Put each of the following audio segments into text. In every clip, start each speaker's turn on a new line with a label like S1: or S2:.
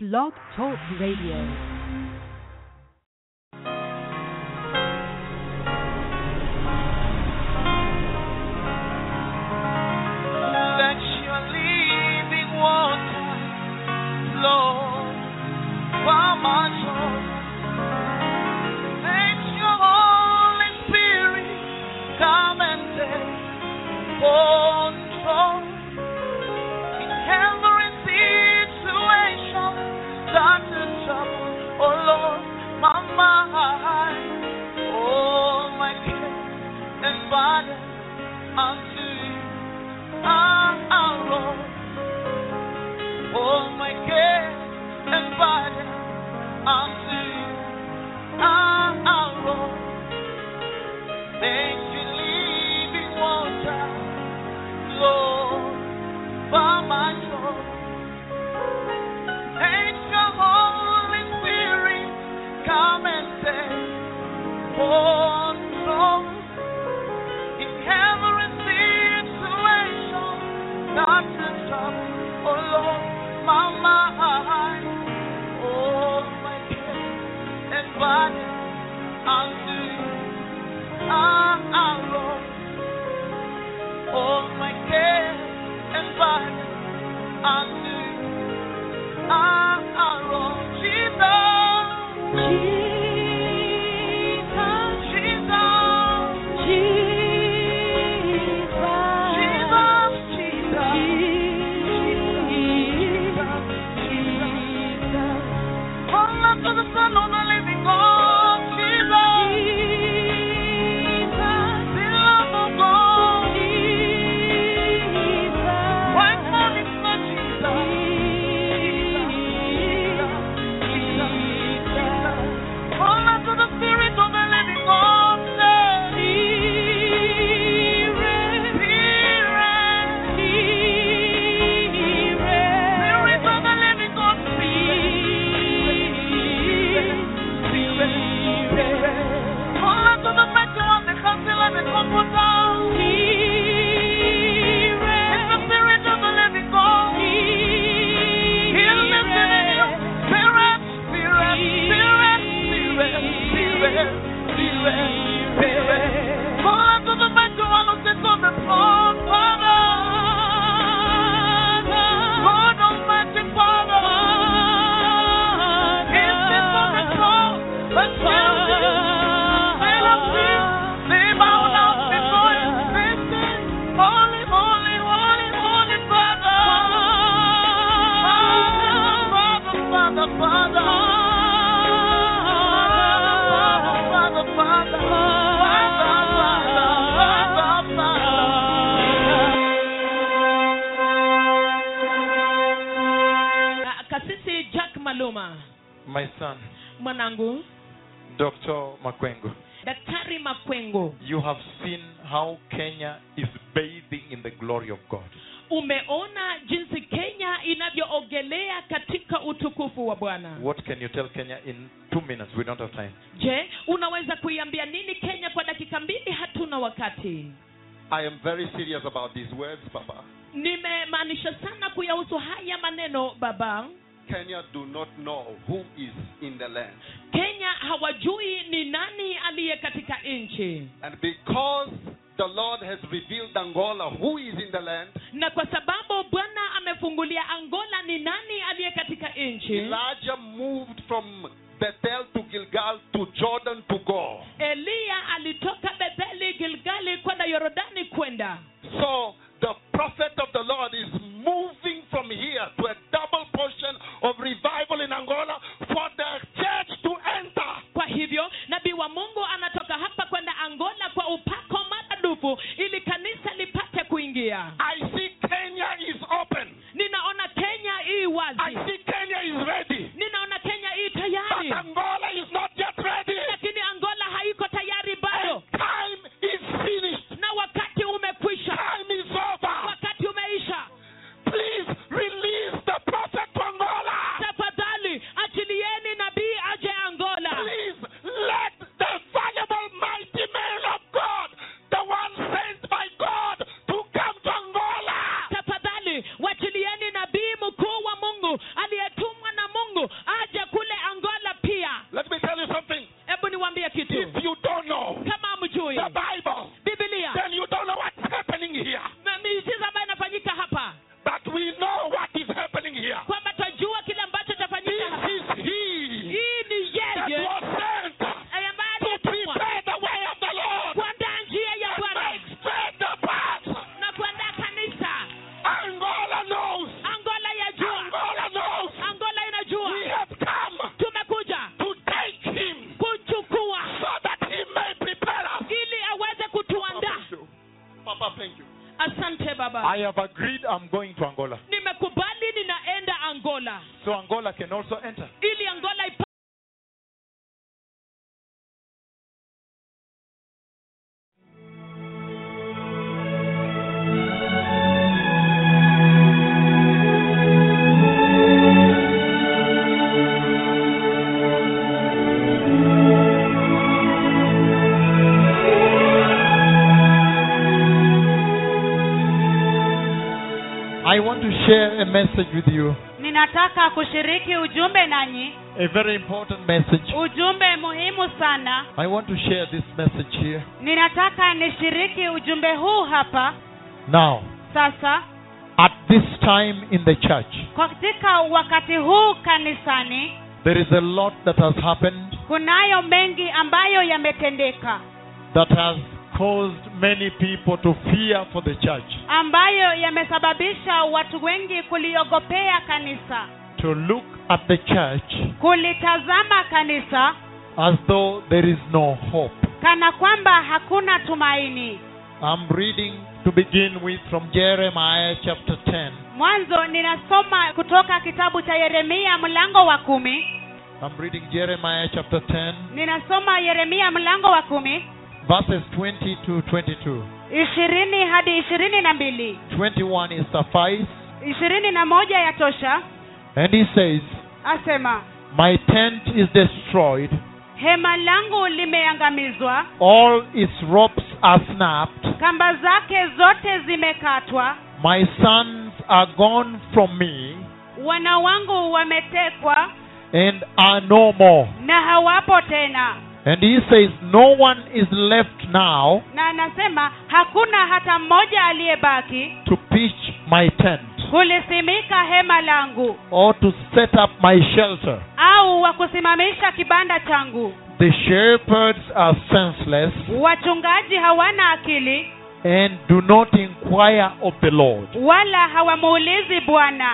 S1: Blog Talk Radio.
S2: Let your living water flow by my soul. Let your Holy Spirit come and take control in every situation that is trouble. Oh Lord, my mind, oh my care and burden unto you. Oh my care and burden unto you. Ah, ah, Lord. Make your living water flow by my soul. Make your Holy Spirit come and take control. In every situation, darkness trouble, oh Lord, my mind, oh my care and body, unto you, ah, ah, Lord, oh my care and body, unto you, ah, ah, Lord, Jesus, Jesus, Jesus, Jesus. Come unto the Son of the living God, Jesus. The Lamb of oh God. Why call his name Jesus? Come unto the Spirit of the living God, say, Spirit. Spirit of the living God, Come unto the mighty one, the counselor, the comforter. It's the Spirit of the living God. He lives in you. Spirit, Spirit, Spirit, Spirit, Spirit, Spirit, Spirit. Come unto the mighty one who sits on the throne, Father. God Almighty Father. He sits on the throne. The they bow down before you. They say, Holy, holy, holy, holy Father. Father, Father, Father, Father. Father, Father, Father. Father, Father, Father, Father.
S3: Ah, kasisi jack maluma
S4: My son,
S3: mwanangu
S4: Dr. Makwengo,
S3: daktari makwengo
S4: you have seen how Kenya is bathing in the glory of God.
S3: umeona jinsi kenya inavyoogelea katika utukufu wa bwana
S4: What can you tell Kenya in two minutes? We don't have time.
S3: je unaweza kuiambia nini kenya kwa dakika mbili hatuna wakati
S4: I am very serious about these words, Papa.
S3: nimemaanisha sana kuyahusu haya maneno baba
S5: Kenya do not know who is in the land.
S3: kenya hawajui ni nani aliye katika nchi
S5: And because the Lord has revealed Angola who is in the land,
S3: na kwa sababu bwana amefungulia angola ni nani aliye katika nchi
S5: Elijah moved from Bethel to Gilgal to Jordan to go.
S3: eliya alitoka betheli gilgali kwenda yorodani kwenda
S5: So the prophet of the Lord is moving from here to a double portion of revival in Angola for the church to enter.
S3: kwa hivyo nabii wa mungu anatoka hapa kwenda angola kwa upako maradufu ili kanisa lipate kuingia
S5: I see Kenya is open.
S3: ninaona kenya ii
S5: I
S3: wazi
S5: see Kenya is ready.
S3: ninaona kenya ii
S5: But
S3: tayari
S5: Angola is not yet ready.
S3: lakini angola haiko tayari bado
S5: Time is finished.
S3: na wakati umekwisha
S5: Time is over.
S3: wakati umeisha
S5: Please release the prophet to Angola.
S3: tafadhali
S4: I have agreed I'm going to Angola.
S3: nimekubali ninaenda angola
S4: So Angola can also enter.
S3: ili angola ipa-
S4: I want to share a message with you,
S6: ninataka kushiriki ujumbe nanyi
S4: a very important message.
S6: ujumbe muhimu sana
S4: I want to share this message here.
S6: ninataka nishiriki ujumbe huu hapa
S4: Now,
S6: sasa
S4: at this time in the church,
S6: katika wakati huu kanisani
S4: there is a lot that has happened
S6: kunayo mengi ambayo yametendeka
S4: that has caused many people to fear for the church,
S6: ambayo yamesababisha watu wengi kuliogopea kanisa
S4: to look at the church
S6: kulitazama kanisa
S4: as though there is no hope.
S6: kana kwamba hakuna tumaini
S4: I'm reading to begin with from Jeremiah chapter 10.
S6: mwanzo ninasoma kutoka kitabu cha yeremia mlango wa kumi
S4: I'm reading Jeremiah chapter 10,
S6: ninasoma yeremia mlango wa kumi
S4: verses 20 to 22.
S6: ishirini hadi ishirini na mbili
S4: 21 is suffice,
S6: ishirini na moja ya tosha
S4: and he says,
S6: asema
S4: My tent is destroyed,
S6: hema langu limeangamizwa
S4: all its ropes are snapped,
S6: kamba zake zote zimekatwa
S4: my sons are gone from me
S6: wana wangu wametekwa
S4: and are no more.
S6: na hawapo tena
S4: And he says, No one is left now
S6: na anasema hakuna hata mmoja aliyebaki
S4: to pitch my tent
S6: kulisimika hema langu
S4: or to set up my shelter.
S6: au wa kusimamisha kibanda changu
S4: The shepherds are senseless
S6: wachungaji hawana akili
S4: and do not inquire of the Lord.
S6: wala hawamuulizi bwana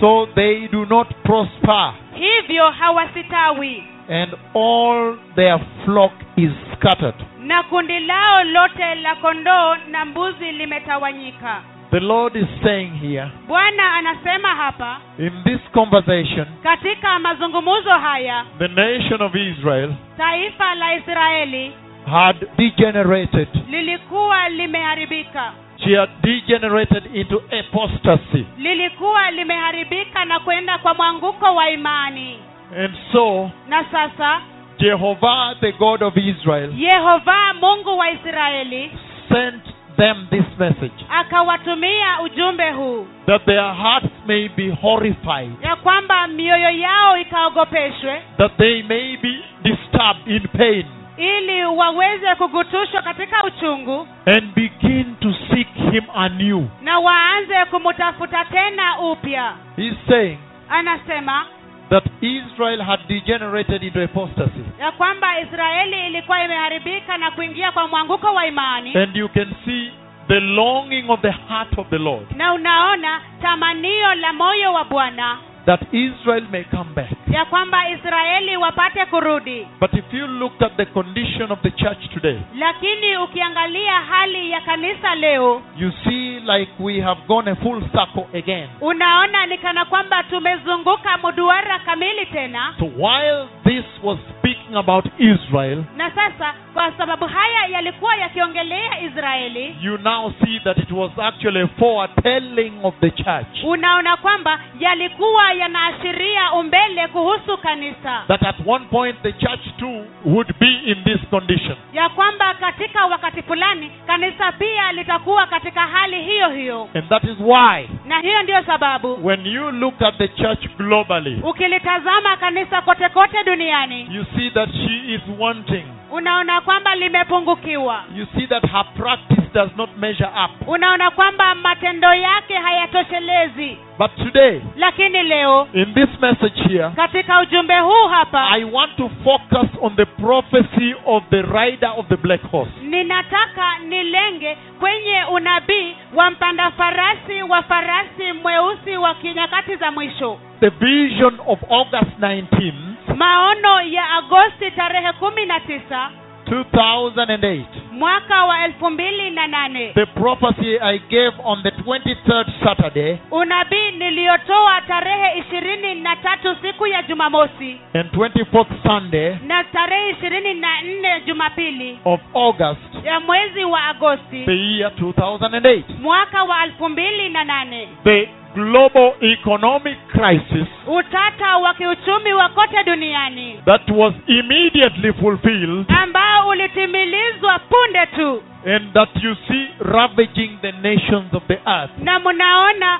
S4: So they do not prosper,
S6: hivyo hawasitawi
S4: and all their flock is scattered.
S6: na kundi lao lote la kondoo na mbuzi limetawanyika
S4: The Lord is saying here,
S6: bwana anasema hapa
S4: in this conversation,
S6: katika mazungumzo haya
S4: the nation of Israel
S6: taifa la israeli
S4: had degenerated.
S6: lilikuwa limeharibika
S4: She had degenerated into apostasy.
S6: lilikuwa limeharibika na kwenda kwa mwanguko wa imani
S4: And so,
S6: na sasa
S4: Jehovah, the God of Israel,
S6: yehova mungu wa israeli
S4: sent them this message
S6: akawatumia ujumbe huu
S4: that their hearts may be horrified.
S6: ya kwamba mioyo yao ikaogopeshwe
S4: that they may be disturbed in pain
S6: ili waweze kugutushwa katika uchungu
S4: and begin to seek him anew.
S6: na waanze kumutafuta tena upya
S4: He's saying
S6: anasema
S4: that Israel had degenerated into apostasy.
S6: ya kwamba israeli ilikuwa imeharibika na kuingia kwa mwanguko wa imani
S4: And you can see the longing of the heart of the Lord
S6: na unaona tamanio la moyo wa bwana
S4: that Israel may come back.
S6: ya kwamba israeli wapate kurudi
S4: But if you looked at the condition of the church today,
S6: lakini ukiangalia hali ya kanisa leo
S4: you see like we have gone a full circle again.
S6: unaona ni kana kwamba tumezunguka muduara kamili tena
S4: So while this was speaking about Israel,
S6: na sasa kwa sababu haya yalikuwa yakiongelea israeli
S4: you now see that it was actually a foretelling of the church.
S6: unaona kwamba yalikuwa yanaashiria umbele kuhusu kanisa
S4: that at one point the church too would be in this condition.
S6: ya kwamba katika wakati fulani kanisa pia litakuwa katika hali hiyo hiyo
S4: And that is why,
S6: na hiyo ndiyo sababu
S4: when you look at the church globally,
S6: ukilitazama kanisa kote kote duniani
S4: you see that she is wanting.
S6: unaona kwamba limepungukiwa
S4: You see that her practice does not measure up.
S6: unaona kwamba matendo yake hayatoshelezi
S4: But today,
S6: lakini leo
S4: in this message here,
S6: katika ujumbe huu hapa
S4: I want to focus on the prophecy of the rider of the black horse.
S6: ninataka nilenge kwenye unabii wa mpanda farasi wa farasi mweusi wa kinyakati za mwisho
S4: The vision of August 19,
S6: maono ya agosti tarehe kumi na tisa
S4: 2008
S6: mwaka wa elfu mbili na nane
S4: The prophecy I gave on the 23rd Saturday
S6: unabii niliyotoa tarehe ishirini na tatu siku ya jumamosi
S4: and 24th Sunday
S6: na tarehe ishirini na nne jumapili
S4: of August,
S6: ya mwezi wa
S4: the
S6: agosti
S4: year 2008.
S6: mwaka wa elfu mbili na nane
S4: The global economic crisis
S6: utata wa kiuchumi wa kote duniani
S4: that was immediately fulfilled
S6: ambao ulitimilizwa punde tu
S4: and that you see ravaging the nations of the earth.
S6: na mnaona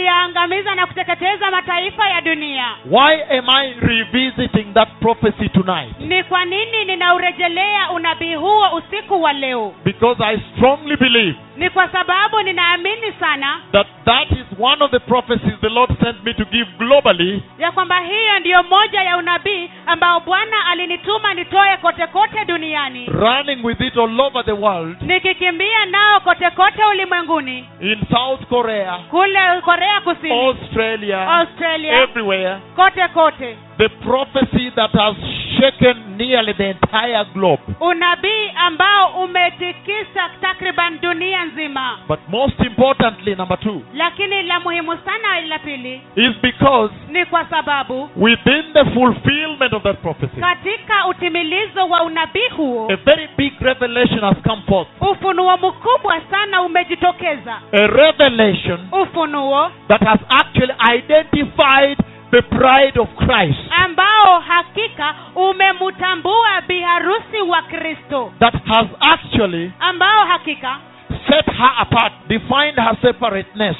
S6: ukiyaangamiza na kuteketeza mataifa ya dunia
S4: Why am I revisiting that prophecy tonight?
S6: ni kwa nini ninaurejelea unabii huo usiku wa leo
S4: Because I strongly believe
S6: ni kwa sababu ninaamini sana
S4: that that is one of the prophecies the Lord sent me to give globally
S6: ya kwamba hiyo ndiyo moja ya unabii ambao bwana alinituma nitoe kote kote duniani
S4: running with it all over the world
S6: nikikimbia nao kote kote ulimwenguni
S4: in South Korea,
S6: kule korea kusini
S4: Australia,
S6: australia
S4: everywhere.
S6: kote kote
S4: The prophecy that has shaken nearly the entire globe.
S6: unabii ambao umetikisa takriban dunia nzima
S4: But most importantly, number two,
S6: lakini la muhimu sana la pili
S4: is because
S6: ni kwa sababu
S4: within the fulfillment of that prophecy,
S6: katika utimilizo wa unabii huo
S4: a very big revelation has come forth.
S6: ufunuo mkubwa sana umejitokeza
S4: A revelation
S6: ufunuo
S4: that has actually identified the bride of Christ.
S6: ambao hakika umemtambua biharusi wa kristo
S4: that has actually
S6: ambao hakika
S4: set her apart, defined her separateness,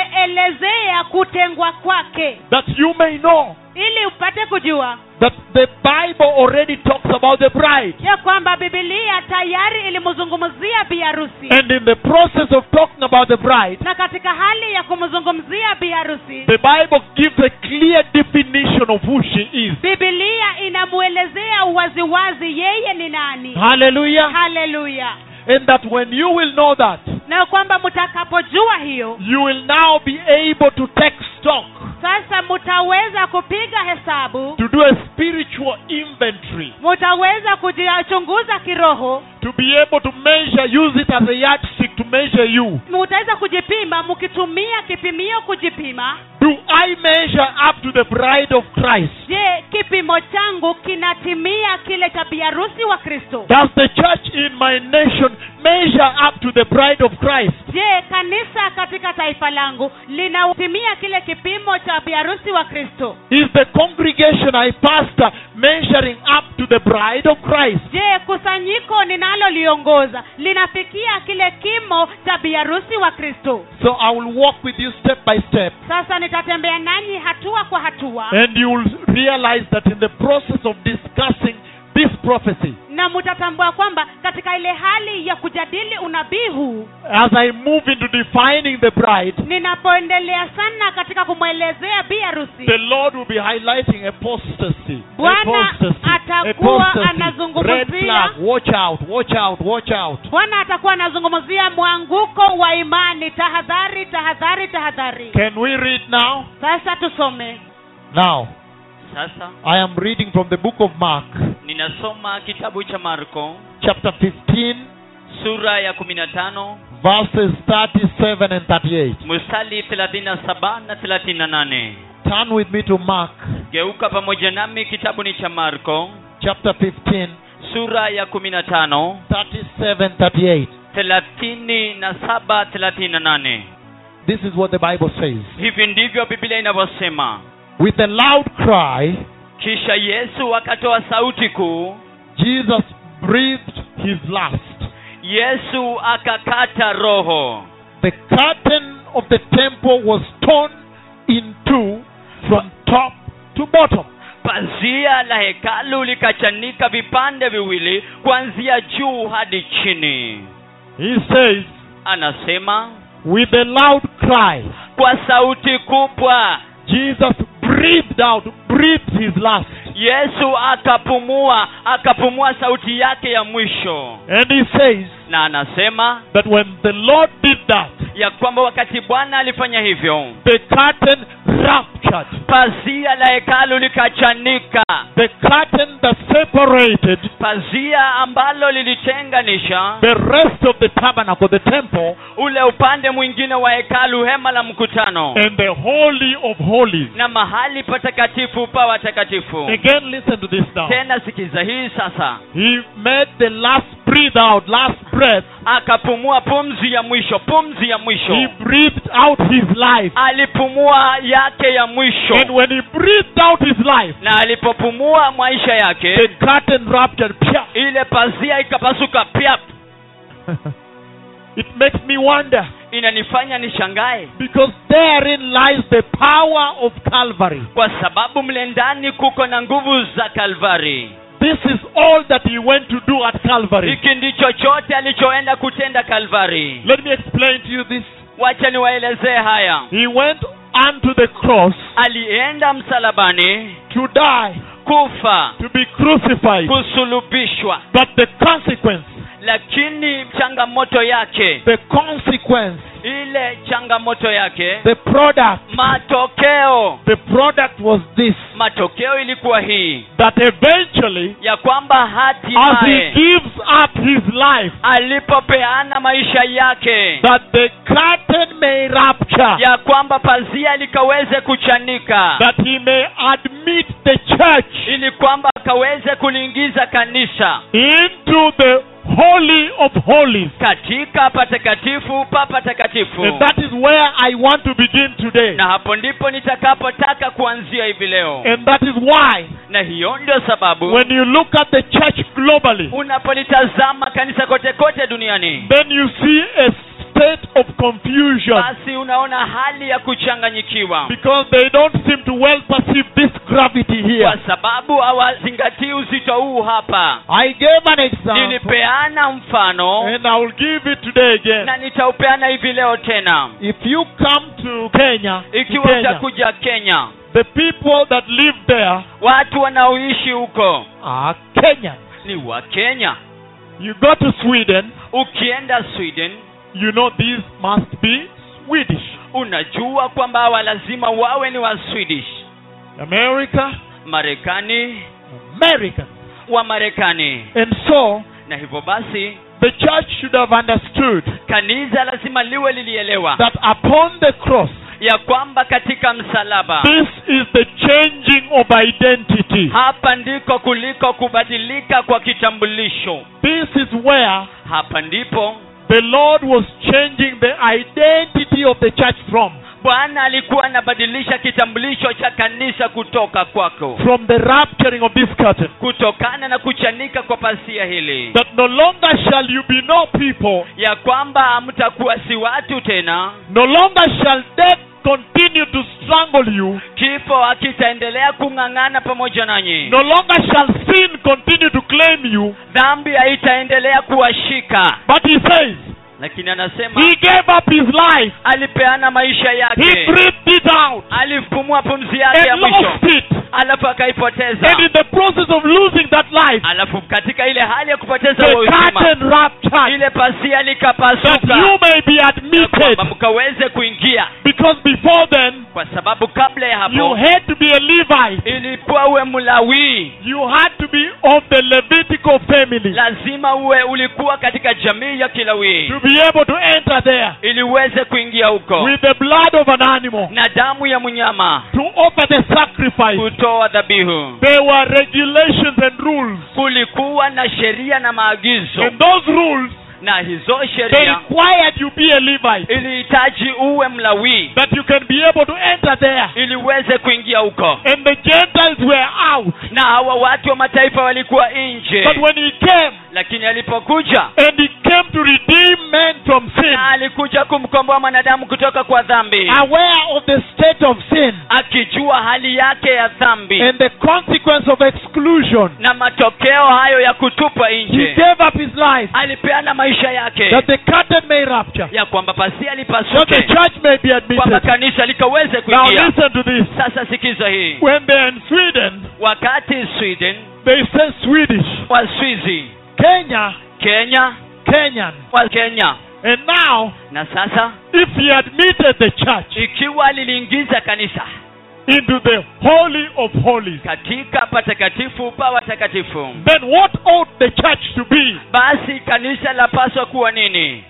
S6: umeelezea kutengwa kwake
S4: that you may know
S6: ili upate kujua
S4: that the Bible already talks about the bride.
S6: ya kwamba bibilia tayari ilimzungumzia biharusi
S4: And in the process of talking about the bride,
S6: na katika hali ya kumzungumzia biharusi
S4: the Bible gives a clear definition of who she is.
S6: bibilia inamuelezea waziwazi yeye ni nani
S4: Hallelujah.
S6: haleluya
S4: And that when you will know that,
S6: na kwamba mtakapojua hiyo
S4: you will now be able to take stock,
S6: sasa mtaweza kupiga hesabu
S4: to do a spiritual inventory,
S6: mutaweza kujichunguza kiroho
S4: to be able to measure, use it as a yardstick to measure you.
S6: mutaweza kujipima mkitumia kipimio kujipima
S4: Do I measure up to the bride of Christ?
S6: je kipimo changu kinatimia kile cha biharusi wa kristo
S4: Does the church in my nation measure up to the bride of Christ?
S6: je kanisa katika taifa langu linatimia kile kipimo cha biharusi wa kristo
S4: Is the congregation I pastor measuring up to the bride of Christ?
S6: je kusanyiko ninaloliongoza linafikia kile kimo cha biharusi wa kristo
S4: So I will walk with you step by step.
S6: sasa nitatembea nanyi hatua kwa hatua
S4: And you will realize that in the process of discussing this prophecy,
S6: na mutatambua kwamba katika ile hali ya kujadili unabii huu
S4: as I move into defining the bride,
S6: ninapoendelea sana katika kumwelezea bi
S4: the
S6: harusi
S4: Lord will be highlighting apostasy.
S6: Bwana
S4: apostasy.
S6: atakuwa
S4: apostasy. Red
S6: anazungumzia-
S4: flag. Watch out, watch out, watch out.
S6: bwana atakuwa anazungumzia mwanguko wa imani tahadhari tahadhari tahadhari
S4: Can we read now?
S6: sasa tusome
S4: Now,
S7: Sasa
S4: I am reading from the book of Mark,
S7: ninasoma kitabu cha Marko
S4: chapter 15,
S7: sura ya kumi na tano
S4: verses 37 and 38.
S7: mstari thelathini na saba na thelathini na nane
S4: Turn with me to Mark,
S7: geuka pamoja nami kitabu ni cha Marko
S4: chapter 15,
S7: sura ya kumi na tano
S4: 37, 38.
S7: thelathini na saba thelathini na nane
S4: This is what the Bible says.
S7: hivi ndivyo biblia inavyosema
S4: With a loud cry,
S7: kisha yesu akatoa sauti kuu
S4: Jesus breathed his last.
S7: yesu akakata roho
S4: The curtain of the temple was torn in two from top to bottom.
S7: pazia la hekalu likachanika vipande viwili kuanzia juu hadi chini
S4: He says,
S7: anasema
S4: with a loud cry,
S7: kwa sauti kubwa
S4: Jesus breathed out, breathed his last.
S7: yesu akapumua akapumua sauti yake ya mwisho
S4: And he says,
S8: na anasema
S4: that when the Lord did that,
S8: ya kwamba wakati bwana alifanya hivyo
S4: the curtain ruptured.
S8: pazia la hekalu likachanika
S4: The curtain that separated
S8: pazia ambalo lilitenganisha
S4: the rest of the tabernacle, the temple,
S8: ule upande mwingine wa hekalu hema la mkutano
S4: and the Holy of Holies.
S8: na mahali patakatifu pa watakatifu
S4: Again, listen to this now.
S8: tena sikiza hii sasa
S4: He made the last breathe out, last breath.
S8: akapumua pumzi ya mwisho pumzi ya
S4: He
S8: mwisho
S4: breathed out his life.
S8: Ah, alipumua yake ya
S4: And
S8: mwisho
S4: when he breathed out his life,
S8: na alipopumua maisha
S4: the
S8: yake
S4: curtain ruptured. Pia!
S8: ile pazia ikapasuka pia
S4: It makes me wonder
S8: inanifanya nishangae
S4: because therein lies the power of Calvary.
S8: kwa sababu mle ndani kuko na nguvu za kalvari
S4: This is all that he went to do at Calvary.
S8: hiki ndicho chote alichoenda kutenda kalvari
S4: Let me explain to you this.
S8: wacha niwaelezee haya
S4: He went unto the cross
S8: alienda msalabani
S4: to die,
S8: kufa
S4: to be crucified.
S8: kusulubishwa
S4: But the consequence,
S8: lakini changamoto yake
S4: the consequence,
S8: ile changamoto yake
S4: the product,
S8: matokeo
S4: the product was this
S8: matokeo ilikuwa hii
S4: that eventually,
S8: ya kwamba
S4: as he
S8: hatimaye
S4: gives up his life,
S8: alipopeana maisha yake
S4: that the curtain may rupture,
S8: ya kwamba pazia likaweze kuchanika
S4: that he may admit the church
S8: ili kwamba akaweze kuliingiza kanisa
S4: into the holy of holies.
S8: katika patakatifu pa patakatifu
S4: And that is where I want to begin today.
S8: na hapo ndipo nitakapotaka kuanzia hivi leo
S4: And that is why,
S8: na hiyo ndio sababu
S4: Eh. when you look at the church globally,
S8: unapolitazama kanisa kote kote duniani
S4: then you see a state of confusion
S8: basi unaona hali ya kuchanganyikiwa
S4: because they don't seem to well perceive this gravity here.
S8: kwa sababu hawazingatii uzito huu hapa
S4: I gave an example,
S8: nilipeana mfano
S4: and I will give it today again.
S8: na nitaupeana hivi leo tena
S4: If you come to Kenya, to
S8: ikiwa
S4: Kenya,
S8: utakuja kenya
S4: the people that live there
S8: watu wanaoishi huko
S4: are Kenyan.
S8: ni wa kenya
S4: You go to Sweden,
S8: ukienda sweden
S4: you know these must be Swedish.
S8: unajua kwamba hawa lazima wawe ni wa swedish
S4: America,
S8: marekani
S4: American.
S8: wa marekani
S4: And so,
S8: na hivyo basi
S4: the church should have understood
S8: kanisa lazima liwe lilielewa
S4: that upon the cross,
S8: ya kwamba katika msalaba
S4: this is the changing of identity.
S8: hapa ndiko kuliko kubadilika kwa kitambulisho
S4: This is where
S8: hapa ndipo
S4: the Lord was changing the identity of the church from.
S8: bwana alikuwa anabadilisha kitambulisho cha kanisa kutoka kwako
S4: From the rapturing of this curtain.
S8: kutokana na kuchanika kwa pasia hili
S4: That no longer shall you be no people,
S8: ya kwamba hamtakuwa si watu tena
S4: no longer shall death continue to strangle you,
S8: kifo hakitaendelea kung'ang'ana pamoja nanyi
S4: no longer shall sin continue to claim you.
S8: dhambi haitaendelea kuwashika
S4: But he says,
S8: lakini anasema
S4: He gave up his life,
S8: alipeana maisha
S4: he
S8: yake
S4: breathed it out,
S8: alipumua pumzi yake ya
S4: and
S8: mwisho
S4: lost it.
S8: alafu
S4: And
S8: akaipoteza
S4: in the process of losing that life,
S8: alafu katika ile hali ya kupoteza
S4: the
S8: huo uzima
S4: curtain ruptured
S8: ile pasia
S4: that you may
S8: likapasuka
S4: be
S8: ya kwamba
S4: admitted.
S8: mkaweze kuingia
S4: Because before then,
S8: kwa sababu kabla ya
S4: you
S8: hapo
S4: had to be a Levite.
S8: ilikuwa uwe mlawii
S4: You had to be of the Levitical family
S8: lazima uwe ulikuwa katika jamii ya kilawii
S4: to be able to enter there
S8: ili uweze kuingia huko
S4: with the blood of an animal
S8: na damu ya mnyama
S4: to offer the sacrifice.
S8: kutoa dhabihu
S4: There were regulations and rules.
S8: kulikuwa na sheria na maagizo
S4: And those rules,
S8: na hizo
S4: they
S8: sheria
S4: required you be a Levite.
S8: ilihitaji uwe mlawii
S4: That you can be able to enter there.
S8: ili uweze kuingia huko
S4: And the Gentiles were out.
S8: na hawa watu wa mataifa walikuwa
S4: But
S8: nje
S4: when he came,
S8: lakini alipokuja
S4: And he came to redeem men from sin,
S8: na alikuja kumkomboa mwanadamu kutoka kwa dhambi
S4: aware of the state of sin
S8: akijua hali yake ya dhambi
S4: and the consequence of exclusion.
S8: na matokeo hayo ya kutupwa
S4: He
S8: nje
S4: gave up his life
S8: alipeana maisha yake
S4: that the curtain may rupture,
S8: ya kwamba pasia
S4: that the
S8: lipasuke
S4: church may be
S8: kwamba
S4: admitted.
S8: kanisa likaweze
S4: Now
S8: kuingia
S4: listen to this.
S8: sasa sikiza hii
S4: When they're in Sweden,
S8: wakati sweden
S4: they say Swedish.
S8: waswizi
S4: Kenya,
S8: kenya
S4: Kenyan.
S8: wa Kenya.
S4: And now,
S8: Na sasa
S4: if he admitted the church
S8: ikiwa liliingiza kanisa
S4: into the Holy of Holies,
S8: katika patakatifu pa watakatifu,
S4: then what ought the church to be?
S8: basi kanisa lapaswa kuwa nini?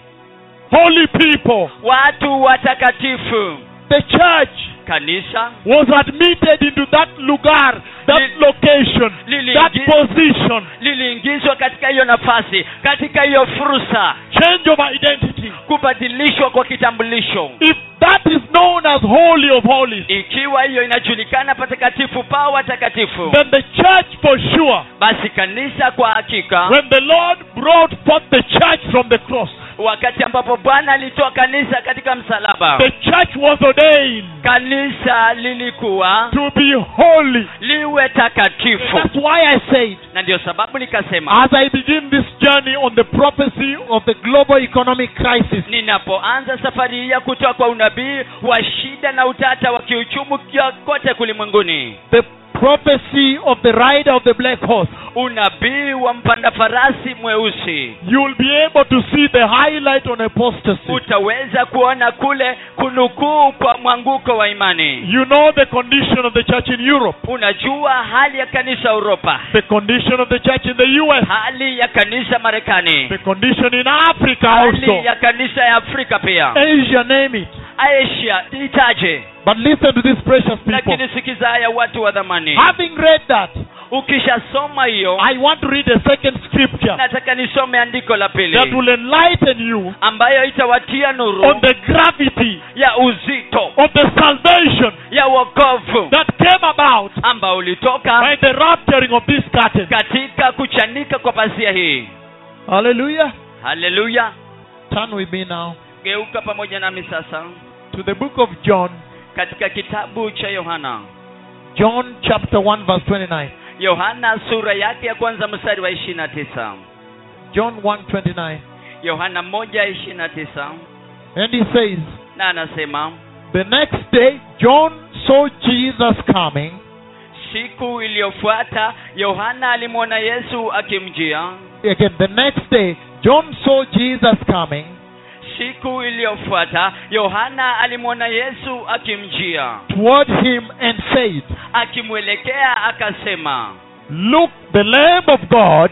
S4: Holy people.
S8: Watu watakatifu.
S4: The church
S8: Kanisa
S4: was admitted into that lugar, that
S8: Li-
S4: location,
S8: Lili-
S4: that position.
S8: liliingizwa katika hiyo nafasi, katika hiyo fursa,
S4: Change of identity.
S8: kubadilishwa kwa kitambulisho.
S4: If that is known as Holy of Holies,
S8: Ikiwa hiyo inajulikana patakatifu pa watakatifu,
S4: then the church for sure
S8: basi kanisa kwa hakika,
S4: When the Lord brought forth the church from the cross,
S8: wakati ambapo Bwana alitoa kanisa katika msalaba,
S4: the church was ordained
S8: kanisa lilikuwa
S4: to be holy.
S8: liwe takatifu,
S4: That's why I said,
S8: na ndio sababu nikasema
S4: as I begin this journey on the prophecy of the global economic crisis,
S8: ninapoanza safari hii ya kutoa kwa unabii wa shida na utata wa kiuchumi kia- kote kulimwenguni,
S4: the prophecy of the rider of the black horse,
S8: unabii wa mpanda farasi mweusi,
S4: you will be able to see the highlight on apostasy.
S8: utaweza kuona kule kunukuu kwa mwanguko wa imani.
S4: You know the condition of the church in Europe,
S8: Unajua hali ya kanisa Uropa,
S4: the condition of the church in the US,
S8: hali ya kanisa
S4: the
S8: Marekani,
S4: condition in Africa also,
S8: hali ya kanisa ya Afrika pia,
S4: Asia, name it.
S8: Asia itaje.
S4: But listen to these precious people.
S8: Lakini sikiza haya, watu wa dhamani,
S4: Having read that,
S8: ukishasoma hiyo
S4: I want to read a second scripture
S8: nataka nisome andiko la
S4: that
S8: pili
S4: will enlighten you
S8: ambayo itawatia
S4: on
S8: nuru
S4: the gravity
S8: ya uzito
S4: of the salvation
S8: ya wokovu
S4: that came about
S8: ambao ulitoka
S4: by the rapturing of this curtain.
S8: katika kuchanika kwa pazia hii
S4: Hallelujah.
S8: haleluya
S4: Turn with me now
S8: geuka pamoja nami sasa
S4: to the book of John,
S8: katika kitabu cha yohana
S4: John chapter 1, verse 29.
S8: yohana sura yake ya kwanza mstari wa ishirini na tisa
S4: John 1 29.
S8: yohana moja ishirini na tisa
S4: And he says,
S8: na anasema
S4: The next day, John saw Jesus coming
S8: siku iliyofuata yohana alimwona yesu akimjia
S4: again the next day john saw jesus coming
S8: siku iliyofuata yohana alimwona yesu akimjia
S4: toward him and said
S8: akimwelekea akasema
S4: look the lamb of god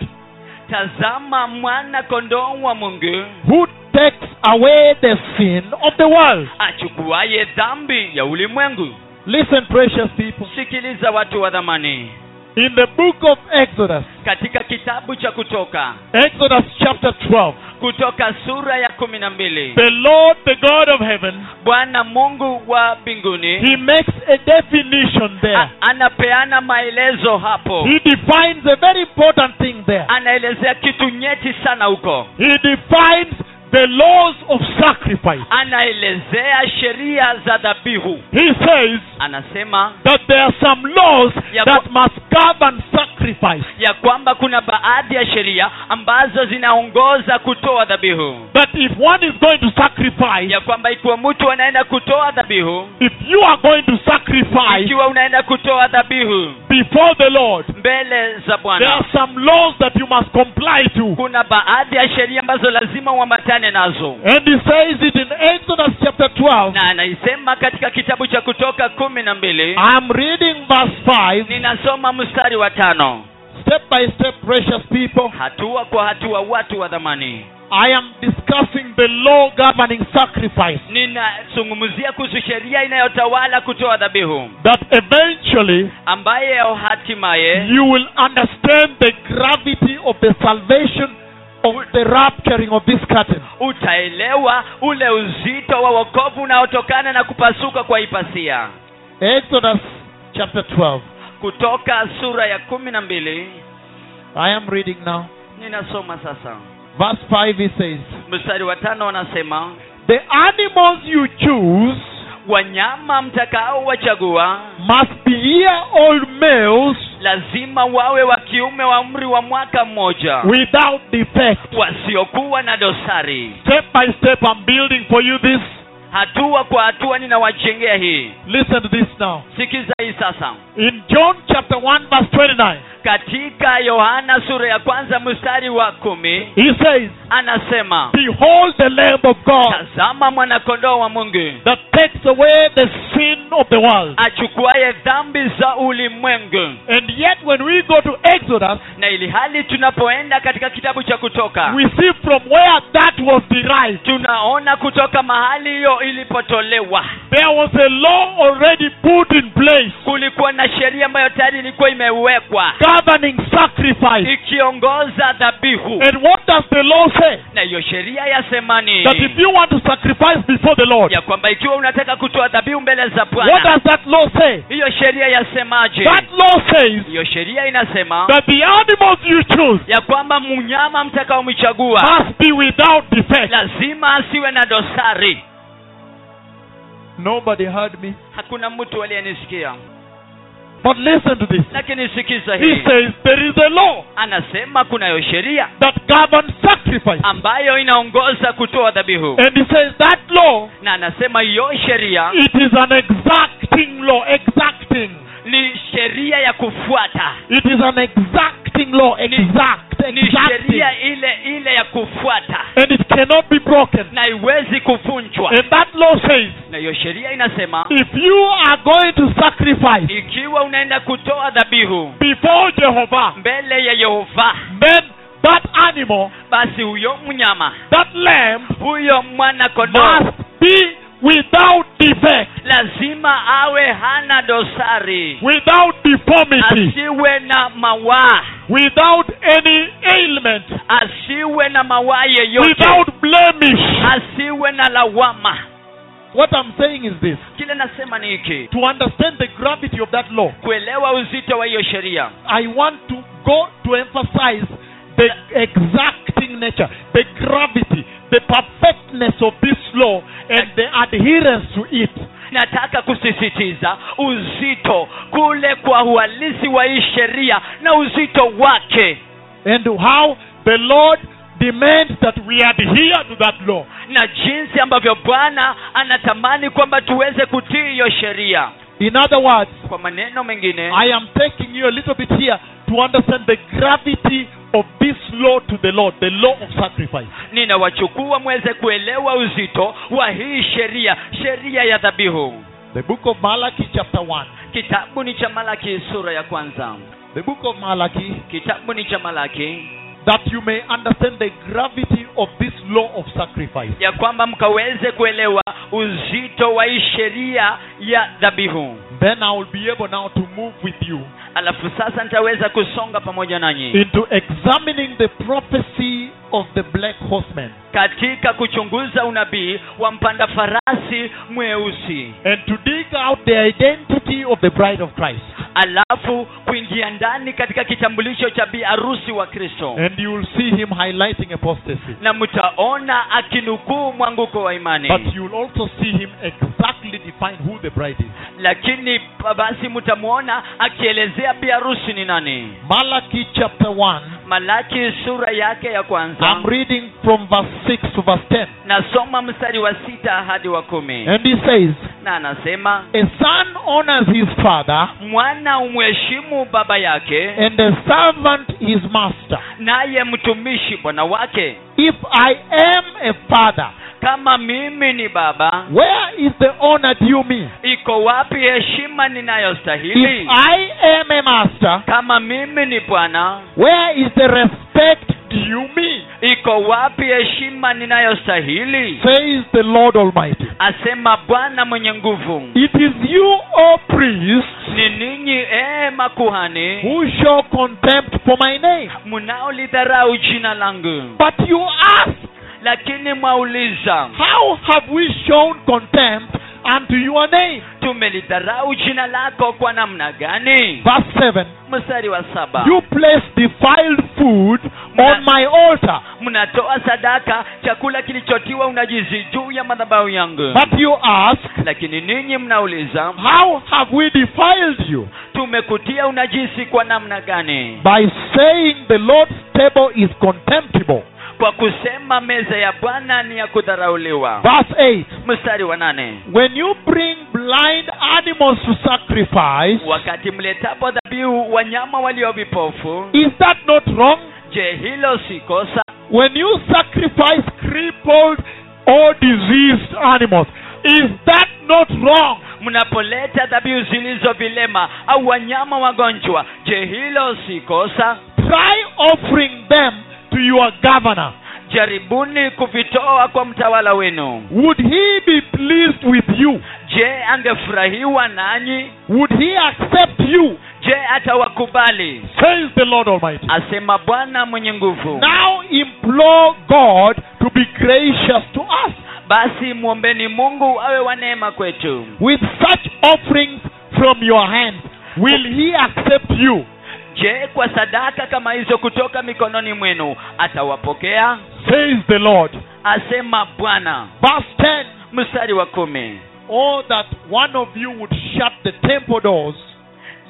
S8: tazama mwana kondoo wa mungu
S4: who takes away the sin of the world
S8: achukuaye dhambi ya ulimwengu
S4: listen precious people
S8: sikiliza watu wa dhamani
S4: in the book of exodus
S8: katika kitabu cha kutoka
S4: exodus chapter 12
S8: kutoka sura ya kumi na mbili
S4: the lord the god of heaven
S8: bwana mungu wa
S4: he
S8: mbinguni
S4: makes a definition
S8: a-
S4: there
S8: anapeana maelezo hapo
S4: he defines a very important thing there
S8: anaelezea kitu nyeti sana huko
S4: he defines the laws of sacrifice
S8: anaelezea sheria za dhabihu
S4: he says
S8: anasema
S4: that there are some laws
S8: Yeah,
S4: that
S8: but-
S4: must govern sacrifice
S8: ya kwamba kuna baadhi ya sheria ambazo zinaongoza kutoa dhabihu
S4: that if one is going to sacrifice
S8: ya kwamba ikiwa mtu anaenda kutoa dhabihu
S4: if you are going to sacrifice
S8: ikiwa unaenda kutoa dhabihu
S4: before the lord
S8: mbele za
S4: There are
S8: bwana
S4: some laws that you must comply to.
S8: kuna baadhi ya sheria ambazo lazima uambatane nazo
S4: And he says it in Exodus chapter 12.
S8: na anaisema katika kitabu cha kutoka kumi na mbili
S4: I'm reading verse 5,
S8: ninasoma mstari wa tano
S4: step by step, precious people.
S8: hatua kwa hatua watu wa dhamani
S4: I am discussing the law governing sacrifice
S8: ninazungumzia kuhusu sheria inayotawala kutoa dhabihu
S4: that eventually
S8: ambayo hatimaye
S4: you will understand the gravity of the salvation of the rapturing of this curtain.
S8: utaelewa ule uzito wa wokovu unaotokana na kupasuka kwa ipasia
S4: Exodus chapter 12.
S8: kutoka sura ya kumi na mbili
S4: I am reading now.
S8: ninasoma sasa
S4: Verse 5 he says,
S8: mstari wa tano wanasema
S4: The animals you choose
S8: wanyama mtakao wachagua
S4: must be year old males
S8: lazima wawe wa kiume wa umri wa mwaka mmoja
S4: without defect.
S8: wasiokuwa na dosari
S4: Step by step, I'm building for you this.
S8: hatua kwa hatua ninawajengea hii
S4: Listen to this now.
S8: sikiza hii sasa
S4: In John chapter 1, verse 29,
S8: katika yohana sura ya kwanza mstari wa kumi
S4: He says,
S8: anasema
S4: Behold the Lamb of God
S8: tazama mwanakondoo wa mungu
S4: that takes away the sin of the world.
S8: achukuaye dhambi za ulimwengu
S4: And yet, when we go to Exodus,
S8: na ili hali tunapoenda katika kitabu cha kutoka
S4: we see from where that was derived.
S8: tunaona kutoka mahali hiyo ilipotolewa
S4: There was a law already put in place
S8: kulikuwa na sheria ambayo tayari ilikuwa imewekwa
S4: governing sacrifice.
S8: ikiongoza dhabihu
S4: And what does the law say?
S8: na hiyo sheria yasema
S4: That if
S8: nini
S4: you want to sacrifice before the Lord,
S8: ya kwamba ikiwa unataka kutoa dhabihu mbele za
S4: what
S8: bwana
S4: does that law say?
S8: hiyo sheria yasemaje
S4: That law says
S8: hiyo sheria inasema
S4: that the animals you choose
S8: ya kwamba mnyama mtakaomchagua
S4: must be without defect.
S8: lazima asiwe na dosari
S4: Nobody heard me.
S8: hakuna mtu aliyenisikia
S4: But listen to this.
S8: lakini sikiza
S4: He
S8: hii
S4: says there is a law
S8: anasema kunayo sheria
S4: that governs sacrifice.
S8: ambayo inaongoza kutoa dhabihu
S4: And he says that law,
S8: na anasema hiyo sheria
S4: it is an exacting law, exacting.
S8: ni sheria ya kufuata
S4: It is an exacting law, exact,
S8: ni
S4: exacting.
S8: sheria ile ile ya kufuata
S4: And it cannot be broken.
S8: na haiwezi kuvunjwa
S4: And that law says,
S8: na hiyo sheria inasema
S4: if you are going to sacrifice
S8: ikiwa unaenda kutoa dhabihu
S4: before Jehovah,
S8: mbele ya yehova
S4: then that animal,
S8: basi huyo mnyama
S4: that lamb,
S8: huyo mwana kondoo
S4: must be without defect,
S8: lazima awe hana dosari
S4: without deformity,
S8: asiwe na mawaa
S4: without any ailment,
S8: asiwe na mawaa yeyote
S4: without blemish.
S8: asiwe na lawama
S4: What I'm saying is this
S8: kile nasema ni hiki
S4: to understand the gravity of that law,
S8: kuelewa uzito wa hiyo sheria
S4: I want to go to emphasize the exacting nature, the gravity, the perfectness of this law, and the adherence to it.
S8: nataka kusisitiza uzito kule kwa uhalisi wa hii sheria na uzito wake
S4: and how the Lord demands that we adhere to that law.
S8: na jinsi ambavyo bwana anatamani kwamba tuweze kutii hiyo sheria
S4: In other words,
S8: kwa maneno mengine
S4: I am taking you a little bit here to understand the gravity of this law to the Lord, the law of sacrifice.
S8: ninawachukua mweze kuelewa uzito wa hii sheria sheria ya dhabihu
S4: The book of Malachi, chapter 1.
S8: kitabu ni cha malaki sura ya kwanza
S4: The book of Malachi,
S8: kitabu ni cha malaki
S4: that you may understand the gravity of this law of sacrifice.
S8: ya kwamba mkaweze kuelewa uzito wa hii sheria ya dhabihu
S4: Then I will be able now to move with you
S8: alafu sasa nitaweza kusonga pamoja nanyi
S4: into examining the prophecy of the black horseman
S8: katika kuchunguza unabii wa mpanda farasi mweusi
S4: and to dig out the identity of the bride of Christ.
S8: alafu kuingia ndani katika kitambulisho cha bi harusi wa kristo
S4: And you will see him highlighting apostasy.
S8: na mtaona akinukuu mwanguko wa imani
S4: But you will also see him exactly define who the bride is.
S8: lakini pa- basi mtamwona akielezea bi harusi ni nani
S4: Malachi chapter 1,
S8: malaki sura yake ya kwanza
S4: I'm reading from verse 6 to verse 10.
S8: nasoma mstari wa sita hadi wa kumi
S4: And he says,
S8: na anasema
S4: A son honors his father,
S8: mwana umheshimu baba yake
S4: and a servant his master.
S8: naye mtumishi bwana wake
S4: If I am a father,
S8: kama mimi ni baba
S4: where is the honor due me?
S8: iko wapi heshima
S4: If
S8: ninayostahili
S4: I am a master,
S8: kama mimi ni bwana
S4: where is the respect due me?
S8: iko wapi heshima ninayostahili
S4: Says the Lord Almighty.
S8: asema bwana mwenye nguvu
S4: It is you, O priests,
S8: ni ninyi ee makuhani
S4: who show contempt for my name.
S8: mnaolidharau jina langu
S4: But you ask,
S8: lakini mwauliza
S4: How have we shown contempt unto your name?
S8: tumelidharau jina lako kwa namna gani
S4: Verse 7
S8: mstari wa saba
S4: You place defiled food on my altar,
S8: mnatoa sadaka chakula kilichotiwa unajizi juu ya madhabahu yangu
S4: but you ask,
S8: lakini ninyi mnauliza
S4: How have we defiled you?
S8: tumekutia unajisi kwa namna gani
S4: By saying the Lord's table is contemptible.
S8: kwa kusema meza ya bwana ni ya kudharauliwa
S4: Verse 8
S8: mstari wa nane
S4: When you bring blind animals to sacrifice,
S8: wakati mletapo dhabihu wanyama walio vipofu
S4: is that not wrong?
S8: je hilo si kosa
S4: When you sacrifice crippled or diseased animals, is that not wrong?
S8: mnapoleta dhabihu zilizo vilema au wanyama wagonjwa je hilo si kosa
S4: Try offering them to your governor.
S8: jaribuni kuvitoa kwa mtawala wenu
S4: Would he be pleased with you?
S8: je angefurahiwa nanyi
S4: Would he accept you?
S8: je atawakubali
S4: Says the Lord Almighty.
S8: asema bwana mwenye nguvu
S4: Now implore God to be gracious to us
S8: basi mwombeni mungu awe wa neema kwetu
S4: with such offerings from your hands. Will he accept you?
S8: je kwa sadaka kama hizo kutoka mikononi mwenu atawapokea
S4: Says the Lord.
S8: asema bwana
S4: Verse 10
S8: mstari wa kumi
S4: Oh, that one of you would shut the temple doors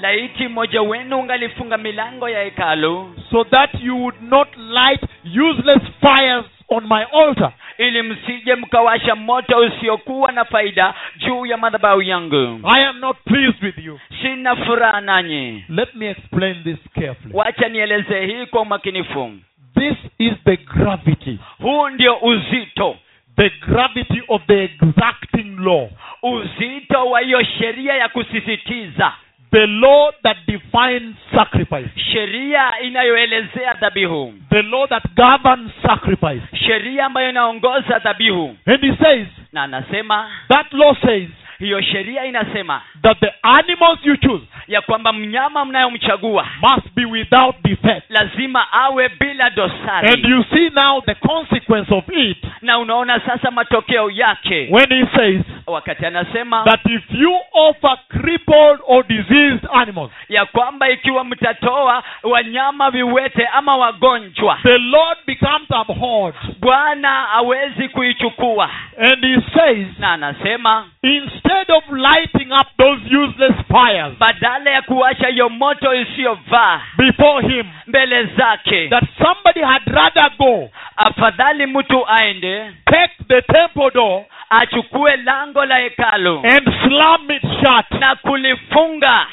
S8: laiti mmoja wenu ungalifunga milango ya hekalu
S4: so that you would not light useless fires on my altar.
S8: ili msije mkawasha moto usiokuwa na faida juu ya madhabahu yangu
S4: I am not pleased with you.
S8: sina furaha nanyi
S4: Let me explain this carefully.
S8: wacha nieleze hii kwa umakinifu
S4: This is the gravity,
S8: huu ndio uzito
S4: the gravity of the exacting law,
S8: uzito wa hiyo sheria ya kusisitiza
S4: the law that defines sacrifice,
S8: sheria inayoelezea dhabihu
S4: the law that governs sacrifice.
S8: sheria ambayo inaongoza dhabihu
S4: And he says,
S8: na anasema
S4: that law says
S8: hiyo sheria inasema
S4: that the animals you choose
S8: ya kwamba mnyama mnayomchagua
S4: must be without defect.
S8: lazima awe bila
S4: And
S8: dosari
S4: you see now the consequence of it
S8: na unaona sasa matokeo yake
S4: when he says
S8: wakati anasema
S4: that if you offer crippled or diseased animals,
S8: ya kwamba ikiwa mtatoa wanyama viwete ama wagonjwa
S4: the Lord becomes abhorred.
S8: bwana hawezi kuichukua
S4: And he says,
S8: na anasema
S4: instead of lighting up those useless fires
S8: badala ya kuwasha hiyo moto isiyovaa
S4: before him,
S8: mbele zake
S4: that somebody had rather go
S8: afadhali mtu aende
S4: take the temple door
S8: achukue lango la hekalu
S4: and slam it shut.
S8: na kulifunga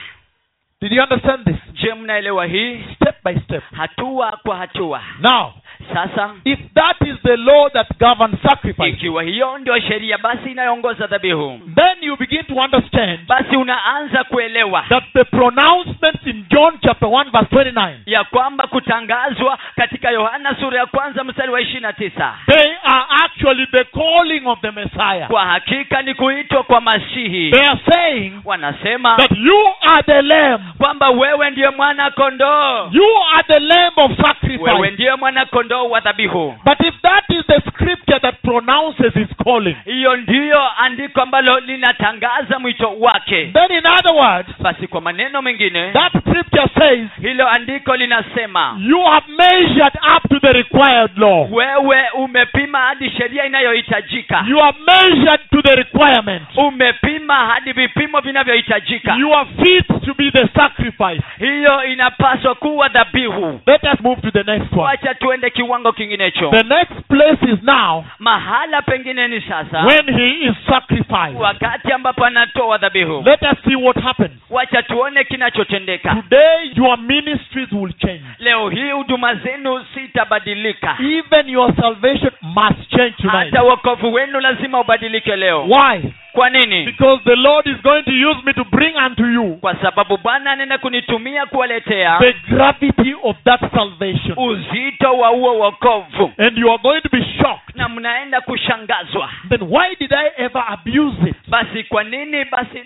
S4: Did you understand this?
S8: je mnaelewa hii
S4: Step by step.
S8: hatua kwa hatua
S4: Now,
S8: sasa
S4: if that is the law that governs sacrifice,
S8: ikiwa hiyo ndio sheria basi inayoongoza dhabihu
S4: then you begin to understand
S8: basi unaanza kuelewa
S4: that the pronouncements in John chapter 1 verse 29,
S8: ya kwamba kutangazwa katika yohana sura ya kwanza mstari wa ishiri na tisa
S4: they are actually the calling of the Messiah.
S8: kwa hakika ni kuitwa kwa masihi
S4: They are saying
S8: wanasema
S4: that you are the lamb.
S8: kwamba wewe ndiye mwana kondoo
S4: You are the lamb of
S8: wewe
S4: sacrifice.
S8: ndiye mwana kondoo wa dhabihu
S4: But if that is the scripture that pronounces his calling,
S8: hiyo ndiyo andiko ambalo linatangaza mwito wake
S4: then in other words,
S8: basi kwa maneno mengine
S4: that scripture says,
S8: hilo andiko linasema
S4: you have measured up to the required law.
S8: wewe umepima hadi sheria inayohitajika
S4: You are measured to the requirement.
S8: umepima hadi vipimo vinavyohitajika
S4: You are fit to be the sacrifice.
S8: hiyo inapaswa kuwa dhabihu
S4: Let us move to the next one.
S8: wacha tuende kiwango kinginecho
S4: The next place is now
S8: mahala pengine ni sasa
S4: when he is sacrificed.
S8: wakati ambapo anatoa dhabihu
S4: Let us see what happens.
S8: wacha tuone kinachotendeka
S4: Today, your ministries will change.
S8: leo hii huduma zenu zitabadilika
S4: Even your salvation must change tonight.
S8: hata wokovu wenu lazima ubadilike leo
S4: Why?
S8: kwa nini
S4: Because the Lord is going to use me to bring unto you
S8: kwa sababu bwana anaenda kunitumia kuwaletea
S4: the gravity of that salvation.
S8: uzito wa huo wokovu
S4: And you are going to be shocked.
S8: na mnaenda kushangazwa
S4: Then why did I ever abuse it?
S8: basi kwa nini basi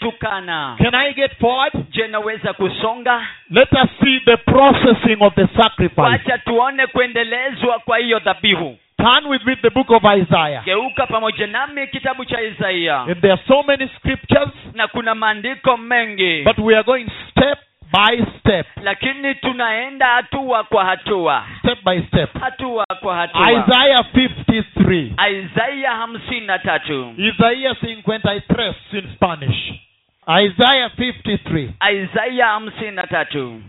S8: nikaitukana
S4: Can I get forward?
S8: je naweza kusonga
S4: Let us see the processing of the sacrifice.
S8: wacha tuone kuendelezwa kwa hiyo dhabihu
S4: Turn with me the book of Isaiah.
S8: geuka pamoja nami kitabu cha isaia
S4: And there are so many scriptures,
S8: na kuna maandiko mengi
S4: but we are going step by step,
S8: lakini tunaenda hatua kwa hatua
S4: step by step.
S8: hatua kwa hatua
S4: Isaiah 53.
S8: isaia hamsini na tatu
S4: Isaías 53 in Spanish. Isaiah 53.
S8: isaia hamsini na tatu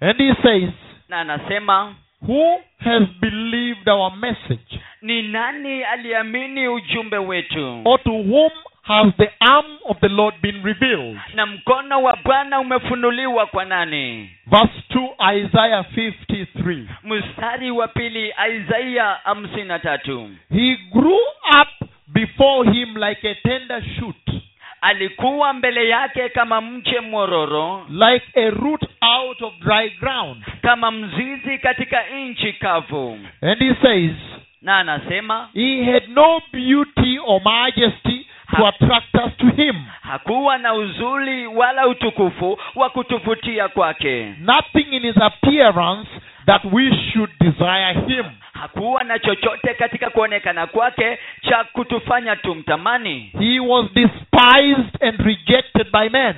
S4: And he says,
S8: na anasema
S4: Who has believed our message?
S8: ni nani aliamini ujumbe wetu
S4: Oh, Or to whom has the arm of the Lord been revealed?
S8: na mkono wa bwana umefunuliwa kwa nani
S4: Verse 2, Isaiah 53.
S8: mstari wa pili isaia hamsini na tatu
S4: He grew up before him like a tender shoot,
S8: alikuwa mbele yake kama mche mwororo
S4: like a root out of dry ground.
S8: kama mzizi katika nchi kavu
S4: And he says,
S8: na anasema
S4: He had no beauty or majesty to attract us to him.
S8: hakuwa na uzuri wala utukufu wa kutuvutia kwake
S4: Nothing in his appearance that we should desire him.
S8: hakuwa na chochote katika kuonekana kwake cha kutufanya tumtamani
S4: He was despised and rejected by men,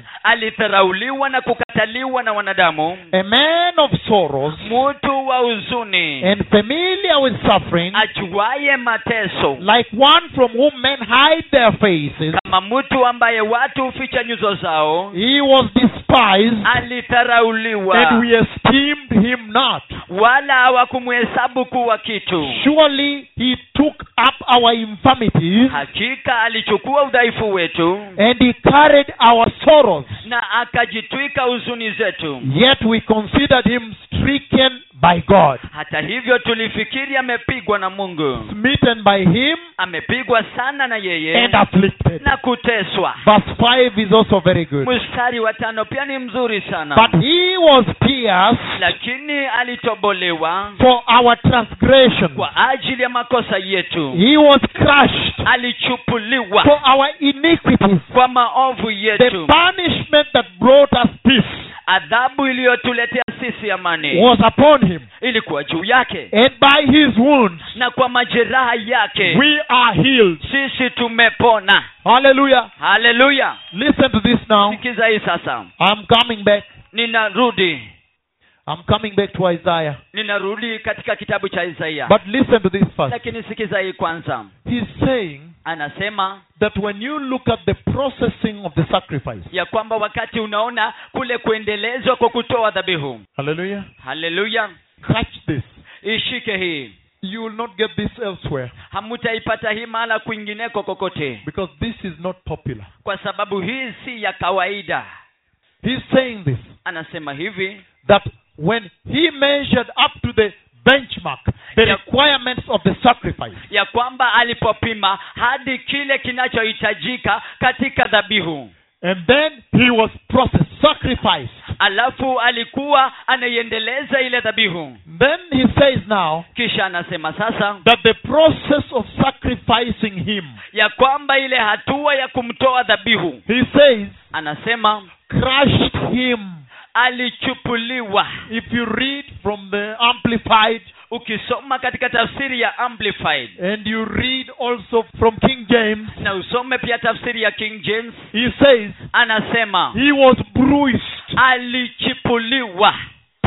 S8: alidharauliwa na kukataliwa na wanadamu
S4: a man of sorrows
S8: mutu wa huzuni
S4: and familiar with suffering,
S8: ajuaye mateso
S4: like one from whom men hide their faces.
S8: kama mtu ambaye watu huficha nyuso zao
S4: He was despised and
S8: alidharauliwa
S4: we esteemed him not.
S8: wala hawakumhesabu kuwa kitu
S4: Surely he took up our infirmities
S8: hakika alichukua udhaifu wetu
S4: and he carried our sorrows.
S8: na akajitwika huzuni zetu
S4: Yet we considered him stricken by God,
S8: hata hivyo tulifikiri amepigwa na mungu
S4: smitten by him,
S8: amepigwa sana na yeye
S4: and afflicted.
S8: na kuteswa
S4: Verse 5 is also very good.
S8: mstari wa tano pia ni mzuri sana
S4: But he was pierced
S8: lakini alitobolewa
S4: for our transgressions,
S8: kwa ajili ya makosa yetu
S4: he was crushed for
S8: alichupuliwa
S4: our iniquities.
S8: kwa maovu
S4: The
S8: yetu
S4: punishment that brought us peace
S8: adhabu iliyotuletea sisi amani
S4: was upon him,
S8: ilikuwa juu yake
S4: and by his wounds
S8: na kwa majeraha yake
S4: we are healed.
S8: sisi tumepona
S4: Hallelujah.
S8: haleluya
S4: Listen to this now.
S8: sikiza hii sasa
S4: I'm coming back.
S8: ninarudi
S4: I'm coming back to Isaiah.
S8: ninarudi katika kitabu cha isaia
S4: But listen to this first.
S8: lakini sikiza hii kwanza
S4: He's saying
S8: anasema
S4: that when you look at the processing of the sacrifice,
S8: ya kwamba wakati unaona kule kuendelezwa kwa kutoa dhabihu
S4: hallelujah,
S8: haleluya
S4: catch this.
S8: ishike hii
S4: You will not get this elsewhere
S8: hamutaipata hii mahala kwingineko kokote
S4: because this is not popular.
S8: kwa sababu hii si ya kawaida
S4: He's saying this
S8: anasema hivi
S4: that when he measured up to the benchmark, the
S8: Yeah.
S4: requirements of the sacrifice,
S8: ya kwamba alipopima hadi kile kinachohitajika katika dhabihu
S4: and then he was processed, sacrificed.
S8: alafu alikuwa anaiendeleza ile dhabihu
S4: Then he says now
S8: kisha anasema sasa
S4: that the process of sacrificing him,
S8: ya kwamba ile hatua ya kumtoa dhabihu
S4: he says,
S8: anasema
S4: crushed him.
S8: alichupuliwa
S4: If you read from the Amplified,
S8: ukisoma katika tafsiri ya amplified
S4: And you read also from King James,
S8: na usome pia tafsiri ya king james
S4: he says,
S8: anasema
S4: He was bruised,
S8: Ah. alichipuliwa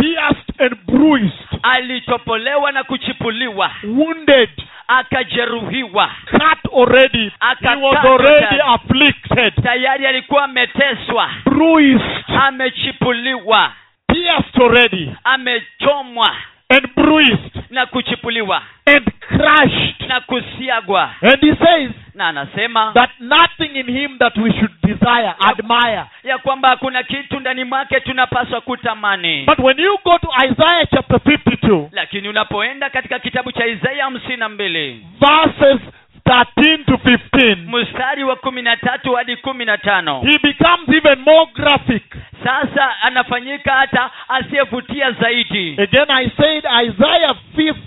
S4: pierced and bruised,
S8: alitopolewa na kuchipuliwa
S4: wounded,
S8: akajeruhiwa
S4: cut already. He was already afflicted,
S8: tayari alikuwa ameteswa
S4: bruised,
S8: Ah. amechipuliwa
S4: pierced already,
S8: amechomwa
S4: and bruised,
S8: na kuchipuliwa
S4: and crushed.
S8: na kusiagwa
S4: And he says
S8: na anasema
S4: that nothing in him that we should desire, admire.
S8: ya kwamba hakuna kitu ndani mwake tunapaswa kutamani
S4: But when you go to Isaiah chapter 52,
S8: lakini unapoenda katika kitabu cha isaia hamsini na mbili
S4: verses 13 to 15,
S8: mstari wa kumi na tatu hadi kumi na tano
S4: he becomes even more graphic.
S8: sasa anafanyika hata asiyevutia zaidi
S4: Again, I said Isaiah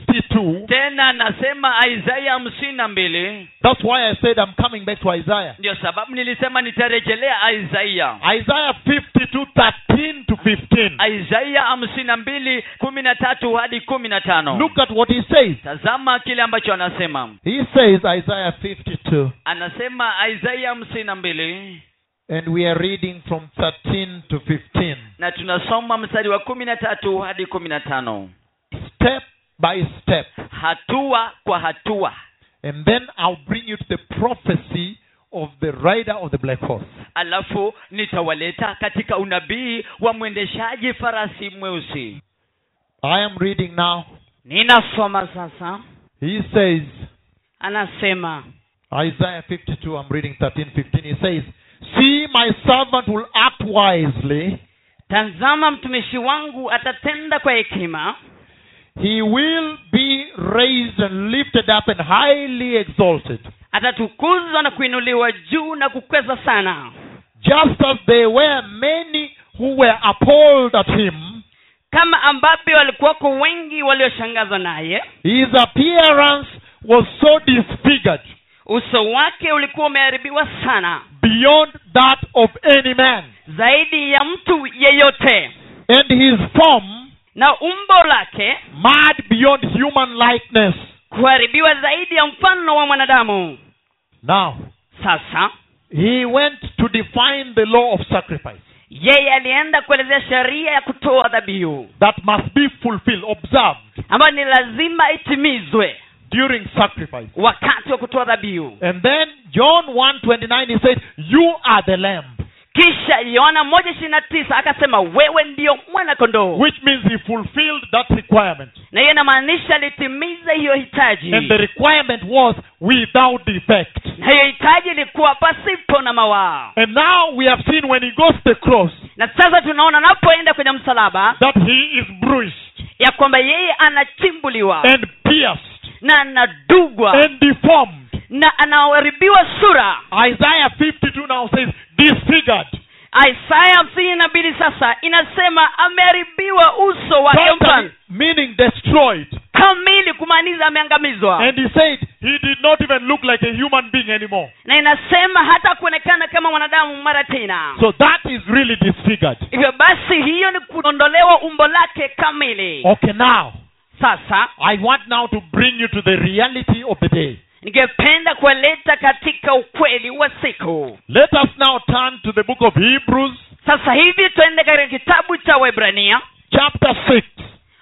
S4: 52.
S8: tena anasema isaia hamsini na mbili
S4: That's why I said I'm coming back to Isaiah.
S8: ndio sababu nilisema nitarejelea isaia
S4: Isaiah 52, 13 to 15.
S8: isaia hamsini na mbili kumi na tatu hadi kumi na tano
S4: Look at what he says.
S8: tazama kile ambacho anasema
S4: He says, Isaiah 52,
S8: anasema isaia hamsini na mbili
S4: and we are reading from 13 to 15.
S8: na tunasoma mstari wa kumi na tatu hadi kumi na tano
S4: Step by step.
S8: hatua kwa hatua
S4: And then I'll bring you to the prophecy of the rider of the black horse.
S8: alafu nitawaleta katika unabii wa mwendeshaji farasi mweusi
S4: I am reading now.
S6: ninasoma sasa
S4: He says,
S6: anasema
S4: Isaiah 52, I'm reading 13, 15. He says, See, my servant will act wisely.
S8: tazama mtumishi wangu atatenda kwa hekima
S4: He will be raised and lifted up and highly exalted.
S8: atatukuzwa na kuinuliwa juu na kukweza sana
S4: Just as there were many who were appalled at him,
S8: kama ambavyo walikuwako wengi walioshangazwa naye
S4: his appearance was so disfigured
S8: uso wake ulikuwa umeharibiwa sana
S4: beyond that of any man,
S8: zaidi ya mtu yeyote
S4: and his form
S8: na umbo lake
S4: mad beyond human likeness.
S8: kuharibiwa zaidi ya mfano wa mwanadamu
S4: Now,
S8: sasa
S4: he went to define the law of sacrifice
S8: yeye alienda kuelezea sheria ya kutoa dhabihu
S4: that must be fulfilled, observed
S8: ambayo ni lazima itimizwe
S4: during sacrifice.
S8: wakati wa kutoa dhabihu
S4: And then John 1:29 he said, "You are the lamb,"
S8: kisha yohana moja ishirini na tisa akasema wewe ndiyo mwana kondoo
S4: which means he fulfilled that requirement.
S8: na hiyo inamaanisha alitimiza hiyo hitaji
S4: And the requirement was without defect.
S8: na hiyo hitaji ilikuwa pasipo na mawaa
S4: And now we have seen when he goes to the cross
S8: na sasa tunaona anapoenda kwenye msalaba
S4: that he is bruised
S8: ya kwamba yeye anachimbuliwa
S4: and pierced
S8: na anadugwa
S4: and deformed.
S8: na anaharibiwa sura
S4: Isaiah 52 now says, "Disfigured,
S8: isaya hamsini na mbili sasa inasema ameharibiwa uso wake
S4: totally,
S8: mfano
S4: meaning destroyed."
S8: kamili kumaanisha ameangamizwa
S4: And he said, "He did not even look like a human being anymore."
S8: na inasema hata kuonekana kama mwanadamu mara tena
S4: So that is really disfigured.
S8: hivyo basi hiyo ni kuondolewa umbo lake kamili
S4: Okay, now
S8: sasa
S4: I want now to bring you to the reality of the day.
S8: ningependa kuwaleta katika ukweli wa siku
S4: Let us now turn to the book of Hebrews,
S8: sasa hivi twende katika kitabu cha webrania
S4: chapter 6,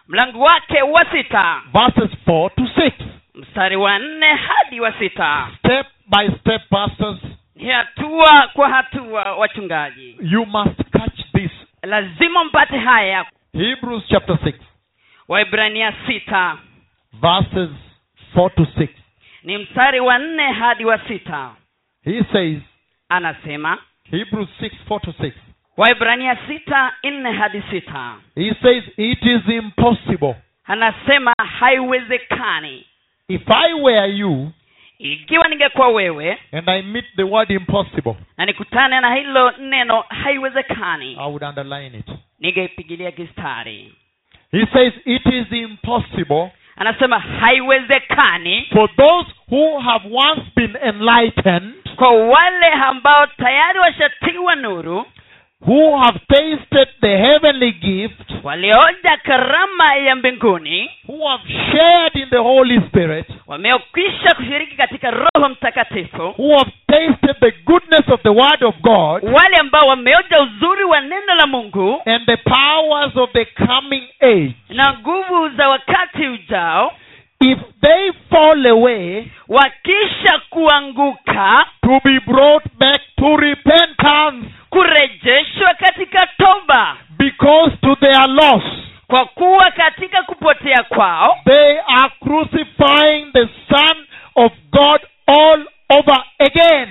S8: mlango wake wa sita
S4: verses 4 to 6.
S8: mstari wa nne hadi wa sita
S4: Step by step, pastors,
S8: ni hatua kwa hatua wachungaji
S4: you must catch this.
S8: lazima mpate haya
S4: Hebrews chapter 6,
S8: waibrania sita
S4: verses 4 to 6.
S8: ni mstari wa nne hadi wa sita
S4: He says,
S8: anasema
S4: Hebrews 6, 4 to 6.
S8: waibrania sita nne hadi sita
S4: He says, It is impossible.
S8: anasema haiwezekani
S4: If I were you,
S8: ikiwa ningekuwa wewe
S4: and I meet the word impossible,
S8: na nikutane na hilo neno haiwezekani
S4: I would underline it.
S8: ningeipigilia kistari
S4: He says, It is impossible
S8: anasema haiwezekani
S4: for those who have once been enlightened,
S8: kwa wale ambao tayari washatiwa nuru
S4: who have tasted the heavenly gift,
S8: walioja karama ya mbinguni
S4: who have shared in the Holy Spirit,
S8: wameokwisha kushiriki katika roho mtakatifu
S4: who have tasted the goodness of the Word of God
S8: wale ambao wameoja uzuri wa neno la mungu
S4: and the powers of the coming age.
S8: na nguvu za wakati ujao
S4: If they fall away,
S8: wakisha kuanguka
S4: to be brought back to repentance
S8: kurejeshwa katika toba
S4: because to their loss
S8: kwa kuwa katika kupotea kwao
S4: they are crucifying the Son of God all over again.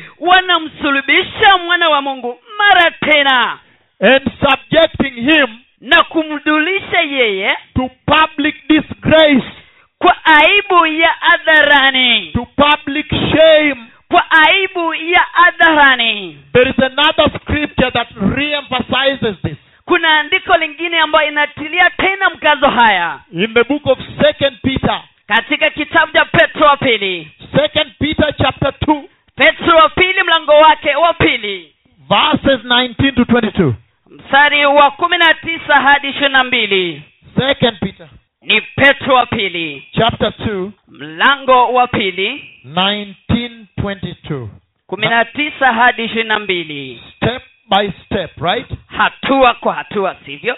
S8: wanamsulubisha mwana wa mungu mara tena
S4: and subjecting him
S8: na kumdulisha yeye
S4: to public disgrace,
S8: kwa aibu ya adharani
S4: to public shame.
S8: kwa aibu ya adharani
S4: There is another scripture that re emphasizes this.
S8: kuna andiko lingine ambayo inatilia tena mkazo haya
S4: In the book of Second Peter,
S8: katika kitabu cha petro wa pili
S4: Second Peter chapter 2,
S8: petro wa pili mlango wake wa pili
S4: verses 19 to 22.
S8: mstari wa kumi na tisa hadi ishirini na mbili
S4: Second Peter
S8: ni petro wa pili
S4: chapter 2,
S8: mlango wa pili
S4: 19 22.
S8: kumi na tisa hadi ishirini na mbili
S4: Step by step, right?
S8: hatua kwa hatua sivyo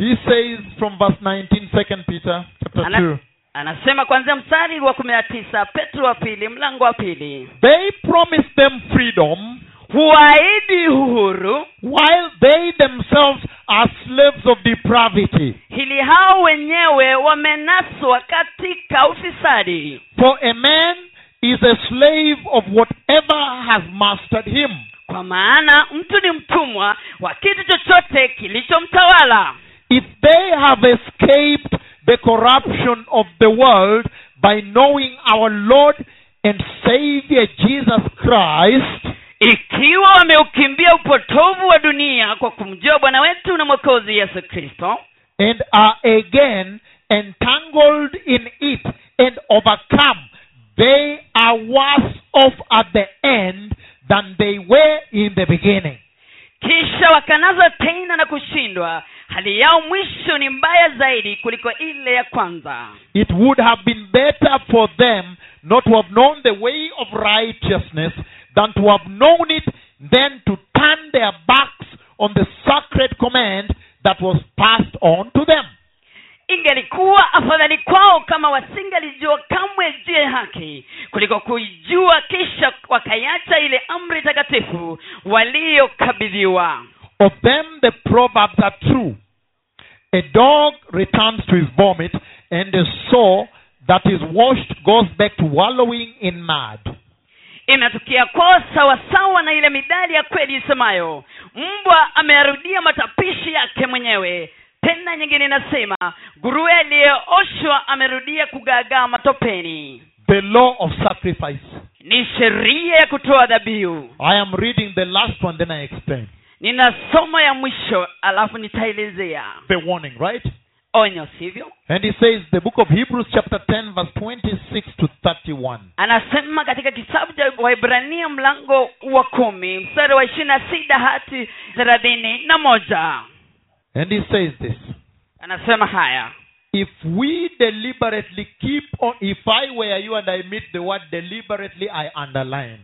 S4: He says from verse 19, Second Peter chapter
S8: Ana-
S4: 2.
S8: anasema kwanzia mstari wa kumi na tisa petro wa pili mlango wa pili
S4: They promise them freedom
S8: huahidi uhuru
S4: while they themselves are slaves of depravity.
S8: hili hao wenyewe wamenaswa katika ufisadi
S4: For a man is a slave of whatever has mastered him.
S8: kwa maana mtu ni mtumwa wa kitu chochote kilichomtawala
S4: If they have escaped the corruption of the world by knowing our Lord and Savior Jesus Christ,
S8: ikiwa wameukimbia upotovu wa dunia kwa kumjua bwana wetu na mwokozi yesu kristo
S4: and are again entangled in it and overcome, they are worse off at the end than they were in the beginning.
S8: kisha wakanazwa tena na kushindwa hali yao mwisho ni mbaya zaidi kuliko ile ya kwanza
S4: It would have been better for them not to have known the way of righteousness than to have known it, than to turn their backs on the sacred command that was passed on to them.
S8: ingelikuwa afadhali kwao kama wasingalijua kamwe juu ya haki kuliko kuijua kisha wakaiacha ile amri takatifu waliyokabidhiwa
S4: Of them, the proverbs are true. A dog returns to his vomit, and a sow that is washed goes back to wallowing in mud.
S8: inatukia kwao sawasawa na ile midali ya kweli isemayo mbwa ameyarudia matapishi yake mwenyewe tena nyingine inasema nguruwe aliyeoshwa amerudia kugaagaa matopeni
S4: The law of sacrifice.
S8: ni sheria ya kutoa dhabihu
S4: I am reading the last one, then I explain.
S8: ninasoma ya mwisho alafu nitaelezea
S4: The warning, right?
S8: onyo sivyo
S4: And he says, the book of Hebrews, chapter 10, verse 26 to 31.
S8: anasema katika kitabu cha waibrania mlango wa kumi mstari wa ishirini na sita hati thelathini na moja
S4: And he says this
S8: anasema haya
S4: If we deliberately keep on, if I were you and I meet the word deliberately, I underline.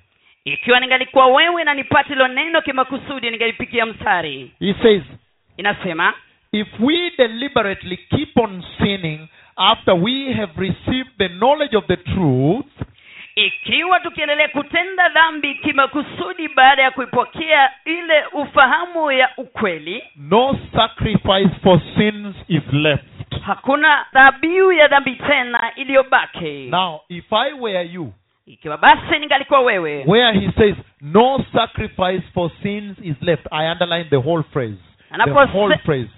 S8: ikiwa ningalikuwa wewe na nipate hilo neno kimakusudi ningalipikia mstari
S4: He says,
S8: inasema
S4: If we deliberately keep on sinning after we have received the knowledge of the truth,
S8: ikiwa tukiendelea kutenda dhambi kimakusudi baada ya kuipokea ile ufahamu ya ukweli
S4: no sacrifice for sins is left.
S8: hakuna dhabihu ya dhambi tena iliyobaki
S4: Now, if I were you,
S8: ikiwa basi ningalikuwa wewe
S4: where he says, no sacrifice for sins is left, I underline the whole phrase. The
S8: Anapose-
S4: whole phrase.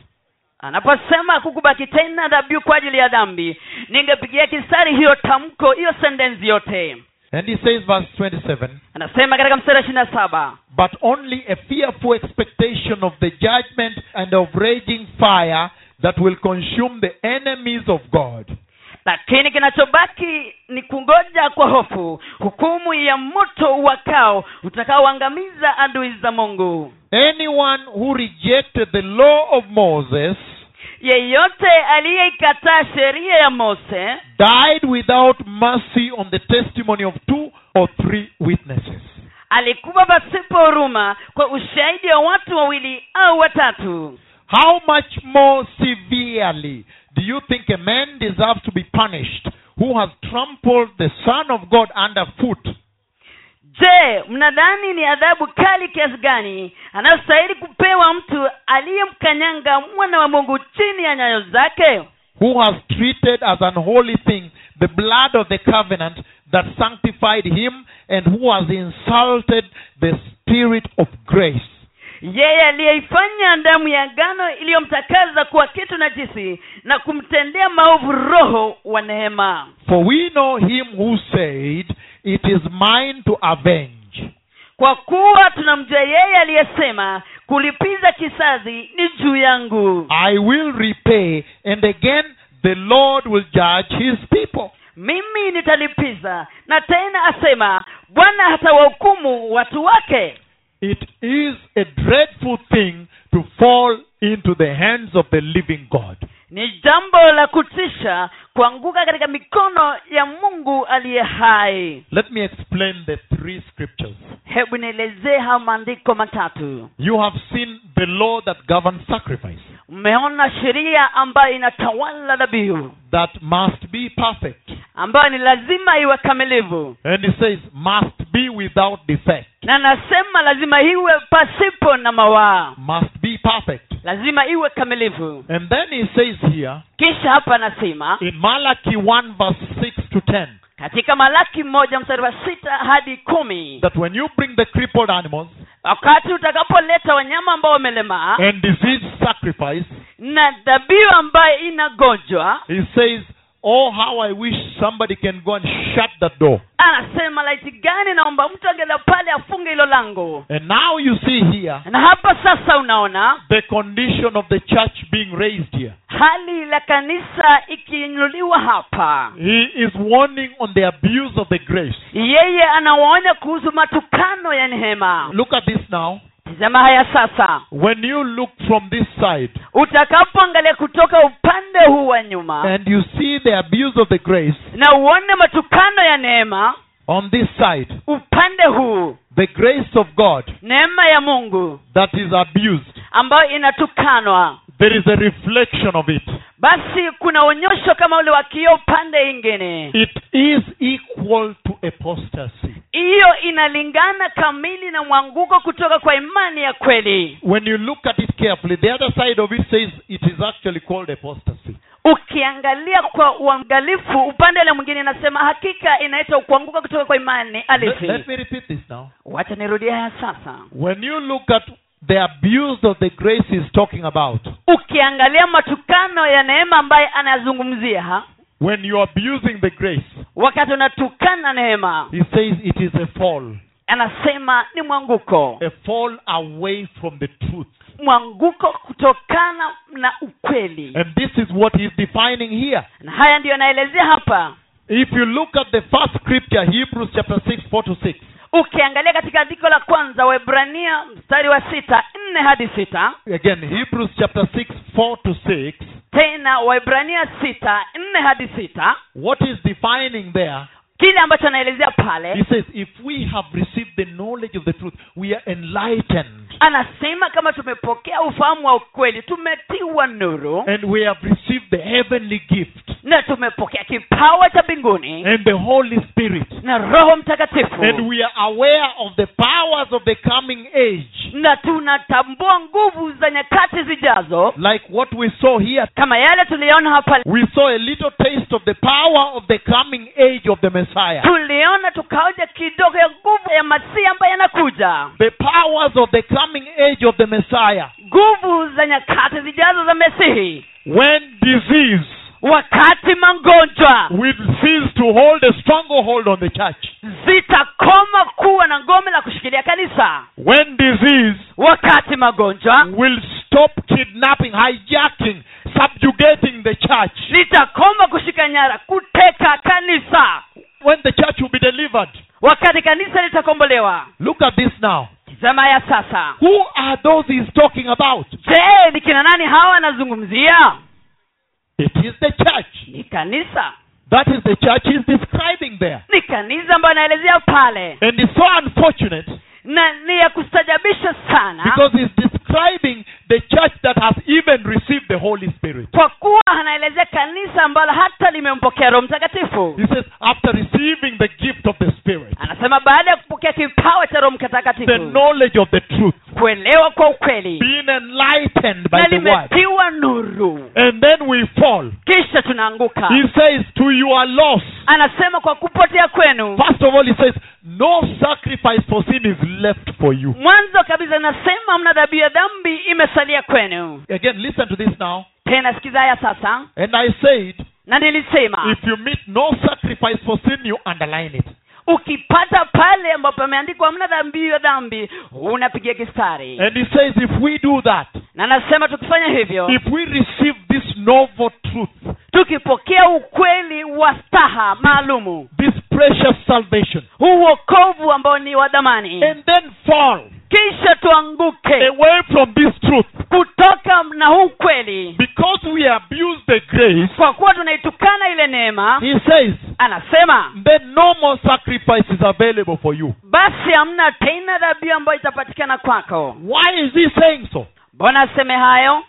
S8: anaposema kukubaki tena dhabihu kwa ajili ya dhambi ningepigia kisari hiyo tamko hiyo sentensi yote
S4: And he says, verse 27
S8: anasema katika mstari wa ishiri na saba
S4: But only a fearful expectation of the judgment and of raging fire that will consume the enemies of God.
S8: lakini kinachobaki ni kungoja kwa hofu hukumu ya moto uwakao utakaoangamiza adui za mungu
S4: Anyone who rejected the law of Moses
S8: yeyote aliyeikataa sheria ya mose
S4: died without mercy on the testimony of two or three witnesses.
S8: alikuwa pasipo huruma kwa ushahidi wa watu wawili au watatu
S4: How much more severely do you think a man deserves to be punished who has trampled the Son of God underfoot
S8: je mnadhani ni adhabu kali kiasi gani anayostahili kupewa mtu aliyemkanyanga mwana wa mungu chini ya nyayo zake
S4: who has treated as an holy thing the blood of the covenant that sanctified him and who has insulted the spirit of grace.
S8: yeye aliyeifanya damu ya agano iliyomtakaza kuwa kitu najisi na kumtendea maovu roho wa neema
S4: For we know him who said, It is mine to avenge.
S8: kwa kuwa tunamjua yeye aliyesema kulipiza kisasi ni juu yangu
S4: I will repay, and again the Lord will judge his people.
S8: mimi nitalipiza na tena asema bwana hatawahukumu watu wake
S4: It is a dreadful thing to fall into the hands of the living God.
S8: ni jambo la kutisha kuanguka katika mikono ya mungu aliye hai
S4: Let me explain the three scriptures.
S8: hebu nielezee haya maandiko matatu
S4: You have seen the law that governs sacrifice,
S8: mmeona sheria ambayo inatawala dhabihu
S4: that must be perfect.
S8: ambayo ni lazima iwe kamilivu
S4: And it says, must be without defect,
S8: na nasema lazima iwe pasipo na mawaa
S4: must be perfect.
S8: lazima iwe kamilivu
S4: And then he says here
S8: kisha hapa anasema
S4: in Malachi 1, verse 6 to 10.
S8: katika malaki mmoja mstari wa sita hadi kumi
S4: that when you bring the crippled animals
S8: wakati utakapoleta wanyama ambao wamelemaa
S4: and disease sacrifice,
S8: na dhabihu ambayo inagonjwa
S4: he says, Oh, how I wish somebody can go and shut that door.
S8: anasema laiti gani naomba mtu angela pale afunge hilo lango
S4: And now you see here
S8: na hapa sasa unaona
S4: the condition of the church being raised here.
S8: hali la kanisa ikiinuliwa hapa
S4: He is warning on the abuse of the grace.
S8: yeye anawaonya kuhusu matukano ya neema
S4: Look at this now.
S8: tizama haya sasa
S4: When you look from this side
S8: Uh-huh. utakapoangalia kutoka upande huu wa nyuma
S4: and you see the abuse of the grace
S8: na uone matukano ya neema
S4: on this side,
S8: upande huu
S4: the grace of God
S8: neema ya mungu
S4: that is abused,
S8: ambayo inatukanwa
S4: there is a reflection of it.
S8: basi kuna onyosho kama ule wa kioo upande ingine
S4: It is equal to apostasy.
S8: hiyo inalingana kamili na mwanguko kutoka kwa imani ya kweli
S4: When you look at it carefully, the other side of it says it is actually called apostasy.
S8: ukiangalia kwa uangalifu upande ule mwingine inasema hakika inaitwa kuanguka kutoka kwa imani
S4: Let,
S8: halisi
S4: let me repeat this now.
S8: wacha nirudie haya sasa
S4: When you look at the abuse of the grace he's talking about,
S8: ukiangalia matukano ya neema ambaye anazungumzia ha?
S4: when you're abusing the grace,
S8: wakati unatukana neema
S4: he says it is a fall,
S8: anasema ni mwanguko
S4: a fall away from the truth.
S8: mwanguko kutokana na ukweli
S4: And this is what he's defining here.
S8: na haya ndiyo anaelezea hapa
S4: If you look at the first scripture, Hebrews chapter 6, 4 to 6,
S8: ukiangalia katika andiko la kwanza waebrania mstari wa sita nne hadi sita
S4: again, Hebrews chapter 6, 4 to 6,
S8: tena waebrania sita nne hadi sita
S4: what is defining there
S8: kile ambacho anaelezea
S4: He
S8: pale
S4: says, if we have received the knowledge of the truth, we are enlightened.
S8: anasema kama tumepokea ufahamu wa ukweli tumetiwa nuru
S4: And we have received the heavenly gift
S8: na tumepokea kipawa cha mbinguni
S4: and the Holy Spirit.
S8: na roho mtakatifu
S4: Eh. And we are aware of the powers of the coming age.
S8: na tunatambua nguvu za nyakati zijazo
S4: Like what we saw here.
S8: kama yale tuliona hapa
S4: We saw a little taste of the power of the coming age of the Messiah.
S8: tuliona tukaoja kidogo ya nguvu ya masia ambaye yanakuja
S4: The powers of the coming age of the Messiah.
S8: nguvu za nyakati zijazo za mesihi
S4: When disease
S8: wakati magonjwa
S4: will cease to hold a stronghold on the church.
S8: zitakoma kuwa na ngome la kushikilia kanisa
S4: When disease
S8: wakati magonjwa
S4: will stop kidnapping, hijacking, subjugating the church.
S8: litakoma kushika nyara kuteka kanisa
S4: When the church will be delivered.
S8: wakati kanisa litakombolewa
S4: Look at this now.
S8: tizama ya sasa
S4: Who are those he's talking about?
S8: je ni kina nani hawa anazungumzia
S4: It is the church.
S8: ni kanisa
S4: That is the church he's describing there.
S8: ni kanisa ambayo anaelezea pale
S4: And it's so unfortunate
S8: na ni ya kustajabisha sana
S4: because he's describing the church that has even received the Holy Spirit.
S8: kwa kuwa anaelezea kanisa ambalo hata limempokea roho mtakatifu
S4: He says, after receiving the gift of the Spirit,
S8: anasema baada ya kupokea kipawa cha roho
S4: the
S8: mtakatifu
S4: knowledge of the truth,
S8: kuelewa kwa ukweli
S4: being enlightened by
S8: na
S4: the word,
S8: limetiwa nuru
S4: and then we fall.
S8: kisha tunaanguka
S4: He says, to your loss,
S8: anasema kwa kupotea kwenu
S4: First of all, he says, No sacrifice for sin is left for you.
S8: mwanzo kabisa inasema mna dhabihu ya dhambi imesalia kwenu
S4: Again, listen to this now.
S8: tena sikiza haya sasa
S4: And I said,
S8: na nilisema
S4: If you meet no sacrifice for sin, you underline it.
S8: ukipata pale ambapo ameandikwa mna dhambi ya dhambi unapigia kistari
S4: And he says, If we do that,
S8: na nasema tukifanya hivyo
S4: if we receive this novel truth,
S8: tukipokea ukweli wa staha maalumu
S4: this precious salvation,
S8: huu wokovu ambao ni wa dhamani
S4: and then fall
S8: kisha tuanguke
S4: away from this truth,
S8: kutoka na huu kweli
S4: because we abuse the grace,
S8: kwa kuwa tunaitukana ile neema
S4: he says,
S8: anasema
S4: Then no more sacrifice is available for you.
S8: basi hamna tena dhabihu ambayo itapatikana kwako
S4: Why is he saying so?
S8: mbona aseme hayo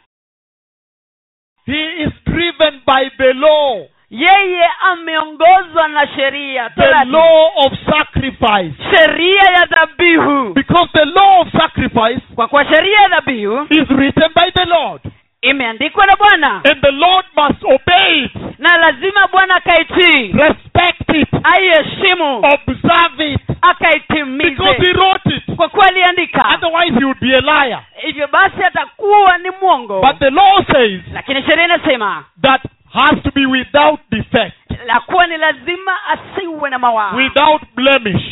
S4: He is driven by the law.
S8: yeye ameongozwa na sheria
S4: the
S8: Torati.
S4: law of sacrifice.
S8: sheria ya dhabihu
S4: Because the law of sacrifice
S8: kwa kuwa sheria ya dhabihu
S4: is written by the Lord.
S8: imeandikwa na bwana
S4: And the Lord must obey it,
S8: na lazima bwana akaitii
S4: respect it,
S8: anasema
S4: that has to be without defect,
S8: la kuwa ni lazima asiwe na mawaa
S4: without blemish,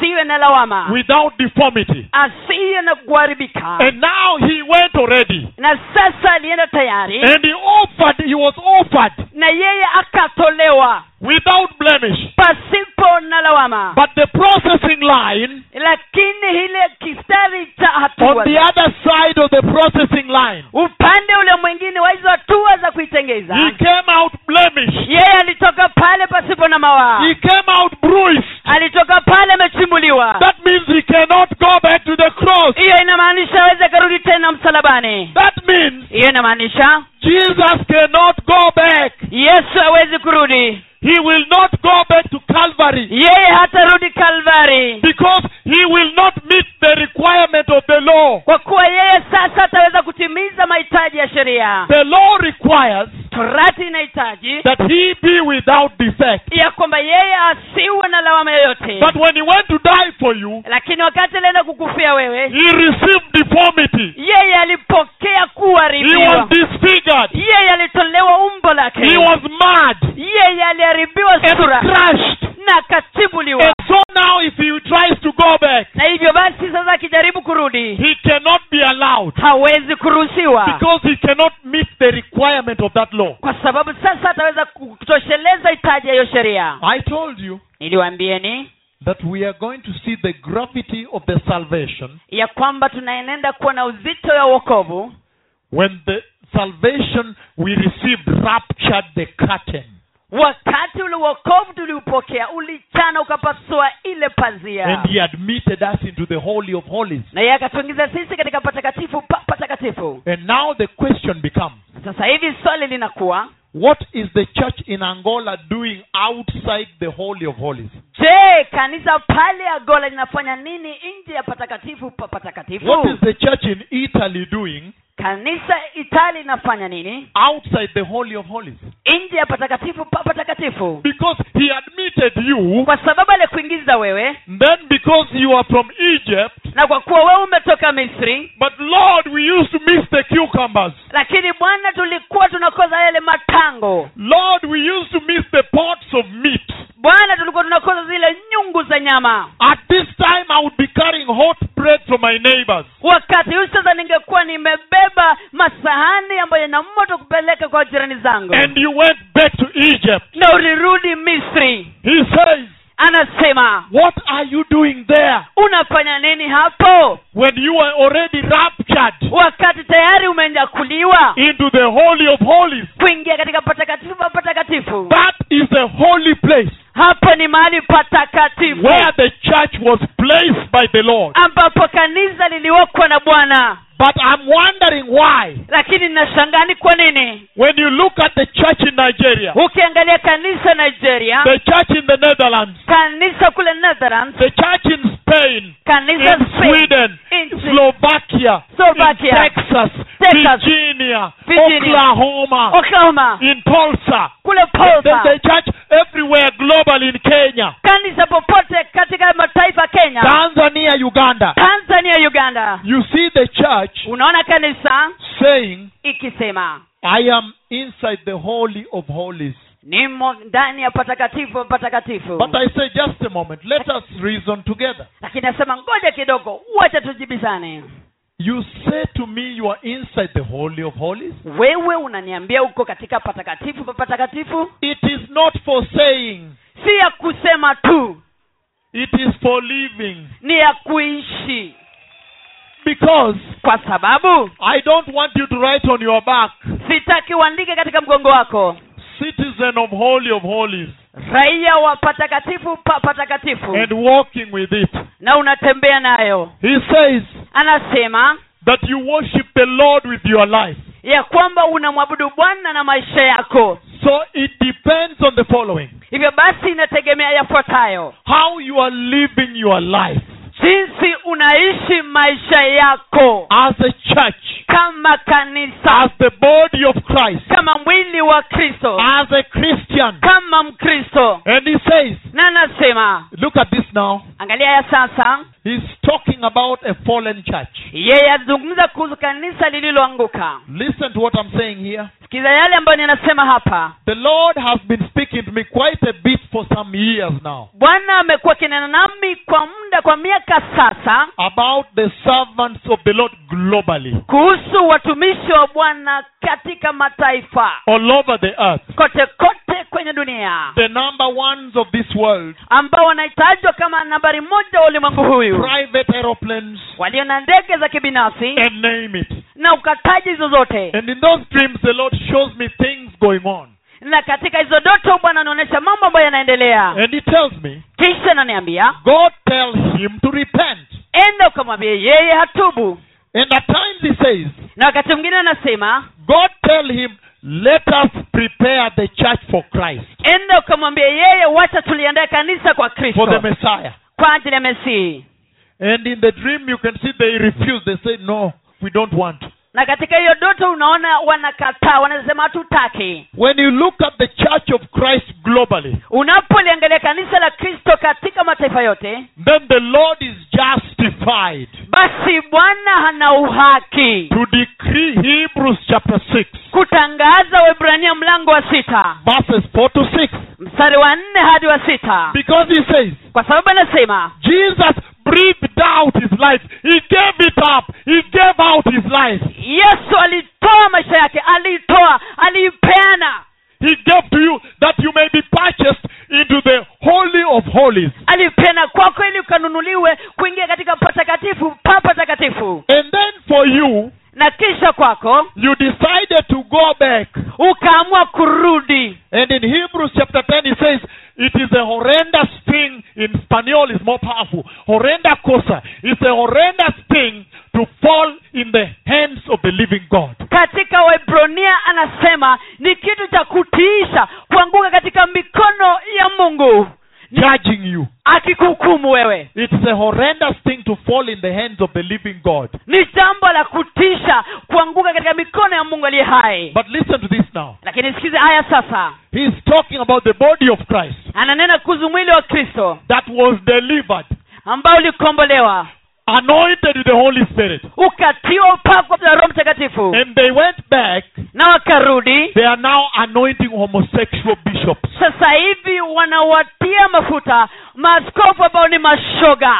S8: asiwe na lawama
S4: without deformity.
S8: asiye na kuharibika
S4: And now he went already.
S8: na sasa alienda tayari
S4: And he offered, he was offered
S8: na yeye akatolewa
S4: without blemish.
S8: pasipo na lawama
S4: But the processing line,
S8: lakini ile kistari cha
S4: on
S8: hatua
S4: the other side of the processing line,
S8: upande ule mwingine wa hizo hatua za kuitengeza
S4: he came out blemished.
S8: yeye alitoka pale pasipo na mawaa
S4: He came out bruised.
S8: alitoka pale amechimbuliwa
S4: That means he cannot go back to the cross.
S8: hiyo inamaanisha aweze akarudi tena msalabani
S4: That means
S8: hiyo inamaanisha
S4: Jesus cannot go back.
S8: yesu hawezi kurudi
S4: He will not go back to Calvary
S8: yeye hatarudi kalvari
S4: because he will not meet the requirement of the law.
S8: kwa kuwa yeye sasa ataweza kutimiza mahitaji ya sheria
S4: The law requires
S8: torati inahitaji
S4: that he be without defect.
S8: ya kwamba yeye asiwe na lawama yoyote
S4: But when he went to die for you,
S8: lakini wakati alienda kukufia wewe
S4: he received deformity.
S8: yeye alipokea
S4: He
S8: kuharibiwa
S4: was disfigured.
S8: yeye alitolewa umbo
S4: He
S8: lake
S4: was mad
S8: yeye aliharibiwa
S4: and
S8: sura
S4: crushed.
S8: na akatibuliwa
S4: And so now if he tries to go back,
S8: na hivyo basi sasa akijaribu kurudi
S4: he cannot be allowed
S8: hawezi kuruhusiwa
S4: because he cannot meet the requirement of that law.
S8: kwa sababu sasa ataweza kutosheleza hitaji ya hiyo sheria
S4: I told you
S8: niliwaambieni
S4: that we are going to see the gravity of the salvation
S8: ya kwamba tunaenenda kuwa na uzito ya uokovu
S4: when the salvation we received ruptured the curtain.
S8: wakati ule uokovu tuliupokea ulichana ukapasua ile pazia
S4: And he admitted us into the Holy of Holies.
S8: na yeye akatuingiza sisi katika patakatifu pa patakatifu
S4: And now the question becomes
S8: sasa hivi swali linakuwa
S4: what is the church in Angola doing outside the Holy of Holies?
S8: je kanisa pale agola linafanya nini nje ya patakatifu pa
S4: What is
S8: patakatifu
S4: the church in Italy doing
S8: kanisa itali linafanya nini
S4: outside the Holy of Holies?
S8: nje ya patakatifu pa patakatifu
S4: Because he admitted you,
S8: kwa sababu alikuingiza wewe
S4: then because you are from Egypt,
S8: na kwa kuwa wewe umetoka misri
S4: but Lord, we used to miss the cucumbers.
S8: lakini bwana tulikuwa tunakoza yale matango
S4: Lord, we used to miss the pots of meat.
S8: bwana tulikuwa tunakoza zile nyungu za nyama
S4: At this time, I would be carrying hot bread from my neighbors.
S8: wakati huu sasa ningekuwa nimebeba masahani ambayo yana moto kupeleka kwa jirani zangu
S4: And you went back to Egypt.
S8: na ulirudi misri
S4: He says,
S8: anasema
S4: What are you doing there
S8: unafanya nini hapo
S4: when you are already raptured
S8: wakati tayari umenyakuliwa
S4: into the Holy of Holies?
S8: kuingia katika patakatifu pa patakatifu
S4: That is the holy place
S8: hapo ni mahali patakatifu
S4: where the church was placed by the Lord.
S8: ambapo kanisa liliwekwa na bwana
S4: But I'm wondering why,
S8: lakini nashangaa ni kwa nini
S4: when you look at the church in Nigeria,
S8: ukiangalia kanisa nigeria
S4: the church in the Netherlands,
S8: kanisa kule netherlands
S4: the church in Spain,
S8: kanisa
S4: in Sweden,
S8: Nchi-
S4: Slovakia,
S8: Slovakia,
S4: in Texas,
S8: Texas,
S4: Virginia,
S8: Virginia,
S4: Oklahoma,
S8: oklahoma
S4: in Tulsa.
S8: kule
S4: There's
S8: polsa
S4: a church everywhere globally in Kenya,
S8: kanisa popote katika mataifa kenya
S4: Tanzania, Uganda.
S8: tanzania uganda
S4: You see the church
S8: unaona kanisa
S4: saying,
S8: ikisema
S4: I am inside the holy of holies.
S8: nimo ndani ya patakatifu patakatifu
S4: But I say, just a moment, let us reason together.
S8: lakini nasema ngoja kidogo wacha tujibizane
S4: You say to me you are inside the holy of holies.
S8: wewe unaniambia uko katika patakatifu pa patakatifu
S4: It is not for saying,
S8: si ya kusema tu
S4: it is for living.
S8: ni ya kuishi
S4: Because
S8: kwa sababu
S4: I don't want you to write on your back,
S8: sitaki uandike katika mgongo wako
S4: citizen of Holy of Holies,
S8: raia wa patakatifu pa patakatifu
S4: and walking with it.
S8: na unatembea nayo
S4: He says
S8: anasema
S4: that you worship the Lord with your life.
S8: ya kwamba unamwabudu bwana na maisha yako
S4: So it depends on the following
S8: hivyo basi inategemea yafuatayo
S4: how you are living your life
S8: jinsi unaishi maisha yako
S4: as a church
S8: kama kanisa
S4: as the body of Christ,
S8: kama mwili wa kristo
S4: as a Christian.
S8: kama mkristo
S4: And he says,
S8: na anasema
S4: look at this now.
S8: angalia ya sasa
S4: He's talking about a fallen church.
S8: yeye azungumza kuhusu kanisa lililoanguka
S4: Listen to what I'm saying here.
S8: sikiza yale ambayo ninasema hapa
S4: The Lord has been speaking to me quite a bit for some years now
S8: bwana amekuwa kinena nami kwa muda kwa miaka sasa
S4: about the servants of the Lord globally,
S8: kuhusu watumishi wa bwana katika mataifa
S4: all over the earth.
S8: kote kote kwenye dunia
S4: The number ones of this world,
S8: ambao wanahitajwa kama nambari moja wa ulimwengu huyu
S4: private aeroplanes,
S8: walio na ndege za kibinafsi
S4: and name it.
S8: na ukataji zozote
S4: And in those dreams, the Lord shows me things going on.
S8: na katika hizo doto bwana anaonyesha mambo ambayo yanaendelea
S4: And He tells me,
S8: kisha ananiambia
S4: Go tell him to repent.
S8: enda ukamwambia yeye hatubu
S4: And at times He says,
S8: na wakati mwingine anasema
S4: God tell him, let us prepare the church for Christ,
S8: enda ukamwambia yeye wacha tuliandae kanisa kwa
S4: for the
S8: kristo
S4: Messiah.
S8: kwa ajili ya mesihi
S4: And in the dream, you can see they refuse. They say, no, we don't want.
S8: na katika hiyo doto unaona wanakataa wanasema hatutaki
S4: When you look at the church of Christ globally,
S8: unapoliangalia kanisa la kristo katika mataifa yote
S4: then the Lord is justified
S8: basi bwana hana uhaki
S4: to decree Hebrews chapter 6,
S8: kutangaza waibrania mlango wa sita
S4: verses 4 to 6.
S8: mstari wa nne hadi wa sita
S4: Because he says,
S8: kwa sababu anasema
S4: Jesus breathed out his life. He gave it up. He gave out his life.
S8: yesu alitoa maisha yake aliitoa aliipeana
S4: He gave to you that you may be purchased into the Holy of Holies.
S8: alipeana kwako ili ukanunuliwe kuingia katika patakatifu pa patakatifu
S4: And then for you,
S8: na kisha kwako
S4: you decided to go back.
S8: ukaamua kurudi
S4: And in Hebrews chapter 10, it says, it is a horrendous thing, in Spanish is more powerful, horrenda cosa. It's a horrendous thing to fall in the hands of the living God.
S8: katika waibronia anasema ni kitu cha kutiisha kuanguka katika mikono ya mungu
S4: Judging you.
S8: akikuhukumu wewe
S4: It's a horrendous thing to fall in the hands of the living God.
S8: ni jambo la kutisha kuanguka katika mikono ya mungu aliye hai
S4: But listen to this now.
S8: lakini sikize haya sasa
S4: He's talking about the body of Christ
S8: ananena kuhusu mwili wa kristo
S4: that was delivered,
S8: ambao ulikombolewa
S4: anointed with the Holy Spirit.
S8: ukatiwa upako na roho mtakatifu
S4: And they went back,
S8: na wakarudi
S4: they are now anointing homosexual bishops.
S8: sasa hivi wanawatia mafuta maaskofu ambao ni mashoga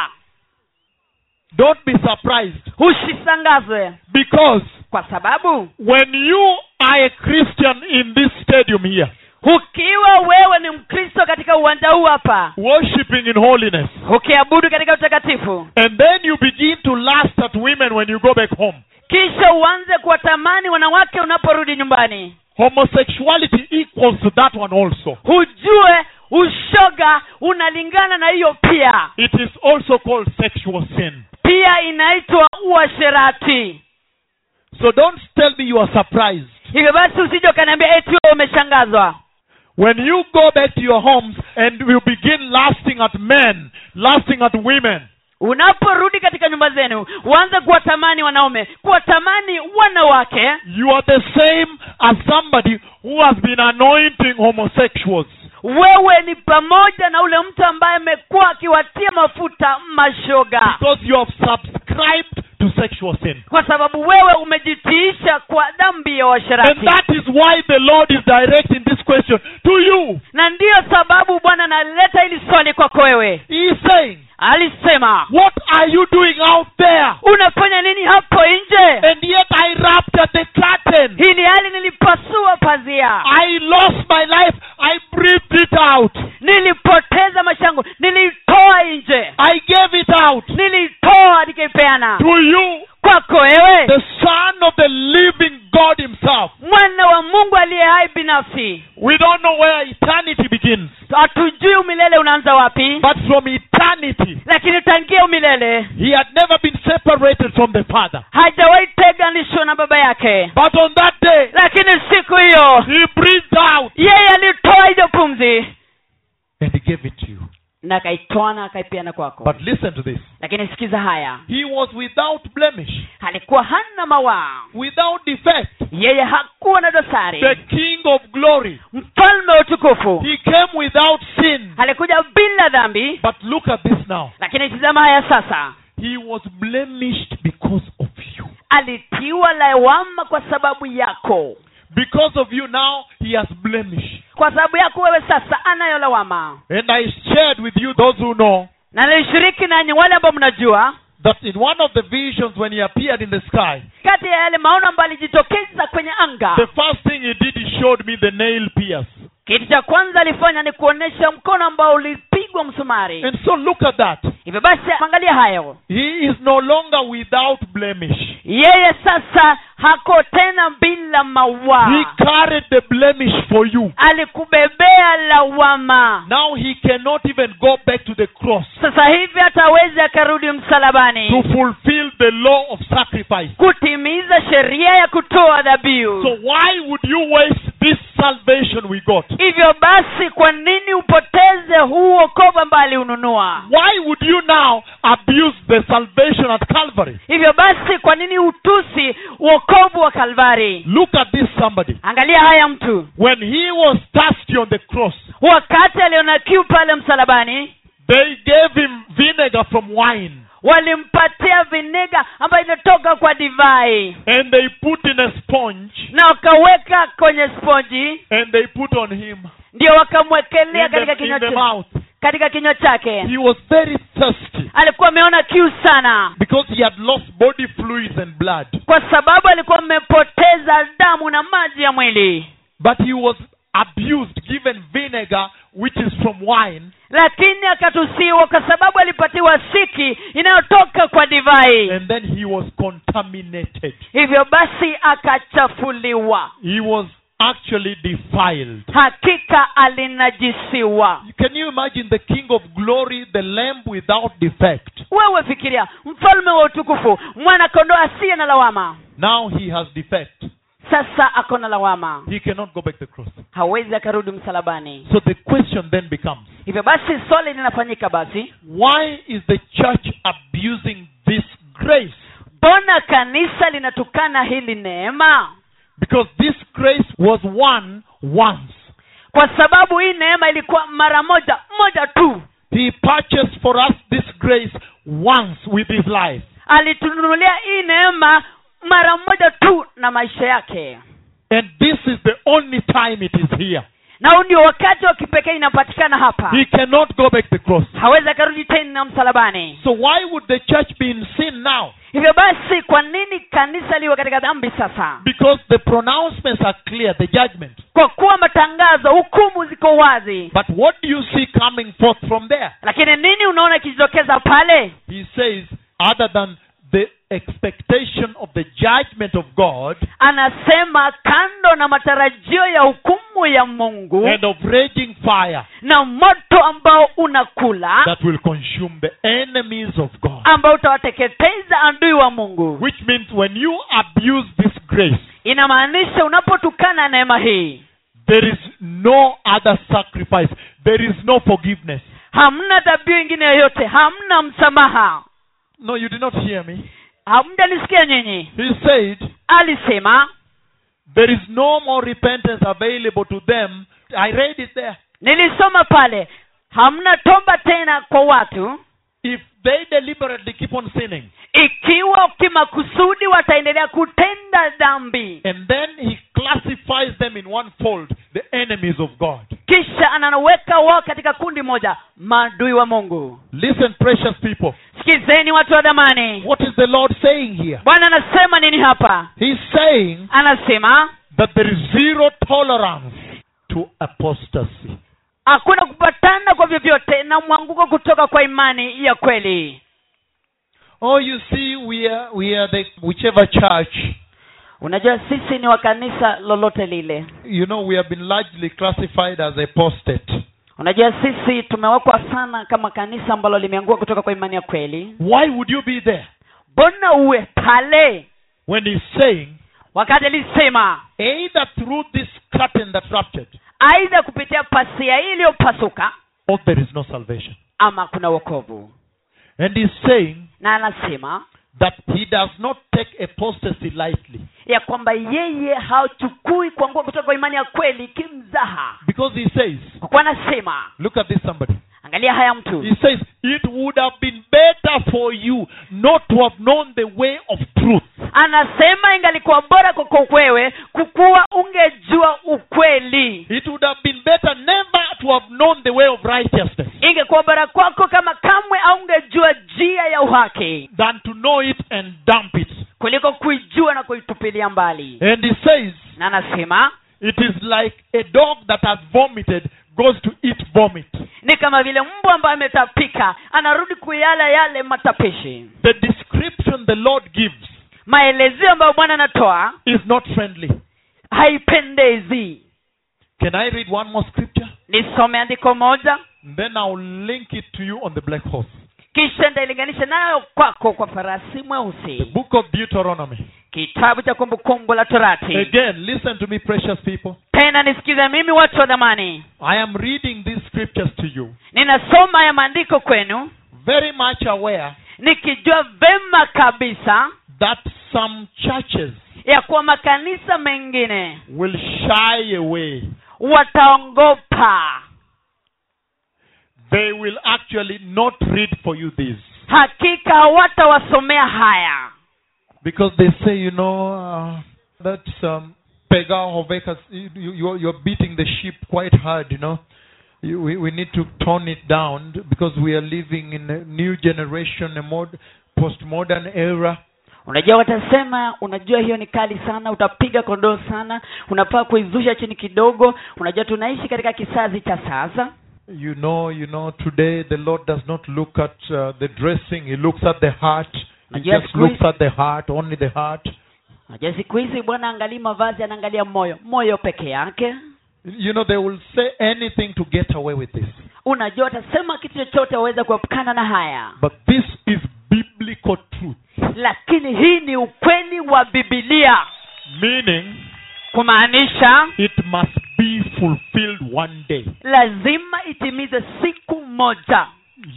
S4: Don't be surprised
S8: usisangazwe
S4: because
S8: kwa sababu
S4: when you are a Christian in this stadium here,
S8: ukiwa wewe ni mkristo katika uwanja huu hapa
S4: worshiping in holiness,
S8: ukiabudu katika utakatifu
S4: and then you begin to lust at women when you go back home,
S8: kisha uanze kuwatamani wanawake unaporudi nyumbani
S4: homosexuality equals to that one also.
S8: hujue ushoga unalingana na hiyo pia
S4: It is also called sexual sin.
S8: pia inaitwa uasherati
S4: So don't tell me you are surprised.
S8: hivyo basi usije ukaniambia eti wewe umeshangazwa
S4: When you go back to your homes and you begin lusting at men, lusting at women,
S8: unaporudi katika nyumba zenu uanze kuwatamani wanaume kuwatamani wanawake
S4: you are the same as somebody who has been anointing homosexuals.
S8: wewe ni pamoja na ule mtu ambaye amekuwa akiwatia mafuta mashoga
S4: Because you have subscribed to sexual sin.
S8: kwa sababu wewe umejitiisha kwa dhambi ya
S4: And
S8: uasherati
S4: that is why the Lord is directing this question to you.
S8: na ndiyo sababu bwana analeta hili swali kwako wewe
S4: He is saying,
S8: alisema
S4: What are you doing out there?
S8: unafanya nini hapo nje
S4: And yet I ruptured the curtain.
S8: hii ni hali nilipasua pazia
S4: I lost my life. I breathed it out.
S8: nilipoteza maisha yangu nilitoa nje
S4: I gave it out
S8: nilitoa nikaipeana
S4: to you,
S8: kwako wewe
S4: the Son of the living God Himself.
S8: mwana wa mungu aliye hai binafsi
S4: We don't know where eternity begins,
S8: hatujui umilele unaanza wapi
S4: but from eternity,
S8: lakini tangia umilele
S4: He had never been separated from the Father.
S8: hajawahi teganishwa na baba yake
S4: But on that day,
S8: lakini siku hiyo
S4: He breathed out
S8: yeye alitoa hiyo pumzi
S4: and he gave it to you.
S8: na akaitwana akaipeana kwako
S4: But listen to this.
S8: lakini sikiza haya
S4: He was without blemish,
S8: alikuwa hana mawaa
S4: without defect,
S8: yeye hakuwa na
S4: the
S8: dosari
S4: King of glory.
S8: mfalme wa utukufu
S4: He came without sin.
S8: alikuja bila dhambi
S4: But look at this now.
S8: lakini tizama haya sasa
S4: He was blemished because of you.
S8: alitiwa lawama kwa sababu yako
S4: Because of you now, he has blemish.
S8: kwa sababu yako wewe sasa anayo lawama
S4: And I shared with you, those who know,
S8: na nilishiriki nanyi wale ambao mnajua
S4: that in one of the visions when he appeared in the sky,
S8: kati ya yale maono ambayo alijitokeza kwenye anga
S4: the first thing he did, he showed me the nail pierce.
S8: kitu cha kwanza alifanya ni kuonesha mkono ambao ulipigwa msumari
S4: And so look at that.
S8: hivyo basi angalia hayo
S4: He is no longer without blemish.
S8: yeye sasa hako tena bila
S4: He
S8: mawaa
S4: carried the blemish for you.
S8: alikubebea lawama
S4: Now he cannot even go back to the cross
S8: sasa hivi hatawezi akarudi
S4: to
S8: msalabani
S4: fulfill the law of sacrifice.
S8: kutimiza sheria ya kutoa dhabihu
S4: So why would you waste this salvation we got?
S8: hivyo basi kwa nini upoteze huu wokovu ambaye aliununua
S4: Why would you now abuse the salvation at Calvary?
S8: hivyo basi kwa nini utusi wokovu wa kalvari
S4: Look at this somebody.
S8: angalia haya mtu
S4: When he was thirsty on the cross,
S8: wakati aliona kiu pale msalabani
S4: they gave him vinegar from wine
S8: walimpatia vinega ambayo imetoka kwa divai
S4: and they put in a sponge
S8: na wakaweka kwenye sponji
S4: and they put on him
S8: ndio
S4: in
S8: wakamwekelea katika
S4: the,
S8: kinywa
S4: in the
S8: cha-
S4: mouth.
S8: katika kinywa chake
S4: He was very thirsty
S8: alikuwa ameona kiu sana
S4: because he had lost body fluids and blood.
S8: kwa sababu alikuwa amepoteza damu na maji ya mwili
S4: But he was abused, given vinegar, which is from wine,
S8: lakini akatusiwa kwa sababu alipatiwa siki inayotoka kwa divai
S4: and then he was contaminated.
S8: hivyo basi akachafuliwa
S4: He was actually defiled.
S8: hakika alinajisiwa
S4: Can you imagine the King of Glory, the Lamb without defect?
S8: wewe fikiria mfalme wa utukufu mwana kondoo asiye na lawama
S4: Now he has defect.
S8: sasa akona lawama
S4: He cannot go back to the cross.
S8: hawezi akarudi msalabani
S4: So the question then becomes
S8: hivyo basi swali linafanyika basi
S4: why is the church abusing this grace?
S8: mbona kanisa linatukana hili neema
S4: Because this grace was won once.
S8: kwa sababu hii neema ilikuwa mara moja moja tu
S4: He purchased for us this grace once with his life.
S8: alitununulia hii neema mara moja tu na maisha yake
S4: And this is the only time it is here.
S8: na huu ndio wakati wa kipekee inapatikana hapa
S4: He cannot go back the cross.
S8: hawezi akarudi tena msalabani
S4: So why would the church be in sin now?
S8: hivyo basi kwa nini kanisa liwe katika dhambi sasa
S4: Because the pronouncements are clear, the judgment.
S8: kwa kuwa matangazo hukumu ziko wazi
S4: But what do you see coming forth from there?
S8: lakini nini unaona ikijitokeza pale
S4: He says, other than the expectation of the judgment of God
S8: anasema kando na matarajio ya hukumu ya mungu
S4: and of raging fire
S8: na moto ambao unakula
S4: that will consume the enemies of God.
S8: ambao utawateketeza adui wa mungu
S4: Which means when you abuse this grace,
S8: inamaanisha unapotukana neema hii
S4: there is no other sacrifice, there is no forgiveness.
S8: hamna dhabihu ingine yoyote hamna msamaha
S4: No, you did not hear me.
S8: hamjanisikia nyinyi
S4: He said,
S8: alisema
S4: There is no more repentance available to them. I read it there.
S8: nilisoma pale hamna toba tena kwa watu
S4: If they deliberately keep on sinning,
S8: ikiwa kimakusudi wataendelea kutenda dhambi
S4: and then he classifies them in one fold the enemies of God.
S8: kisha anaweka wao katika kundi moja maadui wa mungu
S4: Listen, precious people.
S8: sikizeni watu wa dhamani
S4: What is the Lord saying here?
S8: bwana anasema nini hapa
S4: He's saying
S8: anasema
S4: that there is zero tolerance to apostasy.
S8: hakuna kupatana kwa vyovyote na mwanguko kutoka kwa imani ya kweli
S4: Oh, you see, we are, we are the whichever church.
S8: unajua sisi ni wa kanisa lolote lile
S4: You know, we have been largely classified as apostate.
S8: unajua sisi tumewekwa sana kama kanisa ambalo limeangua kutoka kwa imani ya kweli
S4: Why would you be there
S8: mbona uwe pale
S4: when he's saying
S8: wakati alisema
S4: either through this curtain that ruptured
S8: aidha kupitia pasia hii iliyopasuka
S4: or there is no salvation.
S8: ama kuna wokovu
S4: And he's saying
S8: na anasema
S4: that he does not take apostasy lightly
S8: ya kwamba yeye hachukui kwa nguvu kutoka kwa imani ya kweli kimzaha
S4: because he says,
S8: kwa kuwa anasema
S4: look at this somebody.
S8: angalia haya mtu
S4: He says, it would have been better for you not to have known the way of truth
S8: anasema ingalikuwa bora kwako wewe kukuwa ungejua ukweli
S4: It would have been better never to have known the way of righteousness
S8: ingekuwa bora kwako kama kamwe aungejua njia ya uhaki
S4: than to know it and dump it.
S8: kuliko kuijua na kuitupilia mbali
S4: And he says,
S8: na anasema
S4: it is like a dog that has vomited goes to eat vomit.
S8: ni kama vile mbwa ambaye ametapika anarudi kuyala yale matapishi
S4: The description the Lord gives
S8: maelezeo ambayo bwana anatoa
S4: is not friendly.
S8: haipendezi
S4: Can I read one more scripture?
S8: nisome andiko moja
S4: Then I'll link it to you on the black horse.
S8: kisha ndailinganisha nayo kwako kwa farasi
S4: The
S8: mweusi
S4: book of Deuteronomy.
S8: kitabu cha kumbukumbu la torati
S4: Again, listen to me, precious people.
S8: tena nisikize mimi watu wa dhamani
S4: I am reading these scriptures to you,
S8: ninasoma ya maandiko kwenu
S4: very much aware
S8: nikijua vema kabisa
S4: that some churches
S8: ya kuwa makanisa mengine
S4: will shy away
S8: wataongopa
S4: they will actually not read for you this
S8: hakika hawatawasomea haya
S4: because they say, you know, uh, that um, Pega Hovekas, you, you, you're beating the sheep quite hard, you know. You, we, we need to tone it down because we are living in a new generation, a mod, postmodern era.
S8: unajua watasema unajua hiyo ni kali sana utapiga kondoo sana unafaa kuizusha chini kidogo unajua tunaishi katika kizazi cha sasa
S4: You know, you know, today the Lord does not look at uh, the dressing, He looks at the heart. He
S8: Yes,
S4: just
S8: we-
S4: looks at the heart, only the heart.
S8: unajua siku hizi bwana angalii mavazi anaangalia moyo moyo peke yake
S4: You know, they will say anything to get away with this.
S8: unajua watasema kitu chochote waweza kuepukana na haya
S4: But this is biblical truth,
S8: lakini hii ni ukweli wa bibilia
S4: meaning
S8: kumaanisha
S4: it must be fulfilled one day.
S8: lazima itimize siku moja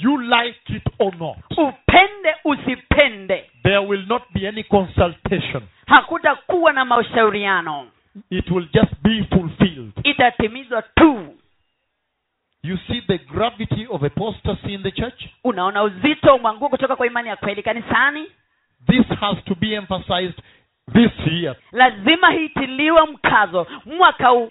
S4: You like it or not,
S8: upende usipende
S4: there will not be any consultation.
S8: hakutakuwa na mashauriano
S4: It will just be fulfilled.
S8: itatimizwa tu
S4: You see the gravity of apostasy in the church?
S8: unaona uzito wa mwanguo kutoka kwa imani ya kweli kanisani
S4: This has to be emphasized this year.
S8: lazima hiitiliwe mkazo mwaka huu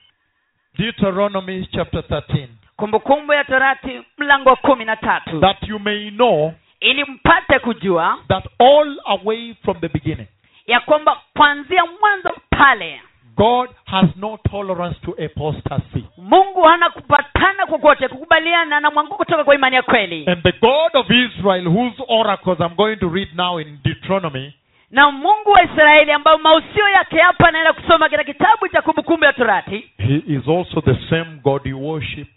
S4: Deuteronomy chapter 13.
S8: kumbukumbu ya torati mlango wa kumi na tatu
S4: That you may know
S8: ili mpate kujua
S4: that all away from the beginning,
S8: ya kwamba kuanzia mwanzo pale
S4: God has no tolerance to apostasy.
S8: mungu hana kupatana kokote kukubaliana na mwanguko kutoka kwa imani ya kweli
S4: And the God of Israel, whose oracles I'm going to read now in Deuteronomy,
S8: na mungu wa israeli ambayo mausio yake hapa anaenda kusoma katika kitabu cha kumbukumbu ya torati
S4: he is also the same God you worship.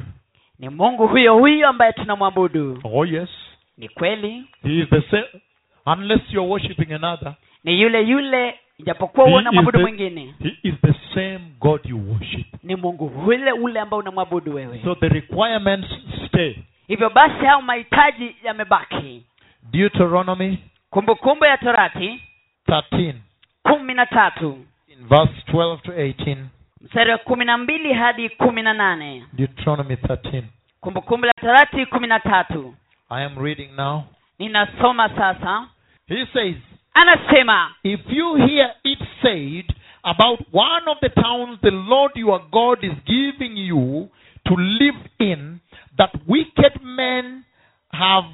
S8: ni mungu huyo huyo ambaye tunamwabudu
S4: Oh, yes.
S8: ni kweli
S4: He is the same. Unless you're worshiping another,
S8: ni yule yule ijapokuwa
S4: he
S8: huo
S4: is,
S8: unamwabudu
S4: the,
S8: mwingine
S4: he is the same God you worship.
S8: ni mungu ule ule ambao unamwabudu wewe
S4: So the requirements stay.
S8: hivyo basi hayo mahitaji yamebaki
S4: Deuteronomy
S8: kumbukumbu ya torati
S4: 13,
S8: kumi na tatu
S4: in verse 12 to 18.
S8: mstari wa kumi na mbili hadi kumi na nane
S4: Deuteronomy 13.
S8: kumbukumbu la torati kumi na tatu
S4: I am reading now.
S8: ninasoma sasa
S4: He says,
S8: anasema
S4: If you hear it said about one of the towns the Lord your God is giving you to live in, that wicked men have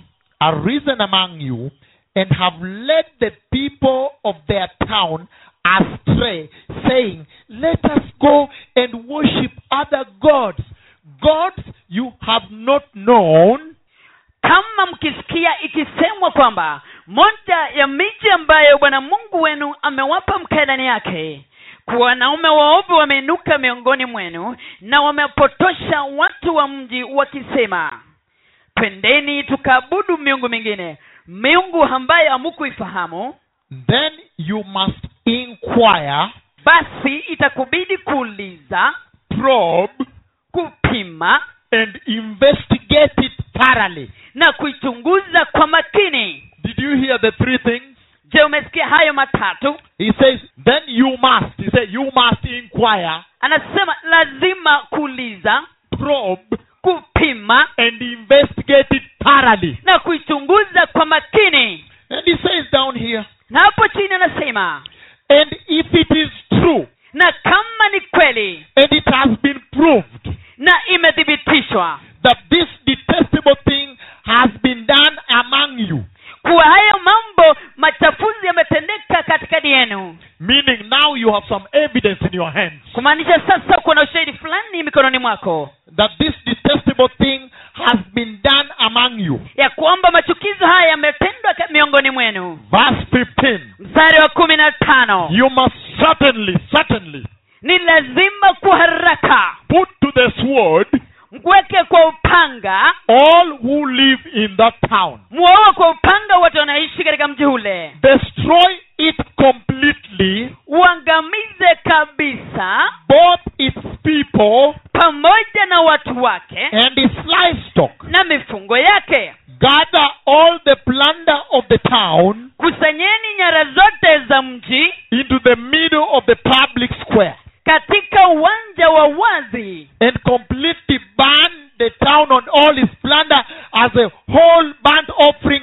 S4: arisen among you and have led the people of their town astray, saying, Let us go and worship other gods, gods you have not known.
S8: kama mkisikia ikisemwa kwamba moja ya miji ambayo bwana mungu wenu amewapa mkae ndani yake kuwa wanaume waovu wameinuka miongoni mwenu na wamepotosha watu wa mji wakisema twendeni tukaabudu miungu mingine miungu ambayo hamukuifahamu
S4: Then you must inquire,
S8: basi itakubidi kuuliza
S4: probe,
S8: kupima
S4: and investigate it thoroughly.
S8: na kuichunguza kwa makini
S4: Did you hear the three things?
S8: je umesikia hayo matatu
S4: He says, then you must, he said, you must inquire,
S8: anasema lazima kuuliza
S4: probe,
S8: kupima
S4: and investigate it thoroughly.
S8: na kuichunguza kwa makini
S4: And he says down here,
S8: na hapo chini anasema
S4: and if it is true,
S8: na kama ni kweli
S4: and it has been proved
S8: na imethibitishwa
S4: that this detestable thing has been done among you,
S8: kuwa hayo mambo machafuzi yametendeka katikati yenu
S4: meaning now you have some evidence in your hands
S8: kumaanisha sasa kuna ushahidi fulani mikononi mwako
S4: that this detestable thing has been done among you.
S8: ya kwamba machukizo haya yametendwa ka- miongoni mwenu
S4: Verse 15.
S8: mstari wa kumi na tano
S4: You must certainly, certainly
S8: ni lazima kwa haraka
S4: put to the sword
S8: mweke kwa upanga
S4: all who live in that town.
S8: mwaua kwa upanga watu wanaishi katika mji ule
S4: Destroy it completely,
S8: uangamize kabisa
S4: both its people
S8: pamoja na watu wake
S4: and its livestock.
S8: na mifungo yake
S4: Gather all the plunder of the town
S8: kusanyeni nyara zote za mji
S4: into the middle of the public square
S8: katika uwanja wa wazi
S4: and completely burn the town on all its plunder as a whole burnt offering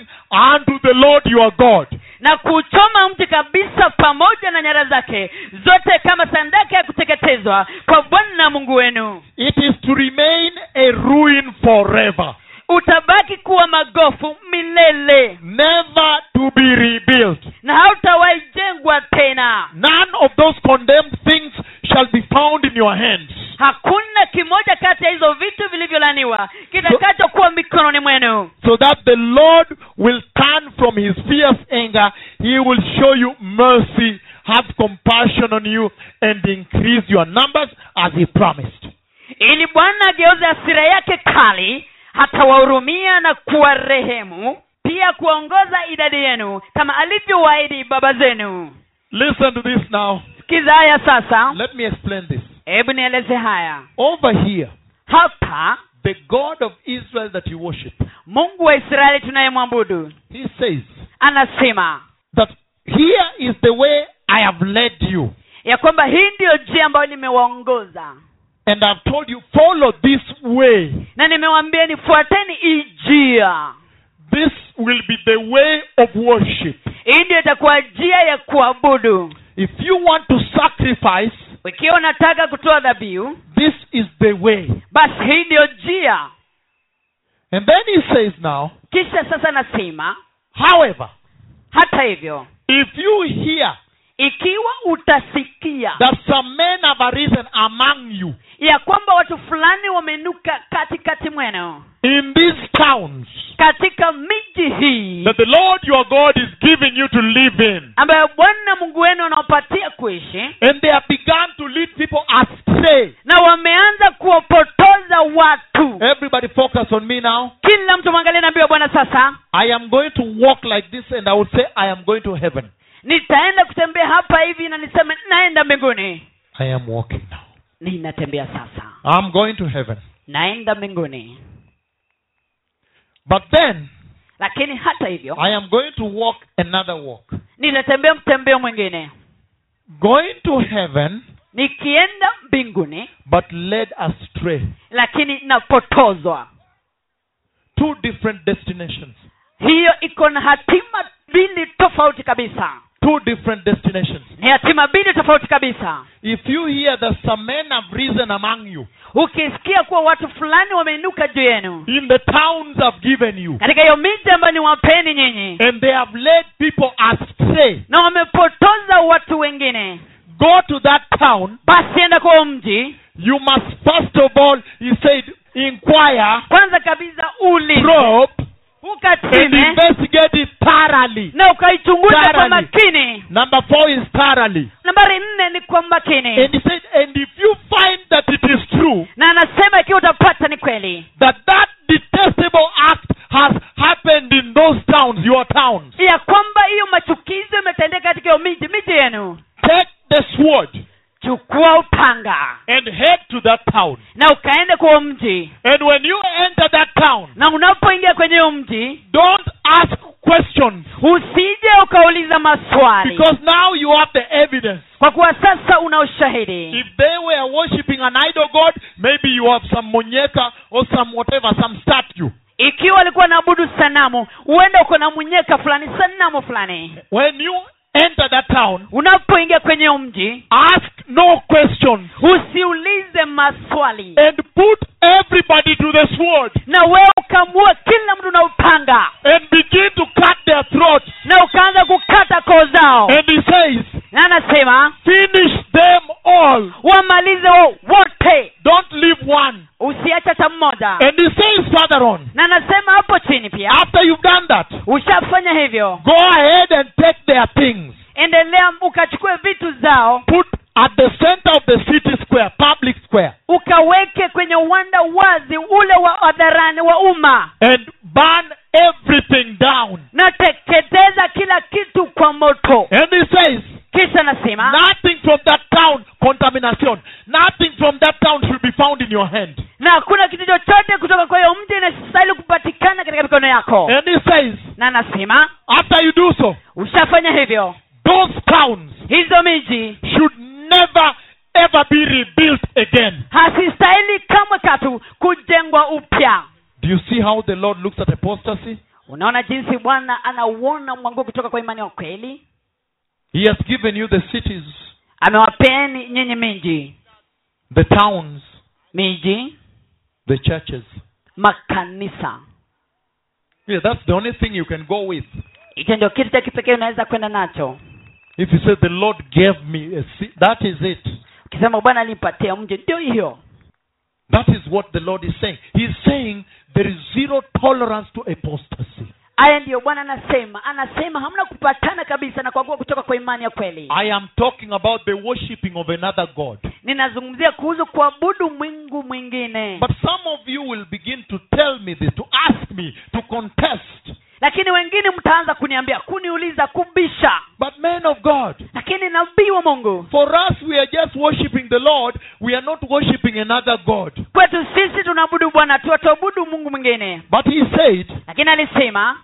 S4: unto the Lord your God.
S8: na kuchoma mji kabisa pamoja na nyara zake zote kama sandaka ya kuteketezwa kwa bwana mungu wenu
S4: It is to remain a ruin forever,
S8: utabaki kuwa magofu milele
S4: never to be rebuilt.
S8: na hautawahi jengwa tena
S4: None of those condemned things shall be found in your hands.
S8: hakuna kimoja kati ya hizo vitu vilivyolaniwa kitakachokuwa mikononi mwenu
S4: So that the Lord will turn from his fierce anger, he will show you mercy, have compassion on you, and increase your numbers as he promised.
S8: ili bwana ageuze hasira yake kali hatawahurumia na kuwarehemu pia kuwaongoza idadi yenu kama alivyowaahidi baba zenu
S4: Listen to this now.
S8: sikiza haya sasa
S4: Let me explain this.
S8: hebu nieleze haya
S4: Over here,
S8: hapa
S4: the God of Israel that you worship,
S8: mungu wa israeli tunayemwabudu
S4: he says
S8: anasema
S4: that here is the way I have led you.
S8: ya kwamba hii ndiyo njia ambayo nimewaongoza
S4: And I've told you, follow this way.
S8: na nimewaambia nifuateni hii njia
S4: This will be the way of worship.
S8: hii ndiyo itakuwa njia ya kuabudu
S4: If you want to sacrifice,
S8: ikiwa unataka kutoa dhabihu
S4: this is the way.
S8: basi hii ndiyo njia
S4: And then he says now,
S8: kisha sasa nasema
S4: however,
S8: hata hivyo
S4: if you hear
S8: ikiwa utasikia
S4: that some men have arisen among you
S8: ya kwamba watu fulani wameinuka katikati mwenu
S4: in these towns
S8: katika miji hii
S4: that the Lord your God is giving you to live in,
S8: ambayo bwana mungu wenu anaopatia kuishi
S4: and they have begun to lead people astray.
S8: na wameanza kuwapotoza watu
S4: Everybody focus on me now.
S8: kila mtu mwangalie naambiwa bwana sasa
S4: I am going to walk like this and I will say I am going to heaven.
S8: nitaenda kutembea hapa hivi na niseme naenda mbinguni
S4: I am walking now.
S8: ninatembea sasa
S4: I'm going to heaven.
S8: naenda mbinguni
S4: But then
S8: lakini hata hivyo
S4: I am going to walk another walk.
S8: ninatembea mtembeo mwingine
S4: Going to heaven
S8: nikienda mbinguni
S4: but led astray.
S8: lakini napotozwa
S4: Two different destinations.
S8: hiyo iko na hatima mbili tofauti kabisa
S4: Two different destinations.
S8: ni hatima mbili tofauti kabisa
S4: If you hear that some men have risen among you,
S8: ukisikia kuwa watu fulani wameinuka juu yenu
S4: in the towns I've given you,
S8: katika hiyo miji ambayo ni wapeni nyinyi
S4: and they have led people astray,
S8: na wamepotoza watu wengine
S4: go to that town.
S8: basi enda kwa huo mji
S4: You must first of all, he said, inquire,
S8: kwanza kabisa uli
S4: probe, and
S8: ukatime
S4: investigate it thoroughly.
S8: na ukaichunguza kwa
S4: Thoroughly.
S8: makini
S4: Number four is thoroughly.
S8: nambari nne ni kwa makini
S4: And he said, and if you find that it is true,
S8: na anasema ikiwa utapata ni kweli
S4: that that detestable act has happened in those towns, your towns,
S8: ya kwamba hiyo machukizo imetendeka katika hiyo miji miji yenu
S4: take the sword
S8: chukua upanga
S4: and head to that town.
S8: na ukaenda kwa huo mji
S4: And when you enter that town,
S8: na unapoingia kwenye huo mji
S4: don't ask questions
S8: usije ukauliza maswali
S4: because now you have the evidence.
S8: kwa kuwa sasa una ushahidi
S4: If they were worshipping an idol god, maybe you have some muñeca or some whatever, some statue.
S8: ikiwa walikuwa naabudu sanamu huenda uko na mwenyeka fulani sanamu fulani
S4: When you enter that town,
S8: unapoingia kwenye huo mji
S4: ask no questions
S8: usiulize maswali
S4: and put everybody to the sword
S8: na wewe ukamua kila mtu na upanga
S4: and begin to cut their throats.
S8: na ukaanza kukata koo zao
S4: And he says,
S8: na anasema
S4: finish them all.
S8: wamalize wo- wote
S4: Don't leave one.
S8: usiache hata mmoja
S4: And he says further on,
S8: na anasema hapo chini pia
S4: after you've done that,
S8: ushafanya hivyo
S4: go ahead and take their things.
S8: endelea ukachukue vitu zao
S4: Put at the center of the city square, public square,
S8: ukaweke kwenye uwanda wazi ule wa hadharani wa umma
S4: and burn everything down.
S8: na teketeza kila kitu kwa moto
S4: And he says,
S8: kisha nasema
S4: nothing from that town, contamination, nothing from that town should be found in your hand.
S8: na hakuna kitu chochote kutoka kwa hiyo mji inastahili kupatikana katika mikono yako
S4: And he says,
S8: na nasema
S4: after you do so,
S8: ushafanya hivyo
S4: those towns
S8: hizo miji
S4: should never ever be rebuilt again.
S8: hazistahili kamwe katu kujengwa upya
S4: Do you see how the Lord looks at apostasy?
S8: unaona jinsi bwana anauona mwanguo kutoka kwa imani ya kweli
S4: He has given you the cities,
S8: amewapeni nyinyi miji
S4: the towns,
S8: miji
S4: the churches.
S8: makanisa
S4: Yeah, that's the only thing you can go with.
S8: hicho ndio kitu cha kipekee unaweza kwenda nacho
S4: If you say, The Lord gave me a city, that is it.
S8: ukisema bwana alipatia mji ndio hiyo
S4: That is what the Lord is saying. He's saying there is zero tolerance to apostasy.
S8: haya ndiyo bwana anasema anasema hamna kupatana kabisa na kuagua kutoka kwa imani ya kweli
S4: I am talking about the worshipping of another God.
S8: ninazungumzia kuhusu kuabudu mwingu mwingine
S4: But some of you will begin to tell me this, to ask me, to contest.
S8: lakini wengine mtaanza kuniambia kuniuliza kubisha
S4: But men of God,
S8: lakini nabii wa mungu
S4: for us, we are just worshipping the Lord. We are not worshipping another God.
S8: kwetu sisi tunaabudu bwana tu ataabudu mungu mwingine
S4: But he said,
S8: lakini alisema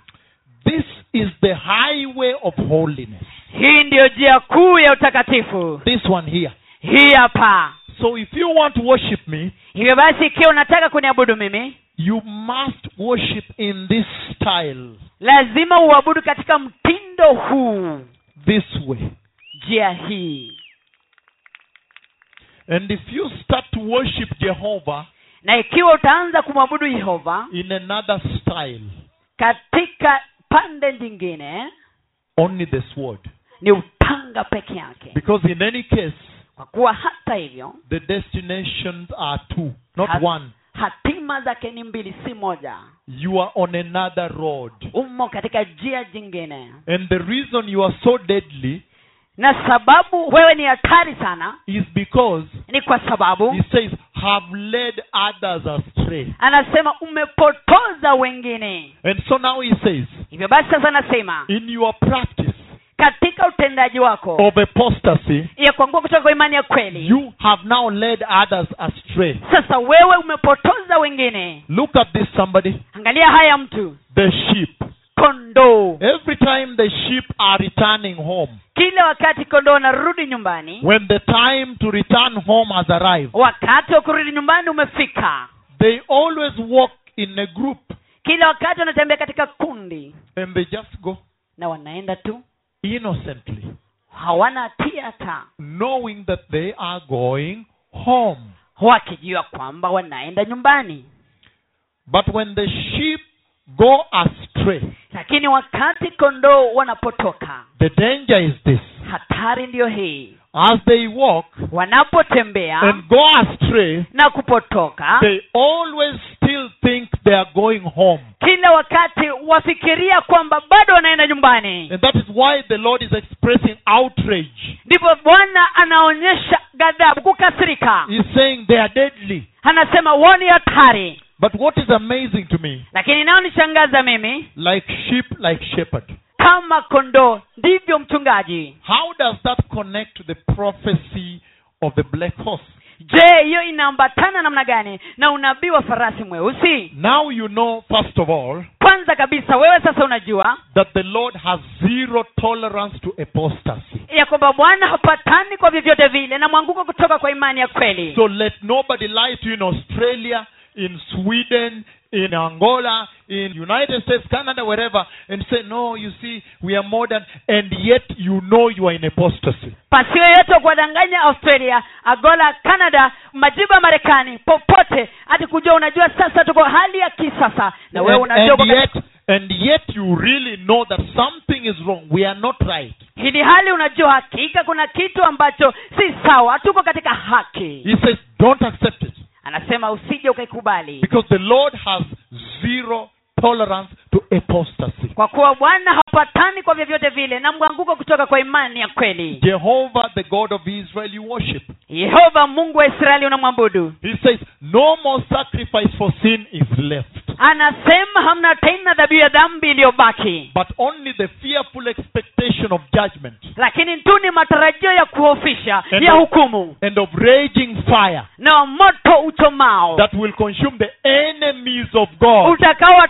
S4: This is the highway of holiness.
S8: hii ndiyo njia kuu ya utakatifu
S4: This one here.
S8: hii hapa
S4: So if you want to worship me,
S8: hivyo basi ikiwa unataka kuniabudu mimi
S4: you must worship in this style,
S8: lazima uabudu katika mtindo huu
S4: this way.
S8: njia hii
S4: And if you start to worship Jehovah
S8: na ikiwa utaanza kumwabudu yehova
S4: in another style,
S8: katika pande nyingine
S4: only the sword.
S8: ni upanga peke yake
S4: Because in any case,
S8: kwa kuwa hata hivyo
S4: the destinations are two, not
S8: Hat-
S4: one.
S8: hatima zake ni mbili si moja
S4: You are on another road.
S8: umo katika njia jingine
S4: And the reason you are so deadly
S8: na sababu wewe ni hatari sana
S4: is because
S8: ni kwa
S4: he
S8: sababu
S4: says, have led others astray.
S8: anasema umepotoza wengine
S4: And so now he says,
S8: hivyo basi sasa anasema
S4: in your practice
S8: katika utendaji wako
S4: of apostasy,
S8: ya kuangua kutoka kwa imani ya kweli
S4: you have now led others astray.
S8: sasa wewe umepotoza wengine
S4: Look at this, somebody.
S8: angalia haya mtu
S4: The sheep.
S8: kondoo
S4: Every time the sheep are returning home,
S8: kila wakati kondoo wanarudi nyumbani
S4: when the time to return home has arrived,
S8: wakati wa kurudi nyumbani umefika
S4: they always walk in a group
S8: kila wakati wanatembea katika kundi
S4: and they just go
S8: na wanaenda tu
S4: innocently,
S8: hawana hatia hata
S4: knowing that they are going home.
S8: wakijua kwamba wanaenda nyumbani
S4: But when the sheep go astray,
S8: lakini wakati kondoo wanapotoka
S4: the danger is this.
S8: hatari ndiyo hii
S4: As they walk
S8: wanapotembea
S4: and go astray,
S8: na kupotoka
S4: they always still think they are going home.
S8: kila wakati wafikiria kwamba bado wanaenda nyumbani
S4: And that is why the Lord is expressing outrage.
S8: ndipo bwana anaonyesha ghadhabu kukasirika
S4: He's saying they are deadly.
S8: anasema wao ni hatari
S4: But what is amazing to me,
S8: lakini inayonishangaza mimi
S4: like sheep, like shepherd,
S8: kama kondoo ndivyo mchungaji
S4: how does that connect to the prophecy of the black horse?
S8: je hiyo inaambatana namna gani na unabii wa farasi mweusi
S4: Now you know, first of all,
S8: kwanza kabisa wewe sasa unajua
S4: that the Lord has zero tolerance to apostasy.
S8: ya kwamba bwana hapatani kwa vyovyote vile na mwanguko kutoka kwa imani ya kweli
S4: So let nobody lie to you in Australia, in Sweden, in Angola, in United States, Canada, wherever, and say, no, you see, we are modern, and yet you know you are in apostasy.
S8: pasiwe yote kuwadanganya australia agola canada majibu ya marekani popote hati kujua unajua sasa tuko hali ya kisasa na wewe
S4: And, and
S8: unajua uko katika-
S4: yet, and yet you really know that something is wrong. We are not right.
S8: hili hali unajua hakika kuna kitu ambacho si sawa hatuko katika haki
S4: He says, don't accept it.
S8: anasema usije ukaikubali
S4: Because the Lord has zero tolerance to apostasy.
S8: kwa kuwa bwana hapatani kwa vyovyote vile na mwanguko kutoka kwa imani ya kweli
S4: Jehovah, the God of Israel, you worship.
S8: yehova mungu wa israeli unamwabudu
S4: He says, No more sacrifice for sin is left,
S8: anasema hamna tena dhabihu ya dhambi iliyobaki
S4: but only the fearful expectation of judgment
S8: lakini tu ni matarajio ya kuhofisha
S4: And
S8: ya
S4: of-
S8: hukumu
S4: and of raging fire
S8: na moto uchomao
S4: that will consume the enemies of God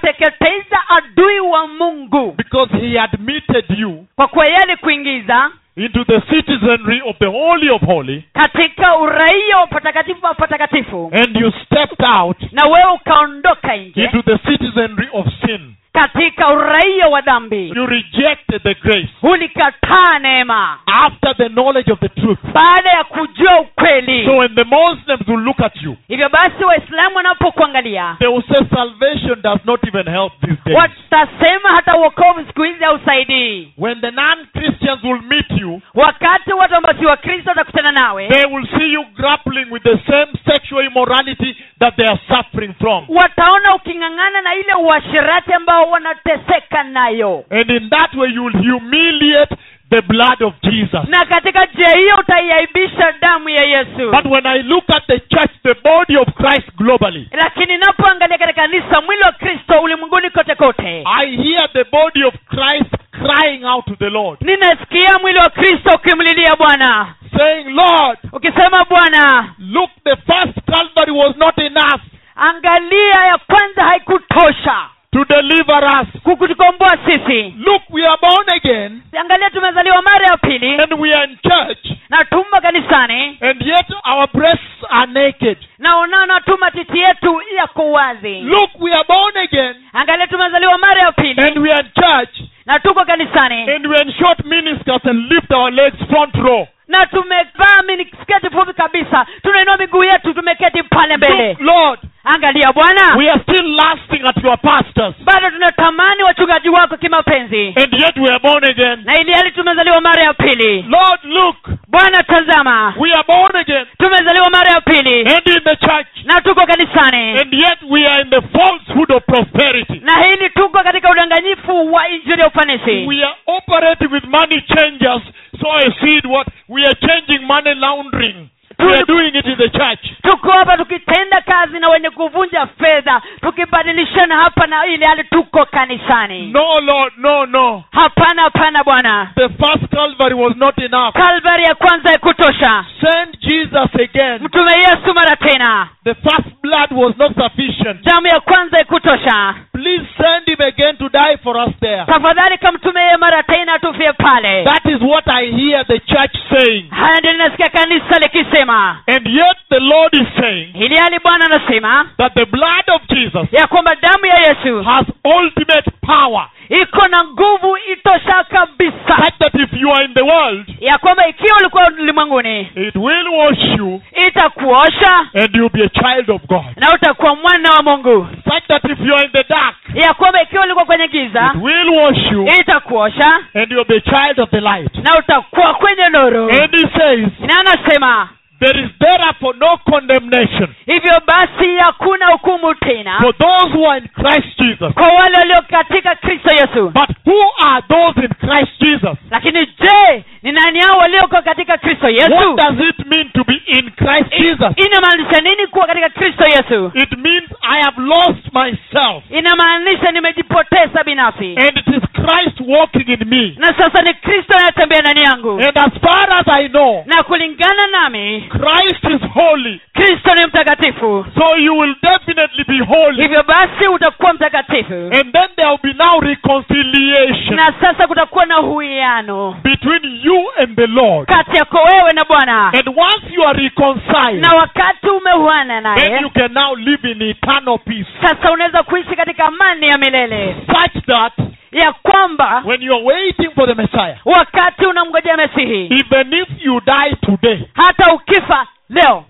S8: utakaowateketeza adui wa mungu
S4: because He admitted you
S8: kwa kuwa yeye alikuingiza
S4: into the citizenry of the Holy of Holy
S8: katika uraia wa patakatifu pa patakatifu
S4: and you stepped out
S8: na wewe ukaondoka nje
S4: into the citizenry of sin.
S8: katika uraia wa dhambi
S4: You rejected the grace
S8: ulikataa neema
S4: after the knowledge of the truth.
S8: baada ya kujua ukweli
S4: So eh. when the Muslims will look at you,
S8: hivyo basi waislamu wanapokuangalia
S4: they will say salvation does not even help these days.
S8: watasema hata uokovu siku hizi hausaidii
S4: When the non-Christians will meet you,
S8: wakati watu ambao si wakristo watakutana nawe
S4: they will see you grappling with the same sexual immorality that they are suffering from.
S8: wataona uking'ang'ana na ile uasherati ambao wanateseka nayo
S4: And in that way you will humiliate the blood of Jesus.
S8: na katika njia hiyo utaiaibisha damu ya yesu
S4: But when I look at the church, the body of Christ globally,
S8: lakini napoangalia katika kanisa mwili wa kristo ulimwenguni kote kote
S4: I hear the body of Christ crying out to the Lord,
S8: ninasikia mwili wa kristo ukimlilia bwana
S4: saying, Lord,
S8: ukisema bwana
S4: look, the first Calvary was not enough
S8: angalia ya kwanza haikutosha
S4: to deliver us.
S8: kukutukomboa sisi
S4: Look, we are born again
S8: angalia tumezaliwa mara ya pili
S4: and we are in church.
S8: na tumba kanisani
S4: And yet our breasts are naked.
S8: na unaona tu matiti yetu yako wazi
S4: Look, we are born again,
S8: angalia tumezaliwa mara ya pili
S4: and we are in church,
S8: na tuko kanisani
S4: and we are in short miniskirts and lift our legs front row.
S8: na tumevaa minisketi fupi kabisa tunainua miguu yetu tumeketi pale mbele
S4: Look, Lord,
S8: angalia bwana
S4: we are still lasting at your pastors,
S8: bado tunatamani wachungaji wako kimapenzi
S4: and yet we are born again.
S8: na ili hali tumezaliwa mara ya pili
S4: Lord, look,
S8: bwana tazama
S4: Eh. we Eh. are born again,
S8: tumezaliwa mara ya pili
S4: and in the church,
S8: na tuko kanisani
S4: and yet we are in the falsehood of prosperity.
S8: na hili tuko katika udanganyifu wa injili ya ufanisi
S4: We are operating with money changers, so I see it what we are changing money laundering. We are doing it in the church.
S8: tuko hapa tukitenda kazi na wenye kuvunja fedha tukibadilishana hapa na ile hali tuko kanisani
S4: No, Lord, no, no.
S8: hapana hapana bwana
S4: The first Calvary was not enough.
S8: kalvari ya kwanza ya kutosha
S4: Send Jesus again.
S8: mtume yesu mara tena
S4: The first blood was not sufficient.
S8: damu ya kwanza ya kutosha
S4: Please send him again to die for us there.
S8: tafadhali kamtume yeye mara tena tufie pale
S4: That is what I hear the church saying.
S8: haya ndio linasikia kanisa likisema
S4: And yet the Lord is saying
S8: hili hali bwana anasema
S4: that the blood of Jesus
S8: ya kwamba damu ya yesu
S4: has ultimate power.
S8: iko na nguvu itosha kabisa
S4: Such that if you are in the world,
S8: ya kwamba ikiwa ulikuwa ulimwenguni
S4: it will wash you
S8: itakuosha
S4: and you'll be a child of God.
S8: na utakuwa mwana wa mungu
S4: Such that if you are in the dark,
S8: ya kwamba ikiwa ulikuwa kwenye giza
S4: it will wash you
S8: itakuosha
S4: and you'll be a child of the light.
S8: na utakuwa kwenye nuru
S4: And he says,
S8: na anasema
S4: There is therefore no condemnation
S8: hivyo basi hakuna hukumu tena
S4: for those who are in Christ Jesus.
S8: kwa wale walio katika kristo yesu
S4: But who are those in Christ Jesus?
S8: lakini je ni nani hao walioko katika kristo kristo
S4: What
S8: yesu
S4: does it mean to be in Christ Jesus? Mm.
S8: inamaanisha nini kuwa katika kristo yesu
S4: It means I have lost myself.
S8: inamaanisha nimejipoteza binafsi
S4: And it is Christ walking in me.
S8: na sasa ni kristo anayetembea ndani yangu
S4: And as far as I know,
S8: na kulingana nami
S4: Christ is holy.
S8: kristo ni mtakatifu
S4: So you will definitely be holy.
S8: hivyo basi utakuwa mtakatifu
S4: And then there will be now reconciliation
S8: na sasa kutakuwa na uwiano
S4: Mm. between you and the Lord.
S8: kati yako wewe na bwana
S4: And once you are reconciled,
S8: na wakati umeuana
S4: Mm. then
S8: naye
S4: you can now live in eternal peace.
S8: sasa unaweza kuishi katika amani ya milele
S4: Such that
S8: ya kwamba
S4: when you are waiting for the Messiah,
S8: wakati unamngojea mesihi
S4: even if you die today,
S8: hata ukifa leo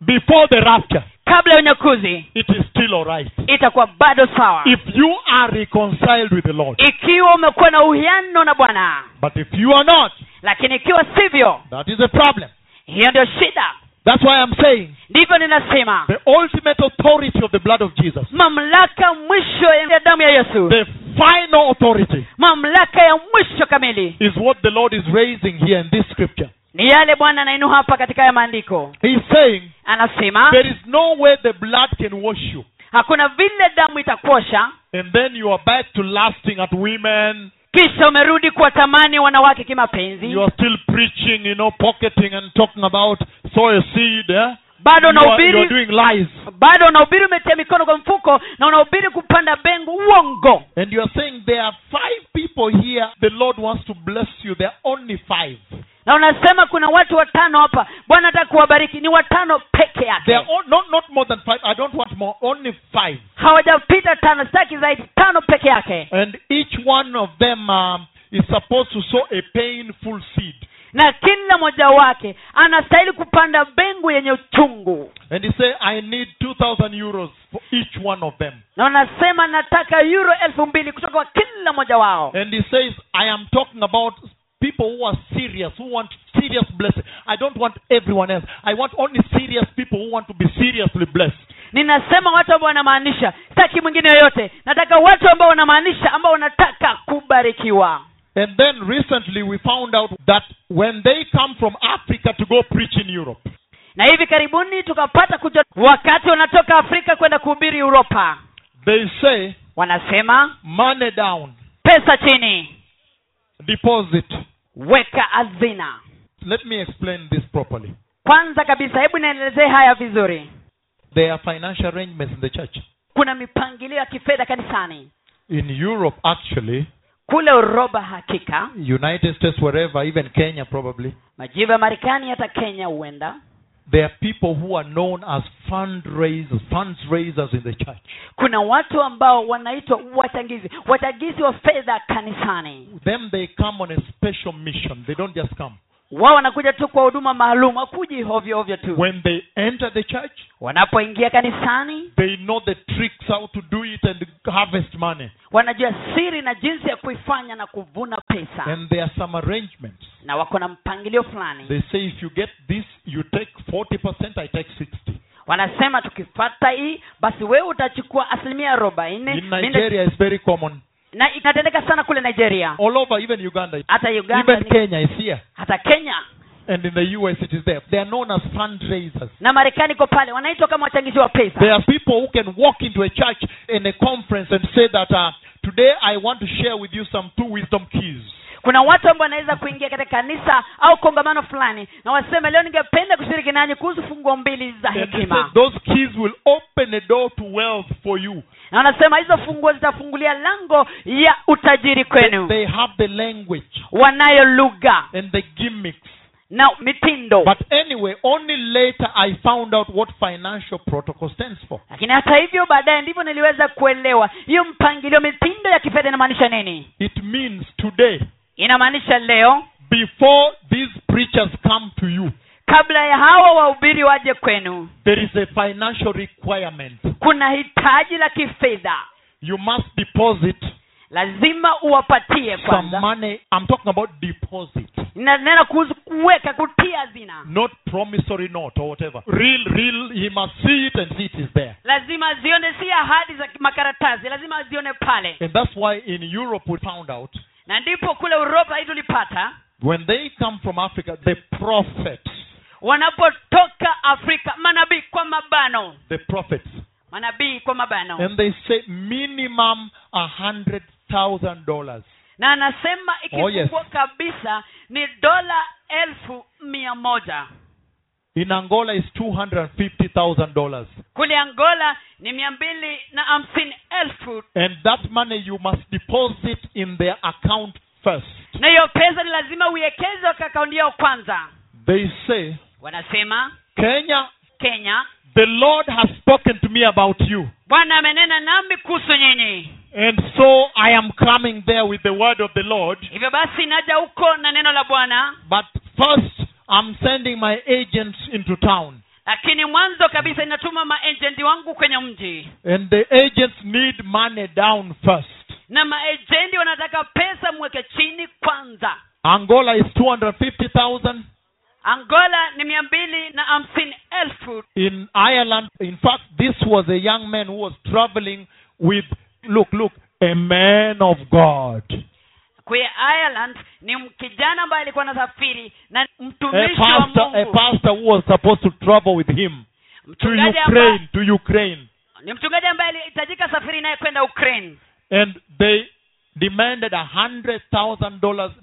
S4: before the rapture,
S8: kabla ya unyakuzi
S4: it is still alright.
S8: itakuwa bado sawa
S4: If you are reconciled with the Lord,
S8: ikiwa umekuwa na uwiano na bwana
S4: but if you are not,
S8: lakini ikiwa sivyo
S4: that is a problem.
S8: hiyo ndio shida
S4: That's why I'm saying
S8: ndivyo ninasema
S4: the ultimate authority of the blood of Jesus,
S8: mamlaka mwisho ya damu ya yesu
S4: the final authority,
S8: mamlaka ya mwisho kamili
S4: is what the Lord is raising here in this scripture.
S8: ni yale bwana anainua hapa katika haya maandiko
S4: He's saying
S8: anasema
S4: there is no way the blood can wash you,
S8: hakuna vile damu itakuosha
S4: and then you are back to lasting at women.
S8: kisha umerudi kuwatamani wanawake kimapenzi
S4: You are still preaching, you know, pocketing and talking about sow a seed. Eh? You
S8: bado
S4: are, you are
S8: unahubiri
S4: doing lies.
S8: bado unahubiri umetia mikono kwa mfuko na unahubiri kupanda bengu uongo
S4: And you are saying there are five people here. The Lord wants to bless you. There are only five.
S8: na unasema kuna watu watano hapa bwana hataka kuwabariki ni watano peke
S4: There are
S8: yake
S4: on, not, not more than five. I don't want more. Only five.
S8: hawajapita tano sitaki zaidi tano peke yake
S4: And each one of them um, is supposed to sow a painful seed.
S8: na kila mmoja wake anastahili kupanda bengu yenye uchungu
S4: And he say, I need 2,000 euros for each one of them.
S8: na unasema nataka euro elfu mbili kutoka kwa kila mmoja wao
S4: And he says, I am talking about people who are serious, who want serious blessing. I don't want everyone else. I want only serious people who want to be seriously blessed.
S8: ninasema watu ambao wanamaanisha sitaki mwingine yoyote nataka watu ambao wanamaanisha ambao wanataka kubarikiwa
S4: And then recently we found out that when they come from Africa to go preach in Europe,
S8: na hivi karibuni tukapata kujua wakati wanatoka afrika kwenda kuhubiri uropa
S4: they say,
S8: wanasema
S4: money down,
S8: pesa chini
S4: deposit.
S8: weka hazina
S4: Let me explain this properly.
S8: kwanza kabisa hebu nielezee haya vizuri
S4: There are financial arrangements in the church.
S8: kuna mipangilio ya kifedha kanisani
S4: In Europe, actually,
S8: kule uroba hakika
S4: United States, wherever, even Kenya probably,
S8: majivu ya marekani hata kenya huenda
S4: there are people who are known as fundraisers, fundraisers in the church.
S8: kuna watu ambao wanaitwa wachangizi wachagizi wa fedha kanisani
S4: Them, they come on a special mission. They don't just come.
S8: wao wanakuja tu kwa huduma maalum wakuji hovyo hovyo tu
S4: When they enter the church,
S8: wanapoingia kanisani
S4: they know the tricks how to do it and harvest money.
S8: wanajua siri na jinsi ya kuifanya na kuvuna pesa
S4: And there are some arrangements.
S8: na wako na mpangilio fulani
S4: They say if you get this, you take 40%, I take 60.
S8: wanasema tukifata hii basi wewe utachukua asilimia arobaini
S4: In Nigeria, it's very common.
S8: na inatendeka sana kule nigeria
S4: All over, even Uganda.
S8: hata Ah. uganda
S4: Even
S8: ni,
S4: Kenya is here.
S8: hata kenya
S4: And in the US, it is there. They are known as fundraisers.
S8: na marekani iko pale wanaitwa kama wachangizi wa pesa
S4: There are people who can walk into a church in a conference and say that uh, today I want to share with you some two wisdom keys.
S8: kuna watu ambao wanaweza kuingia katika kanisa au kongamano fulani na waseme leo ningependa kushiriki nanyi kuhusu funguo mbili za
S4: And they say
S8: Ah, hekima
S4: those keys will open a door to wealth for you.
S8: na wanasema hizo funguo zitafungulia lango ya utajiri kwenu
S4: They have the language
S8: wanayo lugha
S4: and the gimmicks.
S8: na mitindo
S4: But anyway, only later I found out what financial protocol stands for.
S8: lakini hata hivyo baadaye ndivyo niliweza kuelewa hiyo mpangilio mitindo ya kifedha inamaanisha nini
S4: It means today,
S8: inamaanisha leo
S4: before these preachers come to you,
S8: kabla ya hawa wahubiri waje kwenu
S4: there is a financial requirement.
S8: kuna hitaji la kifedha
S4: You must deposit
S8: lazima uwapatie
S4: some
S8: kwanza
S4: money. I'm talking about deposit.
S8: nanena kuhusu kuweka kutia hazina
S4: not promissory note or whatever. Real, real, he must see it and see it is there.
S8: lazima azione si ahadi za makaratasi lazima azione pale
S4: And that's why in Europe we found out
S8: na ndipo kule uropa hii tulipata
S4: When they come from Africa, the prophets,
S8: wanapotoka afrika manabii kwa mabano
S4: the prophets,
S8: manabii kwa mabano
S4: and they say minimum a hundred thousand dollars.
S8: na anasema
S4: Oh, yes.
S8: ikifungwa kabisa ni dola elfu mia moja
S4: In Angola is two hundred and fifty thousand dollars.
S8: kule angola ni mia mbili na hamsini elfu
S4: And that money you must deposit in their account first.
S8: na hiyo pesa ni lazima uiwekeze kwa akaunti yao kwanza
S4: They say,
S8: wanasema
S4: Kenya,
S8: kenya
S4: the Lord has spoken to me about you.
S8: bwana amenena nami kuhusu nyinyi
S4: And so I am coming there with the word of the Lord.
S8: hivyo basi naja huko na neno la bwana
S4: But first, I'm sending my agents into town.
S8: lakini mwanzo kabisa inatuma maejenti wangu kwenye mji
S4: And the agents need money down first.
S8: na maejenti wanataka pesa mweke chini kwanza
S4: Angola is 250,000.
S8: angola ni mia mbili na hamsini elfu
S4: In Ireland, in fact, this was a young man who was traveling with, look, look, a man of God,
S8: kwe ireland ni m- kijana ambaye alikuwa anasafiri na
S4: a
S8: mtumishi wa
S4: Eh, pastor, a
S8: mungu
S4: pastor who was supposed to travel with him to
S8: mchungaji ambaye,
S4: Ukraine, to Ukraine.
S8: ni mchungaji ambaye alihitajika safiri naye kwenda ukraine
S4: And they demanded a $100,000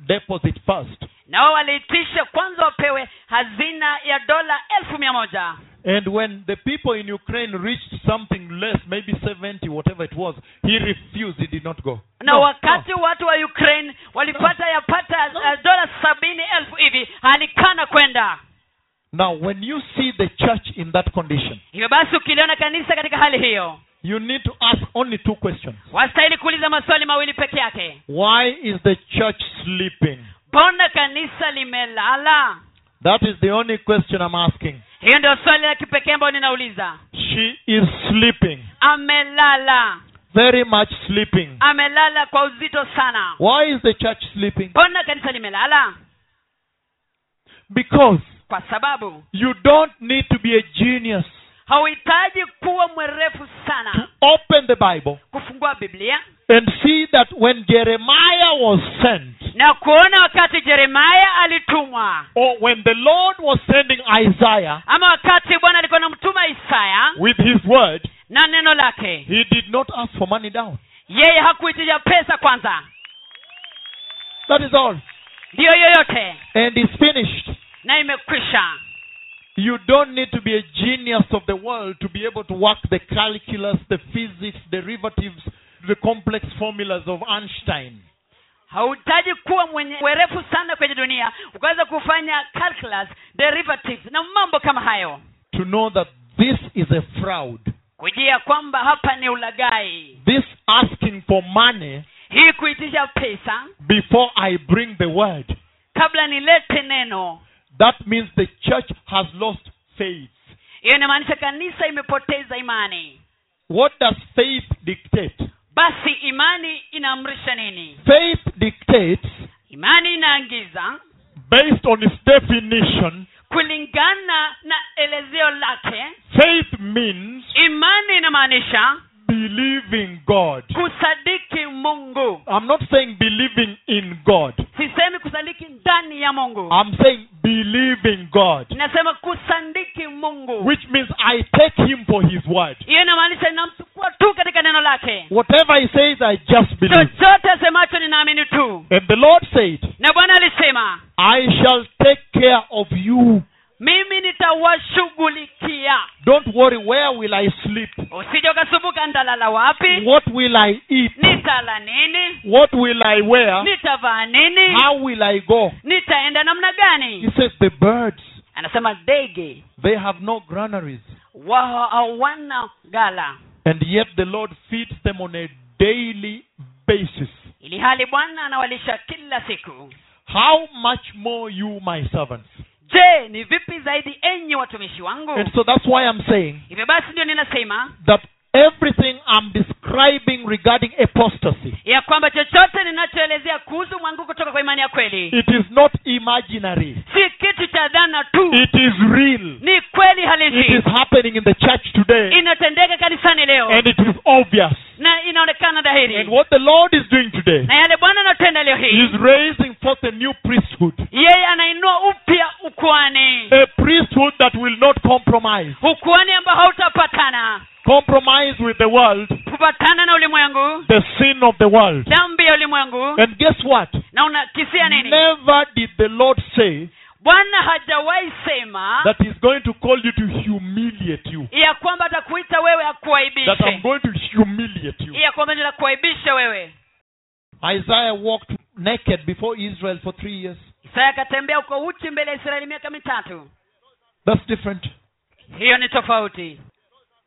S4: deposit first.
S8: na wao waliitisha kwanza wapewe hazina ya dola elfu mia moja
S4: And when the people in Ukraine reached something less, maybe 70, whatever it was, he refused. He did not go.
S8: na
S4: No,
S8: wakati watu wa ukraine walipata yapata uh, dola sabini elfu hivi alikana kwenda
S4: no. Now, when you see the church in that condition,
S8: hivyo basi ukiliona kanisa katika hali hiyo
S4: you need to ask only two questions.
S8: wastahili kuuliza maswali mawili peke yake
S4: Why is the church sleeping?
S8: mbona kanisa limelala
S4: That is the only question I'm asking.
S8: hiyo ndio swali la kipekee ambayo ninauliza
S4: She is sleeping,
S8: amelala
S4: very much sleeping.
S8: Ah. amelala kwa uzito sana
S4: Why is the church sleeping?
S8: mbona kanisa limelala
S4: Because
S8: kwa sababu
S4: you don't need to be a genius
S8: hauhitaji kuwa mwerefu
S4: to
S8: sana
S4: open the Bible
S8: kufungua biblia
S4: and see that when Jeremiah was sent,
S8: na kuona wakati jeremaya alitumwa
S4: or when the Lord was sending Isaiah
S8: ama wakati bwana alikuwa anamtuma isaya
S4: with his word,
S8: na neno lake
S4: he did not ask for money down.
S8: yeye hakuitija pesa kwanza
S4: That is all.
S8: ndiyo yoyote
S4: And it's finished.
S8: na imekwisha
S4: You don't need to be a genius of the world to be able to work the calculus, the physics, derivatives, the complex formulas of Einstein.
S8: hauhitaji kuwa mwenye werefu sana kwenye dunia ukaweza kufanya calculus derivatives na mambo kama hayo
S4: To know that this is a fraud.
S8: kujia kwamba hapa ni ulagai
S4: This asking for money
S8: hii kuitisha pesa
S4: before I bring the word.
S8: kabla nilete neno
S4: That means the church has lost faith.
S8: hiyo inamaanisha kanisa imepoteza imani
S4: What does faith dictate?
S8: basi imani inaamrisha nini
S4: Faith dictates
S8: imani inaangiza
S4: based on its definition,
S8: kulingana na elezeo lake
S4: faith means
S8: imani inamaanisha
S4: believing God.
S8: kusadiki mungu
S4: I'm not saying believing in God.
S8: sisemi kusadiki ndani ya mungu
S4: I'm saying believing God,
S8: inasema kusadiki mungu
S4: which means I take Him for His word.
S8: hiyo inamaanisha inamchukua tu katika neno lake
S4: Whatever He says, I just believe.
S8: chochote asemacho ninaamini tu
S4: And the Lord said,
S8: na bwana alisema
S4: I shall take care of you.
S8: mimi nitawashughulikia
S4: Don't worry, where will I sleep?
S8: usije ukasumbuka nitalala wapi
S4: What will I eat?
S8: nitala nini
S4: What will I wear?
S8: nitavaa nini
S4: How will I go?
S8: nitaenda namna
S4: He
S8: gani
S4: says, The birds,
S8: anasema ndege
S4: they have no granaries.
S8: wao hawana gala
S4: And yet the Lord feeds them on a daily basis.
S8: ili hali bwana anawalisha kila siku
S4: How much more you, my servants?
S8: je ni vipi zaidi enyi watumishi wangu
S4: And so that's why I'm saying
S8: hivyo basi ndio ninasema
S4: that everything I'm describing regarding apostasy,
S8: ya kwamba chochote ninachoelezea kuhusu mwangu kutoka kwa imani ya kweli
S4: it is not imaginary.
S8: si kitu cha dhana tu
S4: It is real.
S8: ni kweli
S4: Mm. It is
S8: halisi
S4: happening in the church today.
S8: inatendeka kanisani leo
S4: And it is obvious.
S8: na inaonekana
S4: And
S8: dhahiri
S4: what the Lord is doing today
S8: na yale bwana anatenda leo
S4: is
S8: hii
S4: raising forth a new priesthood,
S8: yeye anainua upya ukuani
S4: a priesthood that will not compromise.
S8: ukuani ambao hautapatana
S4: Compromise with the world,
S8: kupatana na ulimwengu
S4: the sin of the world.
S8: dhambi ya ulimwengu
S4: And guess what?
S8: na unakisia nini
S4: Never did the Lord say
S8: bwana hajawahi sema
S4: that He's going to call you to humiliate you.
S8: ya kwamba atakuita wewe
S4: That I'm
S8: akuaibishe
S4: going to humiliate you.
S8: ya kwamba nitakuaibisha wewe
S4: Isaiah walked naked before Israel for three years.
S8: isaya akatembea uko uchi mbele ya israeli miaka mitatu
S4: That's different.
S8: hiyo ni tofauti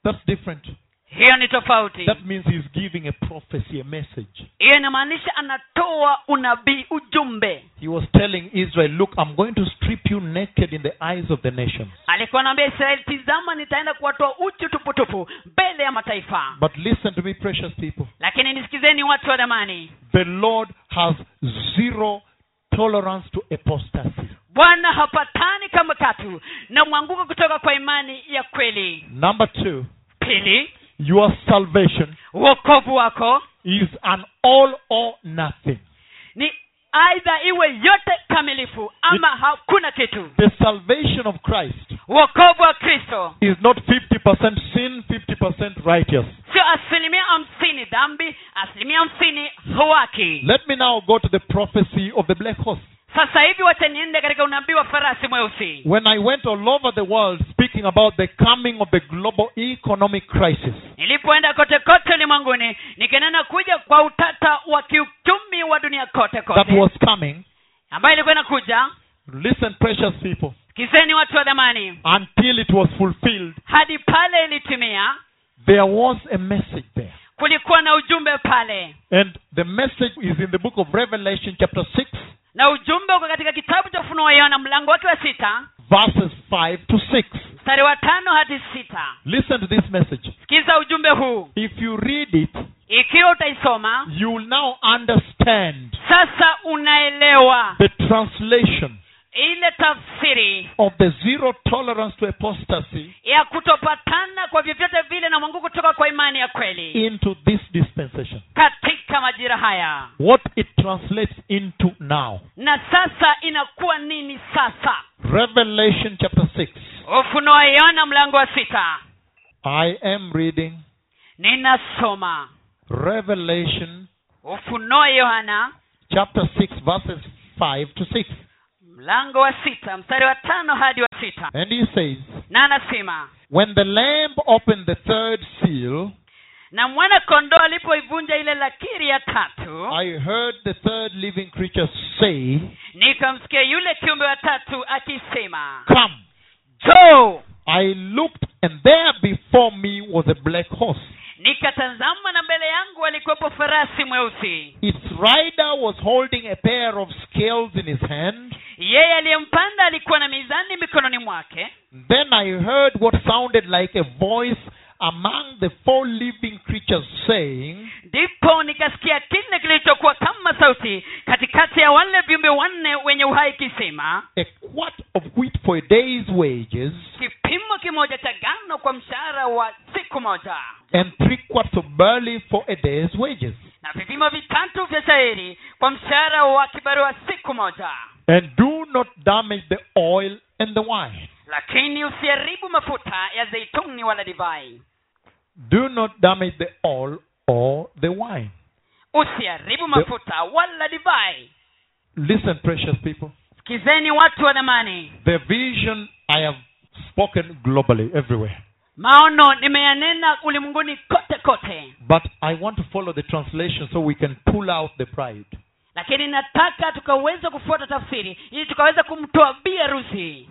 S4: That's different.
S8: hiyo ni tofauti
S4: That means he's giving a prophecy, a message.
S8: hiyo inamaanisha anatoa unabii ujumbe
S4: He was telling Israel, Look, I'm going to strip you naked in the eyes of the nations.
S8: alikuwa anaambia israeli tizama nitaenda kuwatoa uchi tuputupu mbele ya mataifa
S4: But listen to me, precious people.
S8: lakini nisikizeni watu wa dhamani
S4: The Lord has zero tolerance to apostasy.
S8: bwana hapatani kama tatu na mwanguko kutoka kwa imani ya kweli
S4: Number two,
S8: pili
S4: your salvation
S8: uokovu wako
S4: is an all or nothing.
S8: ni aidha iwe yote kamilifu ama hakuna kitu
S4: The salvation of Christ
S8: uokovu wa kristo
S4: is not 50% sin, 50% righteous.
S8: sio asilimia hamsini dhambi asilimia hamsini hawaki
S4: Let me now go to the prophecy of the black horse.
S8: sasa hivi wacha niende katika unabii wa farasi mweusi
S4: When I went all over the world speaking about the coming of the global economic crisis,
S8: nilipoenda kote kote ulimwenguni nikinena kuja kwa utata wa kiuchumi wa dunia kote
S4: that was
S8: kote
S4: coming,
S8: ambayo ilikuwa inakuja
S4: listen, precious people,
S8: kiseni watu wa dhamani
S4: until it was fulfilled,
S8: hadi pale ilitimia
S4: there was a message there.
S8: kulikuwa na ujumbe pale
S4: And the message is in the book of Revelation, chapter 6,
S8: na ujumbe uko katika kitabu cha ufunuo wa yohana mlango wake wa sita
S4: verses 5 to 6.
S8: mstari wa tano hadi sita
S4: Listen to this message.
S8: sikiza ujumbe huu
S4: If you read it,
S8: ikiwa utaisoma
S4: you will now understand
S8: sasa unaelewa
S4: the translation
S8: ile tafsiri
S4: of the zero tolerance to apostasy
S8: ya kutopatana kwa vyovyote vile na mwangu kutoka kwa imani ya kweli
S4: into this dispensation.
S8: katika majira haya
S4: What it translates into now.
S8: na sasa inakuwa nini sasa
S4: Revelation chapter 6.
S8: ufunuo wa yohana mlango wa sita
S4: I am reading
S8: ninasoma
S4: Revelation
S8: ufunuo wa yohana
S4: chapter 6, verses 5 to 6.
S8: mlango wa sita mstari wa tano hadi wa sita
S4: And he says,
S8: na anasema
S4: When the Lamb opened the third seal,
S8: na mwana kondoo alipoivunja ile lakiri ya tatu
S4: I heard the third living creature say,
S8: nikamsikia yule kiumbe wa tatu akisema
S4: Come.
S8: joo
S4: I looked, and there before me was a black horse.
S8: nikatazama na mbele yangu alikuwepo farasi mweusi
S4: Its rider was holding a pair of scales in his hand.
S8: yeye aliyempanda alikuwa na mizani mikononi mwake
S4: Then I heard what sounded like a voice among the four living creatures saying,
S8: ndipo nikasikia kile kilichokuwa kama sauti katikati ya wale viumbe wanne wenye uhai ikisema
S4: A quart of wheat for a day's wages,
S8: kipimo kimoja cha gano kwa mshahara wa siku moja
S4: and three quarts of barley for a day's wages.
S8: na vipimo vitatu vya shairi kwa mshahara wa kibarua siku moja
S4: And do not damage the oil and the wine.
S8: lakini usiharibu mafuta ya zeituni wala divai
S4: Do not damage the oil or the wine.
S8: usiharibu mafuta wala divai
S4: Listen, precious people.
S8: sikizeni watu wa dhamani
S4: The vision I have spoken globally everywhere.
S8: maono nimeyanena ulimwenguni kote kote
S4: But I want to follow the translation so we can pull out the pride.
S8: lakini nataka tukaweza kufuata tafsiri ili tukaweza kumtoa bi harusi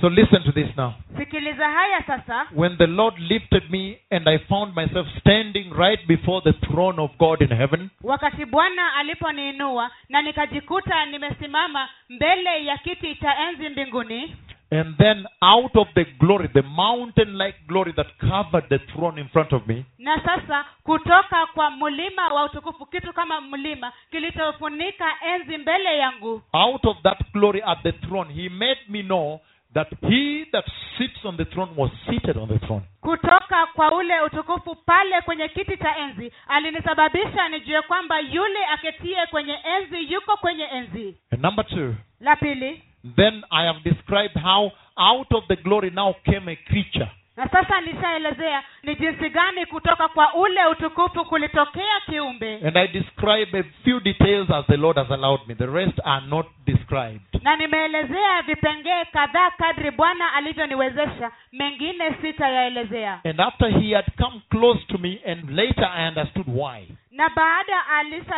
S4: So listen to this now.
S6: sikiliza haya sasa
S4: When the Lord lifted me and I found myself standing right before the throne of God in heaven,
S6: wakati bwana aliponiinua na nikajikuta nimesimama mbele ya kiti cha enzi mbinguni
S4: and then out of the glory, the mountain like glory that covered the throne in front of me,
S6: na sasa kutoka kwa mlima wa utukufu kitu kama mlima kilichofunika enzi mbele yangu
S4: out of that glory at the throne, He made me know that he that sits on the throne was seated on the throne.
S6: kutoka kwa ule utukufu pale kwenye kiti cha enzi alinisababisha nijue kwamba yule aketie kwenye enzi yuko kwenye enzi
S4: And number two,
S6: la pili
S4: then I have described how out of the glory now came a creature.
S6: na sasa nishaelezea ni jinsi gani kutoka kwa ule utukufu kulitokea kiumbe
S4: And I describe a few details as the Lord has allowed me. The rest are not described.
S6: na nimeelezea vipengee kadhaa kadri bwana alivyoniwezesha mengine sitayaelezea
S4: And after he had come close to me, and later I understood why.
S6: na baada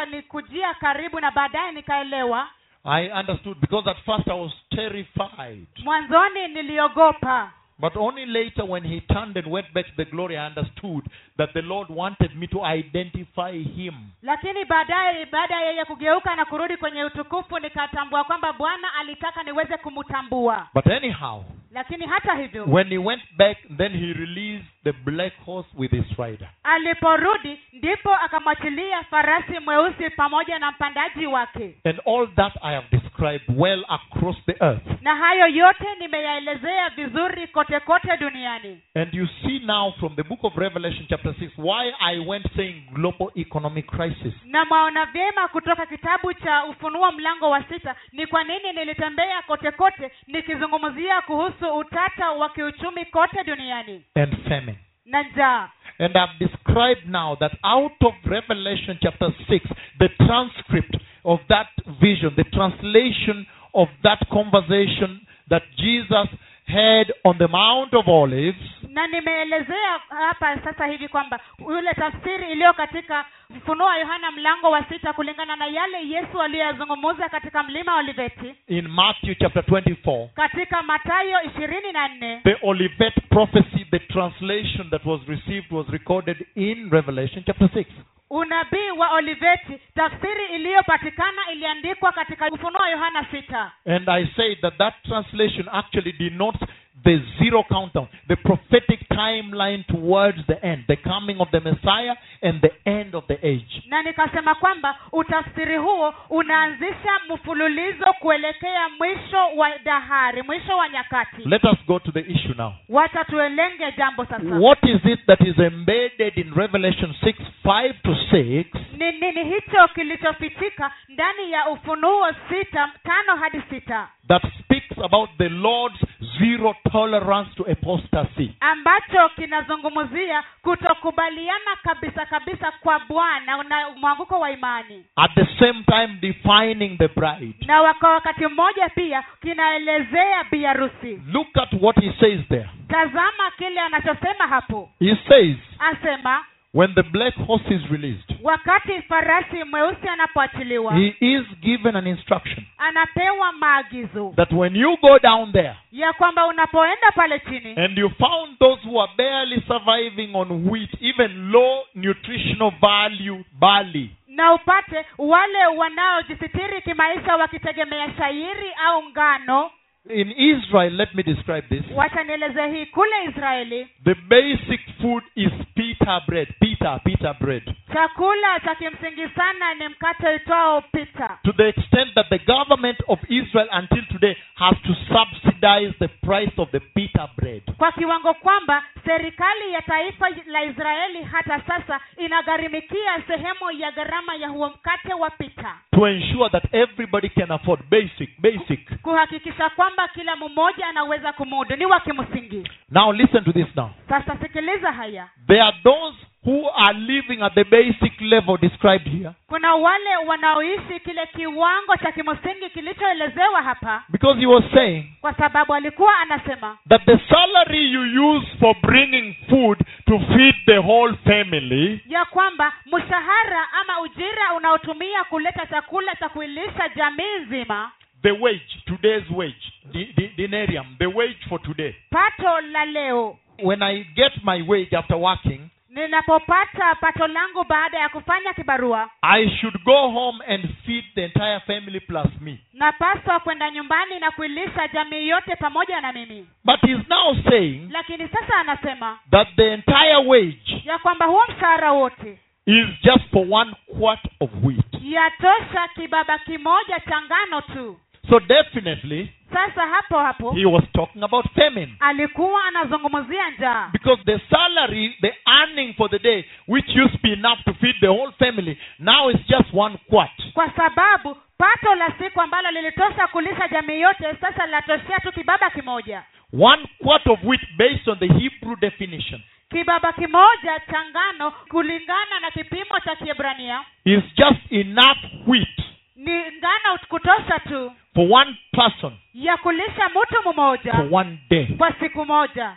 S6: alishanikujia karibu na baadaye nikaelewa
S4: I understood because at first I was terrified.
S6: mwanzoni niliogopa
S4: But only later, when he turned and went back to the glory, I understood that the Lord wanted me to identify him.
S6: lakini baadaye baada ya yeye kugeuka na kurudi kwenye utukufu nikatambua kwamba bwana alitaka niweze kumtambua
S4: But anyhow,
S6: lakini hata hivyo
S4: when he went back, then he released the black horse with his rider.
S6: aliporudi ndipo akamwachilia farasi mweusi pamoja na mpandaji wake
S4: And all that I have described well across the earth.
S6: na hayo yote nimeyaelezea vizuri kote kote duniani
S4: And you see now from the book of Revelation, chapter 6, why I went saying global economic crisis.
S6: na mwaona vyema kutoka kitabu cha ufunuo mlango wa sita ni kwa nini nilitembea kote kote nikizungumzia kuhusu utata wa kiuchumi kote duniani
S4: and famine.
S6: na njaa
S4: And I've described now that out of Revelation chapter 6, the transcript of that vision, the translation of that conversation that Jesus had on the Mount of Olives,
S6: na nimeelezea hapa sasa hivi kwamba yule tafsiri iliyo katika ufunuo wa yohana mlango wa sita kulingana na yale yesu aliyoyazungumuza katika mlima wa oliveti
S4: in Matthew chapter 24,
S6: katika matayo ishirini na nne
S4: the Olivet prophecy, the translation that was received was recorded in Revelation chapter 6.
S6: unabii wa oliveti tafsiri iliyopatikana iliandikwa katika ufunuo wa yohana sita
S4: And I say that that translation actually denotes the zero countdown, the prophetic timeline towards the end, the coming of the Messiah and the end of the age.
S6: na nikasema kwamba utafsiri huo unaanzisha mfululizo kuelekea mwisho wa dahari mwisho wa nyakati
S4: Let us go to the issue now.
S6: wacha tuelenge jambo sasa
S4: What is it that is embedded in Revelation 6 5 to 6
S6: ni nini hicho kilichofichika ndani ya ufunuo sita tano hadi sita
S4: that speaks about the Lord's zero tolerance to apostasy?
S6: ambacho kinazungumzia kutokubaliana kabisa kabisa kwa bwana na mwanguko wa imani
S4: At the same time, defining the bride.
S6: na wa- kwa wakati mmoja pia kinaelezea biharusi
S4: Look at what he says there.
S6: tazama kile anachosema hapo
S4: He says,
S6: asema
S4: When the black horse is released,
S6: wakati farasi mweusi anapoachiliwa
S4: He is given an instruction
S6: anapewa maagizo
S4: that when you go down there
S6: ya kwamba unapoenda pale chini
S4: and you found those who are barely surviving on wheat, even low nutritional value barley,
S6: na upate wale wanaojisitiri kimaisha wakitegemea shairi au ngano
S4: in Israel, let me describe this.
S6: wacha nieleze hii kule israeli
S4: The basic food is pita bread. Pita, pita bread.
S6: chakula cha kimsingi sana ni mkate uitwao pita
S4: To the extent that the government of Israel until today has to subsidize the price of the pita bread.
S6: kwa kiwango kwamba serikali ya taifa la israeli hata sasa inagharimikia sehemu ya gharama ya huo mkate wa pita
S4: To ensure that everybody can afford basic, basic.
S6: kuhakikisha kwamba kila mmoja anaweza kumudu ni wa kimsingi
S4: Now listen to this now.
S6: sasa sikiliza haya
S4: There are those who are living at the basic level described here
S6: kuna wale wanaoishi kile kiwango cha kimsingi kilichoelezewa hapa
S4: because he was saying
S6: kwa sababu alikuwa anasema
S4: that the salary you use for bringing food to feed the whole family
S6: ya kwamba mshahara ama ujira unaotumia kuleta chakula cha kuilisha jamii nzima
S4: the wage today's wage di- di- denarium the wage for today
S6: pato la leo
S4: when i get my wage after working
S6: ninapopata pato langu baada ya kufanya kibarua
S4: i should go home and feed the entire family plus me
S6: napaswa kwenda nyumbani na kuilisha jamii yote pamoja na mimi
S4: but he's now saying
S6: lakini sasa anasema
S4: that the entire wage
S6: ya kwamba huo mshahara wote
S4: is just for one quart of wheat
S6: yatosha kibaba kimoja cha ngano tu
S4: so definitely
S6: sasa hapo hapo
S4: He was talking about famine.
S6: alikuwa anazungumzia njaa
S4: Because the salary, the earning for the day, which used to be enough to feed the whole family, now is just one quart.
S6: kwa sababu pato la siku ambalo lilitosha kulisha jamii yote sasa linatoshea tu kibaba kimoja
S4: One quart of wheat based on the Hebrew definition
S6: kibaba kimoja cha ngano kulingana na kipimo cha kiebrania
S4: is just enough wheat
S6: ni ngano kutosha tu
S4: for one person
S6: ya kulisha mtu mmoja
S4: for one day.
S6: kwa siku moja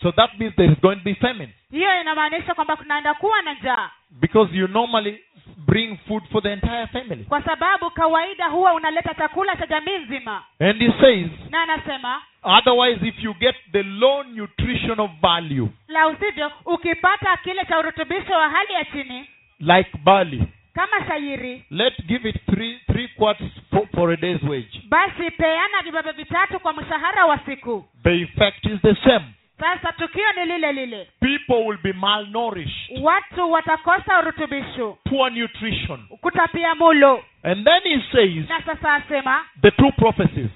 S4: So that means there is going to be famine.
S6: hiyo inamaanisha kwamba kunaenda kuwa na njaa
S4: Because you normally bring food for the entire family.
S6: kwa sababu kawaida huwa unaleta chakula cha jamii nzima
S4: And he says,
S6: na anasema
S4: otherwise, if you get the low nutritional value,
S6: la usivyo ukipata kile cha urutubisho wa hali ya chini
S4: like barley,
S6: kama shairi
S4: let's give it three, three quarts for, for a day's wage.
S6: basi peana vibaba vitatu kwa mshahara wa siku
S4: The effect is the same.
S6: sasa tukio ni lile lile
S4: People will be malnourished,
S6: watu watakosa urutubisho
S4: poor nutrition.
S6: kutapia mulo
S4: And then he says,
S6: na sasa asema
S4: the two prophecies.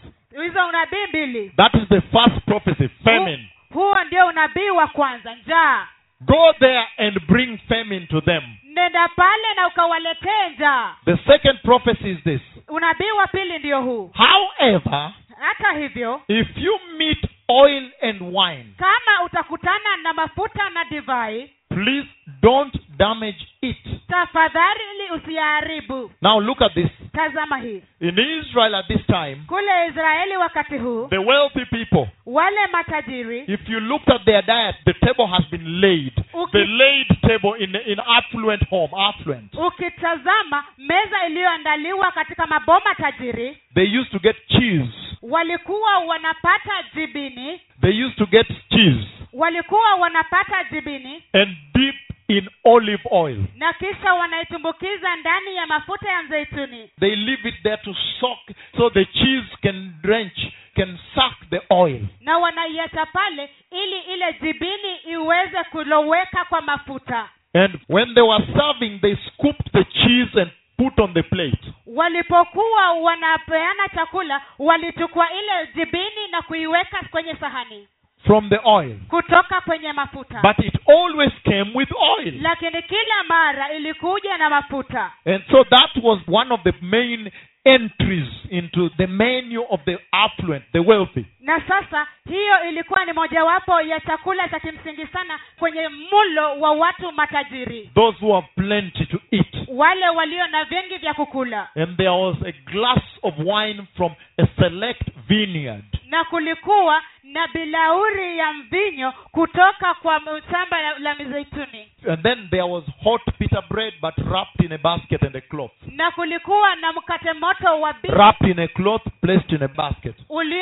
S6: hizo unabii mbili
S4: That is the first prophecy, famine.
S6: Hu- huo ndio unabii wa kwanza njaa
S4: Go there and bring famine to them.
S6: nenda pale na ukawaletee njaa
S4: The second prophecy is this.
S6: unabii wa pili ndio huu
S4: However,
S6: hata hivyo
S4: if you meet oil and wine,
S6: kama utakutana na mafuta na divai
S4: please don't damage it.
S6: tafadhali usiyaharibu
S4: Now look at this.
S6: tazama hii
S4: In Israel at this time,
S6: kule israeli wakati huu
S4: the wealthy people,
S6: wale matajiri
S4: if you looked at their diet, the table has been laid.
S6: Okay.
S4: The laid table in in affluent home, affluent.
S6: ukitazama meza iliyoandaliwa katika maboma tajiri
S4: They used to get cheese.
S6: walikuwa wanapata jibini
S4: They used to get cheese
S6: walikuwa wanapata jibini
S4: and dip in olive oil.
S6: na kisha wanaitumbukiza ndani ya mafuta ya mzeituni
S4: They leave it there to soak so the cheese can drench, can suck the oil.
S6: na wanaiacha pale ili ile jibini iweze kuloweka kwa mafuta
S4: And when they were serving, they scooped the cheese and put on the plate.
S6: walipokuwa wanapeana chakula walichukua ile jibini na kuiweka kwenye sahani
S4: from the oil.
S6: kutoka kwenye mafuta
S4: But it always came with oil.
S6: lakini kila mara ilikuja na mafuta
S4: And so that was one of the main entries into the menu of the affluent, the wealthy.
S6: na sasa hiyo ilikuwa ni mojawapo ya chakula cha kimsingi sana kwenye mlo wa watu matajiri
S4: Those who have plenty to eat.
S6: wale walio na vingi vya kukula
S4: And there was a glass of wine from a select vineyard.
S6: na kulikuwa na bilauri ya mvinyo kutoka kwa shamba la, la mizeituni
S4: And then there was hot pita bread, but wrapped in a basket and a cloth.
S6: na kulikuwa na mkate moto wa bi
S4: Wrapped in a cloth, placed in a basket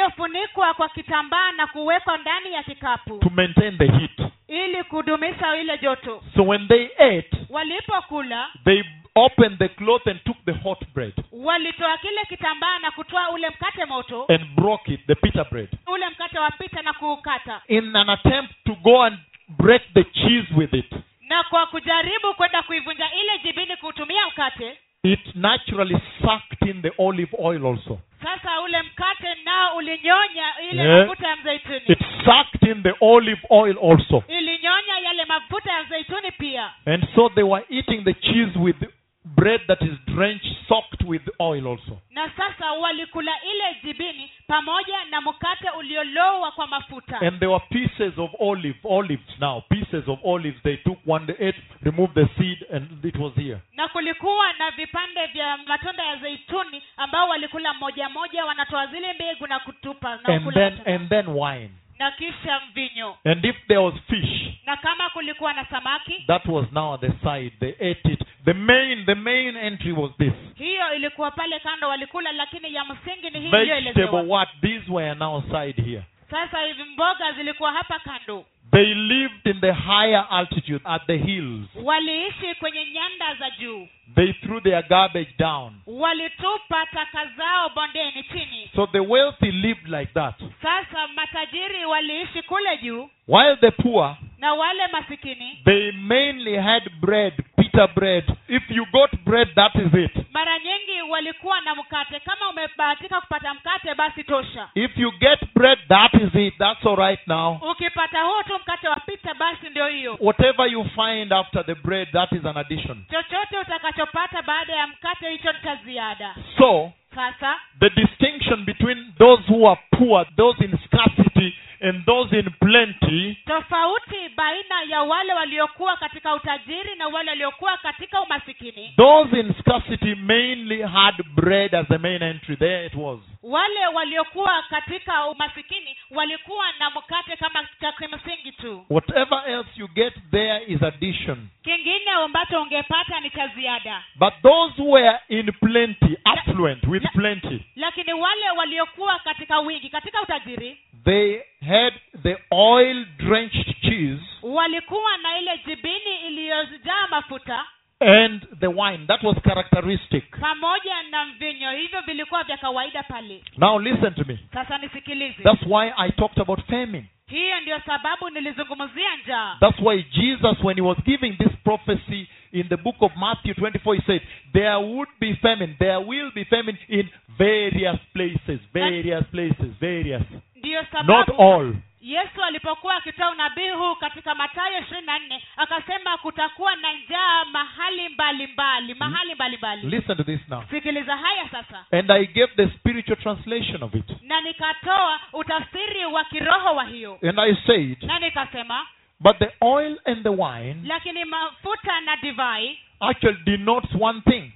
S6: uliofunikwa kwa kitambaa na kuwekwa ndani ya kikapu
S4: to maintain the heat.
S6: ili kudumisha ile joto
S4: So when they ate,
S6: walipokula
S4: they opened the cloth and took the hot bread
S6: walitoa kile kitambaa na kutoa ule mkate moto
S4: and broke it, the pita bread.
S6: ule mkate wa pita na kuukata
S4: in an attempt to go and break the cheese with it,
S6: na kwa kujaribu kwenda kuivunja ile jibini kuutumia mkate
S4: it naturally sucked in the olive oil also.
S6: sasa ule mkate nao ulinyonya ile
S4: Yeah.
S6: mafuta ya Eh? mzeituni
S4: Eh? It sucked in the olive oil also.
S6: ilinyonya yale mafuta ya mzeituni pia
S4: And so they were eating the cheese with bread that is drenched, soaked with oil also.
S6: na sasa walikula ile jibini pamoja na mkate uliolowa kwa mafuta
S4: And there were pieces of olive, olives now, pieces of olives. They took one, they ate, removed the seed, and it was here.
S6: na kulikuwa na vipande vya matunda ya zeituni ambao walikula moja moja wanatoa zile mbegu na kutupa na,
S4: And
S6: kula
S4: then,
S6: matunda.
S4: and then wine.
S6: na kisha mvinyo
S4: And if there was fish,
S6: na kama kulikuwa na samaki
S4: that was now at the side. They ate it. The main, the main entry was this.
S6: hiyo ilikuwa pale kando walikula lakini ya msingi ni hii
S4: vegetable
S6: iliyoelezewa
S4: what these were now side here
S6: sasa hivi mboga zilikuwa hapa kando
S4: they lived in the higher altitude at the hills
S6: waliishi kwenye nyanda za juu
S4: they threw their garbage down
S6: walitupa taka zao bondeni chini
S4: so the wealthy lived like that
S6: sasa matajiri waliishi kule juu
S4: while the poor
S6: na wale masikini
S4: they mainly had bread pita bread if you got bread that is it
S6: mara nyingi walikuwa na mkate kama umebahatika kupata mkate basi tosha
S4: If you get bread, that is it. That's all right now.
S6: ukipata huo tu mkate wa pita basi ndio hiyo
S4: Whatever you find after the bread, that is an addition.
S6: chochote utakachopata baada ya mkate hicho ni cha ziada
S4: So,
S6: sasa
S4: the distinction between those who are poor, those in scarcity, and those in plenty
S6: tofauti baina ya wale waliokuwa katika utajiri na wale waliokuwa katika umasikini
S4: Those in scarcity mainly had bread as the main entry. There it was.
S6: wale waliokuwa katika umasikini walikuwa na mkate kama cha kimsingi tu
S4: Whatever else you get there is addition.
S6: kingine ambacho ungepata ni cha ziada
S4: But those who were in plenty, affluent with plenty,
S6: lakini wale waliokuwa katika wingi katika utajiri
S4: they had the oil drenched cheese
S6: walikuwa na ile jibini iliyojaa mafuta
S4: and the wine. That was characteristic.
S6: pamoja na mvinyo hivyo vilikuwa vya kawaida pale
S4: Now listen to me.
S6: sasa nisikilize
S4: That's why I talked about famine.
S6: hiyo ndiyo sababu nilizungumzia njaa
S4: That's why Jesus, when he was giving this prophecy in the book of Matthew 24, he said, There would be famine, there will be famine in various places, various places, various.
S6: ndiyo
S4: Not
S6: sababu
S4: all.
S6: yesu alipokuwa akitoa unabii huu katika matayo ishirini na nne akasema kutakuwa na njaa mahali
S4: Mm.
S6: mbalimbali mahali mbalimbali
S4: Listen to this now.
S6: sikiliza haya sasa
S4: And I gave the spiritual translation of it.
S6: na nikatoa utafsiri wa kiroho wa hiyo
S4: And I said,
S6: na nikasema
S4: But the oil and the wine
S6: lakini mafuta na divai
S4: actually denotes one thing.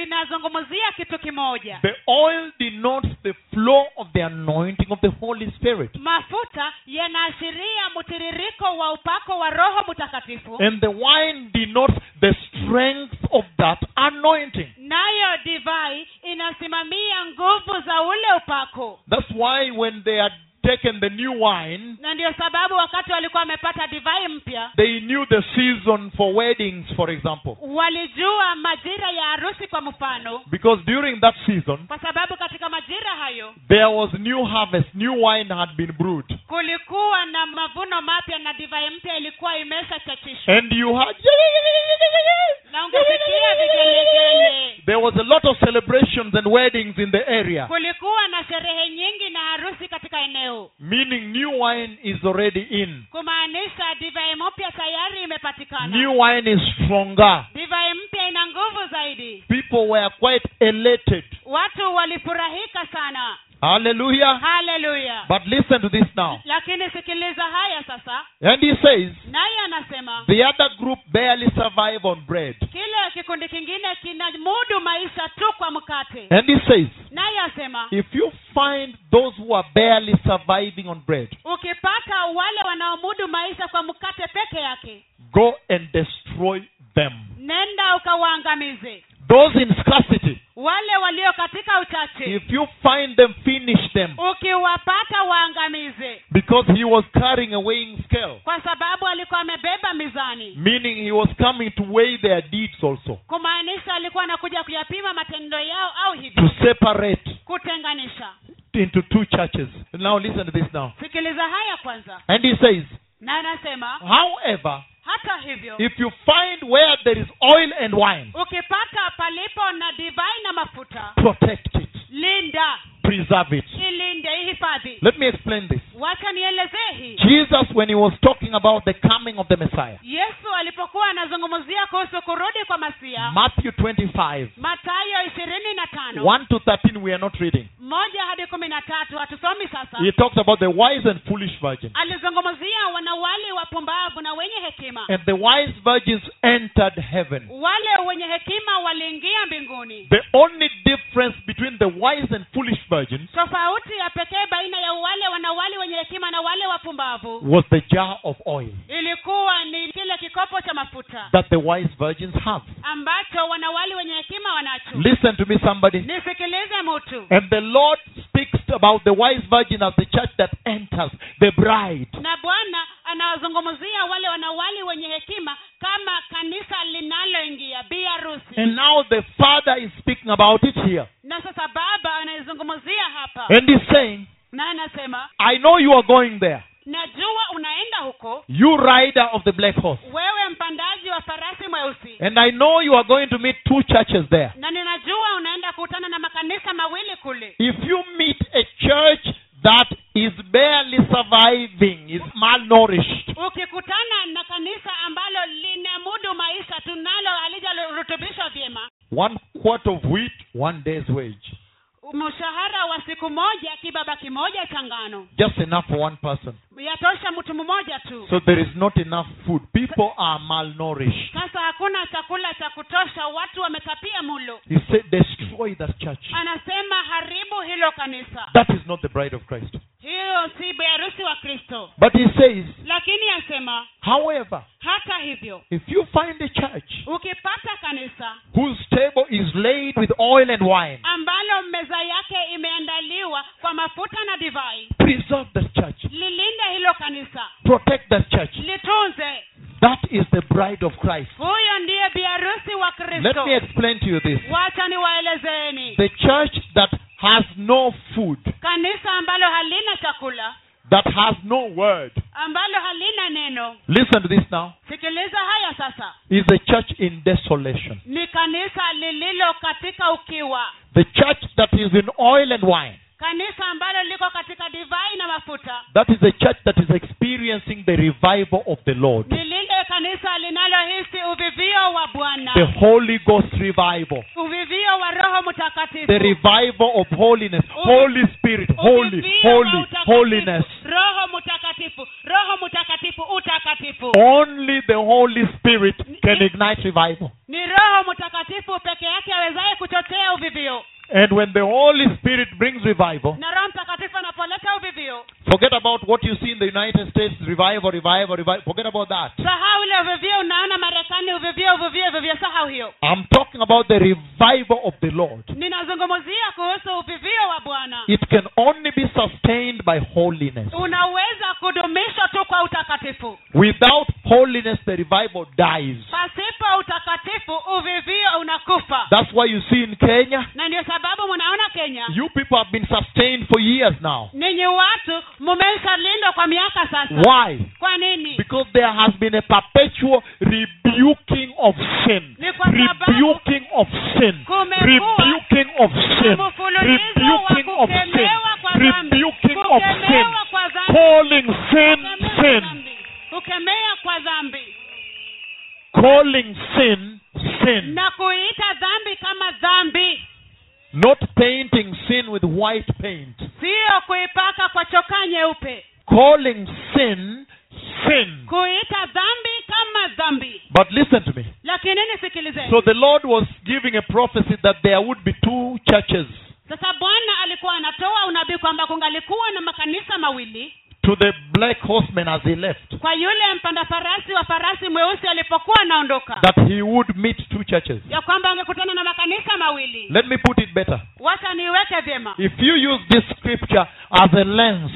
S6: zinazungumzia kitu kimoja
S4: The oil denotes the flow of the anointing of the Holy Spirit.
S6: mafuta yanaashiria mtiririko wa upako wa roho mtakatifu
S4: And the wine denotes the strength of that anointing.
S6: nayo divai inasimamia nguvu za ule upako
S4: That's why when they had taken the new wine,
S6: na ndio sababu wakati walikuwa wamepata divai mpya
S4: they knew the season for weddings, for example.
S6: walijua majira ya harusi kwa mfano
S4: Because during that season,
S6: kwa sababu katika majira hayo
S4: there was new harvest, new wine had been brewed.
S6: kulikuwa na mavuno mapya na divai mpya ilikuwa imeshachachishwa
S4: And you had.
S6: na ungesikia vigelegele
S4: There was a lot of celebrations and weddings in the area,
S6: kulikuwa na sherehe nyingi na harusi katika eneo
S4: meaning new wine is already in.
S6: kumaanisha divai mpya tayari
S4: New
S6: imepatikana
S4: wine is stronger.
S6: divai mpya ina nguvu zaidi
S4: People were quite elated.
S6: watu walifurahika sana
S4: Hallelujah.
S6: haleluya
S4: But listen to this now.
S6: lakini sikiliza haya sasa
S4: And he says,
S6: naye anasema
S4: The other group barely survive on bread.
S6: kile kikundi kingine kinamudu maisha tu kwa mkate
S4: And he says,
S6: naye asema
S4: if you find those who are barely surviving on bread,
S6: ukipata wale wanaomudu maisha kwa mkate peke yake
S4: go and destroy them.
S6: nenda ukawaangamize
S4: Those in scarcity,
S6: wale walio katika uchache
S4: if you find them, finish them.
S6: ukiwapata waangamize
S4: Because he was carrying a weighing scale,
S6: kwa sababu alikuwa amebeba mizani
S4: meaning he was coming to weigh their deeds also,
S6: kumaanisha alikuwa anakuja kuyapima matendo yao au
S4: to
S6: hivi
S4: separate
S6: kutenganisha
S4: into two churches. Now, listen to this now.
S6: sikiliza haya kwanza
S4: And he says,
S6: na anasema
S4: however,
S6: hata hivyo
S4: if you find where there is oil and wine,
S6: ukipata palipo na divai na mafuta
S4: protect it,
S6: linda
S4: preserve it.
S6: ilinde ihifadhi
S4: Let me explain this.
S6: wacha nielezee hii
S4: Jesus, when he was talking about the coming of the Messiah,
S6: yesu alipokuwa anazungumzia kuhusu kurudi kwa masia
S4: Matthew 25,
S6: matayo ishirini na tano
S4: 1 to 13, we are not reading.
S6: moja hadi kumi na tatu hatusomi sasa
S4: He talks about the wise and foolish virgin.
S6: alizungumzia wanawali wapumbavu na wenye hekima
S4: And the wise virgins entered heaven.
S6: wale wenye hekima waliingia mbinguni
S4: The only difference between the wise and foolish virgins
S6: tofauti ya pekee baina ya wale wanawali wenye hekima na wale wapumbavu
S4: was the jar of oil
S6: ilikuwa ni kile kikopo cha mafuta
S4: that the wise virgins have.
S6: ambacho wanawali wenye hekima wanacho
S4: Listen Eh. to me, somebody.
S6: nisikilize mutu
S4: And the Lord speaks about the wise virgin as the church that enters, the bride.
S6: na bwana anawazungumzia wale wanawali wenye hekima kama kanisa linaloingia bi harusi
S4: And now the Father is speaking about it here.
S6: na sasa baba anaizungumzia hapa
S4: And he's saying,
S6: na anasema
S4: I know you are going there.
S6: najua unaenda huko
S4: you rider of the black horse.
S6: wewe mpandaji wa farasi mweusi
S4: Eh. And I know you are going to meet two churches there.
S6: na ninajua unaenda kukutana makanisa mawili kule
S4: If you meet a church that is barely surviving, is malnourished,
S6: ukikutana na kanisa ambalo linamudu maisha tunalo alijalorutubishwa vyema
S4: one quart of wheat, one day's wage.
S6: mshahara wa siku moja kibaba kimoja cha ngano
S4: Just enough for one person.
S6: yatosha mtu mmoja tu
S4: So there is not enough food. People are malnourished.
S6: sasa hakuna chakula cha kutosha watu wametapia mulo
S4: He said, destroy that church.
S6: anasema haribu hilo kanisa
S4: That is not the bride of Christ.
S6: hiyo si biharusi wa kristo
S4: But he says,
S6: lakini asema
S4: however,
S6: hata hivyo
S4: if you find a church
S6: ukipata kanisa
S4: whose table is laid with oil and wine,
S6: ambalo meza yake imeandaliwa kwa mafuta na divai
S4: preserve that church,
S6: lilinde hilo kanisa
S4: protect that church.
S6: litunze
S4: That is the bride of Christ.
S6: huyo ndiye biharusi wa
S4: Let
S6: kristo
S4: me explain to you this.
S6: wacha niwaelezeeni
S4: The church that has no food,
S6: kanisa ambalo halina chakula
S4: that has no word,
S6: ambalo halina neno
S4: listen to this now,
S6: sikiliza haya sasa
S4: is a church in desolation.
S6: ni kanisa lililo katika ukiwa
S4: The church that is in oil and wine,
S6: kanisa ambalo liko katika divai na mafuta
S4: that is a church that is experiencing the revival of the Lord,
S6: ni lile kanisa linalohisi uvivio wa bwana
S4: the Holy Ghost revival,
S6: uvivio wa roho
S4: the
S6: mtakatifu
S4: revival of holiness, Holy Spirit, holy,
S6: Uvivio wa
S4: holy,
S6: utakatifu.
S4: holiness.
S6: roho mtakatifu roho mtakatifu utakatifu
S4: Only the Holy Spirit can ignite revival.
S6: ni roho mtakatifu peke yake awezaye kuchochea uvivio
S4: And when the Holy Spirit brings revival,
S6: na roho mtakatifu anapoleta uvivio
S4: forget about what you see in the United States revival, revival, revival. Forget about that.
S6: sahau ile uvivio unaona marekani uvivio uvivio uvivio sahau hiyo
S4: I'm talking about the revival of the Lord.
S6: ninazungumzia kuhusu uvivio wa bwana
S4: It can only be sustained by holiness.
S6: unaweza kudumishwa tu kwa utakatifu
S4: Without holiness, the revival dies.
S6: pasipo utakatifu uvivio unakufa
S4: That's why you see in Kenya,
S6: na ndio sababu munaona kenya
S4: you people have been sustained for years now.
S6: ninyi watu mumeshalindwa kwa miaka sasa
S4: Why?
S6: kwa nini
S4: Because there has been a perpetual rebuking of sin,
S6: Ni kwa sababu
S4: rebuking of sin,
S6: kumekuwa
S4: rebuking of sin,
S6: mfululizo wa
S4: rebuking of sin,
S6: kukemewa kwa dhambi
S4: rebuking of sin,
S6: kukemewa kwa dhambi
S4: calling sin
S6: kukemewa
S4: sin,
S6: kwa dhambi. kukemea kwa dhambi
S4: calling sin sin,
S6: na kuiita dhambi kama dhambi
S4: not painting sin with white paint,
S6: siyo kuipaka kwa chokaa nyeupe
S4: calling sin sin.
S6: kuita dhambi kama dhambi
S4: But listen to me.
S6: lakini nisikilizeni
S4: So the Lord was giving a prophecy that there would be two churches
S6: sasa bwana alikuwa anatoa unabii kwamba kungalikuwa na makanisa mawili
S4: to the black horseman as he left.
S6: kwa yule mpanda farasi wa farasi mweusi alipokuwa anaondoka
S4: that he would meet two churches.
S6: ya kwamba angekutana na makanisa mawili
S4: Let me put it better.
S6: wacha niweke vyema
S4: If you use this scripture as a lens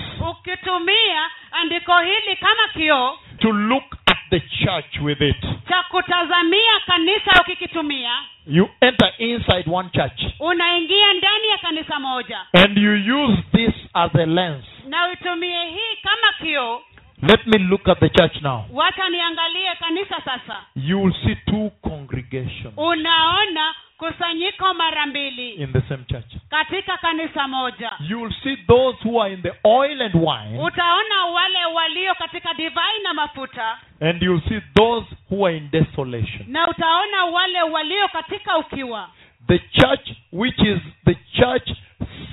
S6: ukitumia andiko hili kama kioo
S4: to look at the church with it,
S6: cha kutazamia kanisa ukikitumia
S4: you enter inside one church
S6: unaingia ndani ya kanisa moja
S4: and you use this as a lens.
S6: na uitumie hii kama kioo
S4: Let me look at the church now.
S6: wacha niangalie kanisa sasa
S4: You will see two congregations
S6: unaona kusanyiko mara mbili
S4: in the same church.
S6: katika kanisa moja
S4: You will see those who are in the oil and wine,
S6: utaona wale walio katika divai na mafuta
S4: and you will see those who are in desolation.
S6: na utaona wale walio katika ukiwa
S4: The church, which is the church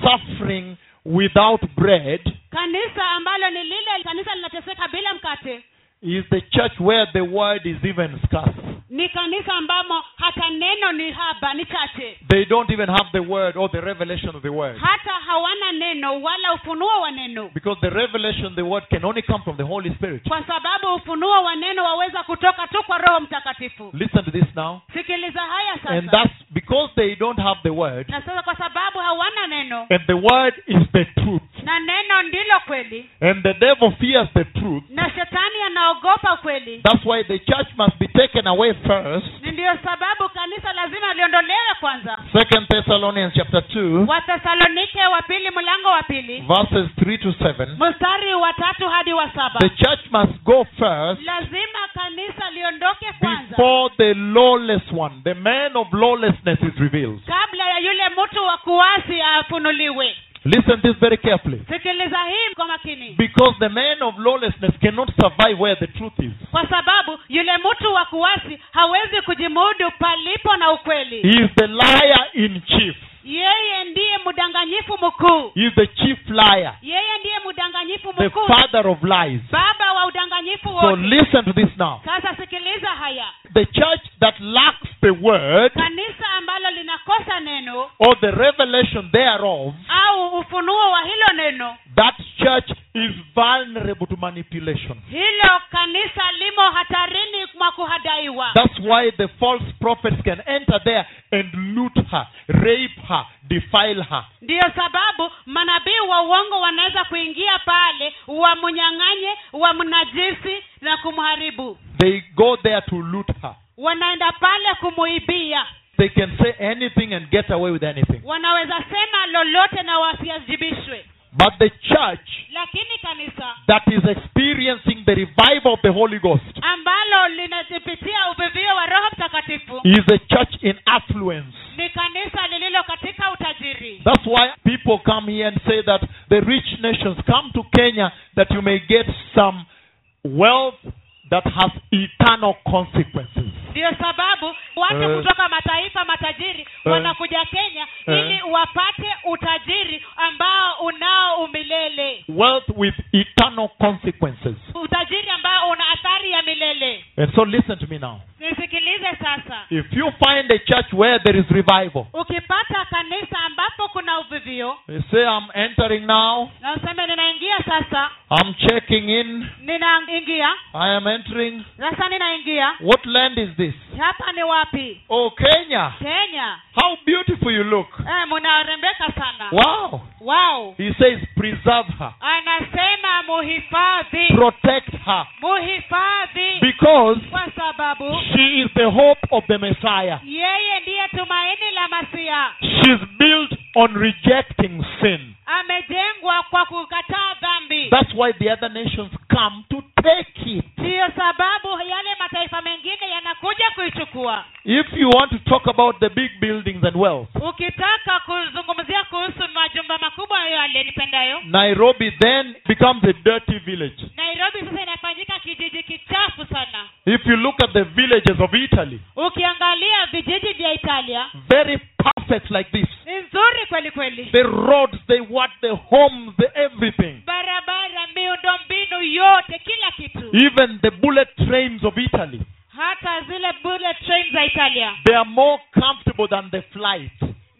S4: suffering without bread,
S6: kanisa ambalo ni lile kanisa linateseka bila mkate
S4: is the church where the word is even scarce.
S6: ni kanisa ambamo hata neno ni haba ni chache
S4: They don't even have the word or the revelation of the word.
S6: hata hawana neno wala ufunuo wa neno
S4: Because the revelation, the word can only come from the Holy Spirit.
S6: kwa sababu ufunuo wa neno waweza kutoka tu kwa roho mtakatifu
S4: Listen to this now.
S6: sikiliza haya
S4: And
S6: sasa
S4: that's because they don't have the word,
S6: na sasa kwa sababu hawana neno
S4: and the word is the truth.
S6: na neno ndilo kweli
S4: And the devil fears the truth.
S6: na shetani anaogopa ukweli
S4: That's why the church must be taken away first.
S6: ni ndiyo sababu kanisa lazima liondolewe kwanza
S4: Second Thessalonians chapter 2,
S6: wathesalonike wa pili mlango wa pili
S4: verses 3 to 7.
S6: mstari wa tatu hadi wa saba
S4: The church must go first
S6: lazima kanisa liondoke kwanza
S4: before the lawless one, the man of lawlessness, is revealed.
S6: kabla ya yule mtu wa kuasi afunuliwe
S4: Listen this very carefully.
S6: sikiliza hii kwa makini
S4: Because the man of lawlessness cannot survive where the truth is.
S6: kwa sababu yule mtu wa kuasi hawezi kujimudu palipo na
S4: He
S6: ukweli
S4: is the liar in chief.
S6: yeye ndiye mdanganyifu mkuu
S4: He is the chief liar,
S6: yeye ndiye mdanganyifu
S4: the
S6: mkuu
S4: father of lies.
S6: baba wa udanganyifu
S4: So
S6: wote
S4: listen to this now.
S6: sasa sikiliza haya
S4: The church that lacks the word
S6: kanisa ambalo linakosa neno
S4: or the revelation thereof,
S6: au ufunuo wa hilo neno
S4: that church is vulnerable to manipulation.
S6: hilo kanisa limo hatarini mwa kuhadaiwa
S4: That's why the false prophets can enter there and loot her, rape her, defile her.
S6: ndiyo sababu manabii wa uongo wanaweza kuingia pale wamunyang'anye wamnajisi na kumharibu
S4: They go there to loot her.
S6: wanaenda pale kumuibia
S4: They can say anything and get away with anything.
S6: wanaweza sema lolote na wasiajibishwe
S4: But the church
S6: lakini kanisa
S4: that is experiencing the revival of the Holy Ghost
S6: ambalo linajipitia uvivio wa roho mtakatifu
S4: is a church in affluence.
S6: ni kanisa lililo katika utajiri
S4: That's why people come here and say that the rich nations come to Kenya that you may get some wealth that has eternal consequences.
S6: ndiyo sababu watu
S4: Eh.
S6: kutoka mataifa matajiri wanakuja kenya
S4: Eh.
S6: ili wapate utajiri ambao unao umilele
S4: Wealth with eternal consequences.
S6: utajiri ambao una athari ya milele
S4: And so listen to me now.
S6: nisikilize sasa
S4: If you find a church where there is revival,
S6: ukipata kanisa ambapo kuna uvivio
S4: you say, I'm entering now,
S6: na useme ninaingia sasa
S4: I'm checking in,
S6: ninaingia
S4: I am entering.
S6: sasa ninaingia
S4: What land is this?
S6: hapa ni wapi
S4: Oh, Kenya.
S6: kenya
S4: How beautiful you look.
S6: eh, munarembeka sana
S4: Wow.
S6: wow
S4: He says, preserve her,
S6: anasema muhifadhi
S4: protect her,
S6: muhifadhi
S4: because
S6: kwa sababu
S4: she is the hope of the Messiah.
S6: yeye ndiye tumaini la masia
S4: She's built on rejecting sin.
S6: amejengwa kwa kukataa dhambi
S4: That's why the other nations come to take it.
S6: ndiyo sababu yale mataifa mengine yanakuja kuichukua
S4: If you want to talk about the big buildings and wealth,
S6: ukitaka kuzungumzia kuhusu majumba makubwa yale nipendayo
S4: Nairobi then becomes a dirty village.
S6: nairobi sasa inafanyika kijiji kichafu sana
S4: If you look at the villages of Italy,
S6: ukiangalia vijiji vya italia
S4: very perfect like this.
S6: ni nzuri kweli kweli
S4: The roads, the what, the homes, the everything.
S6: barabara miundo mbinu yote kila kitu
S4: Even the bullet trains of Italy,
S6: hata zile bullet train za italia
S4: they are more comfortable than the flight,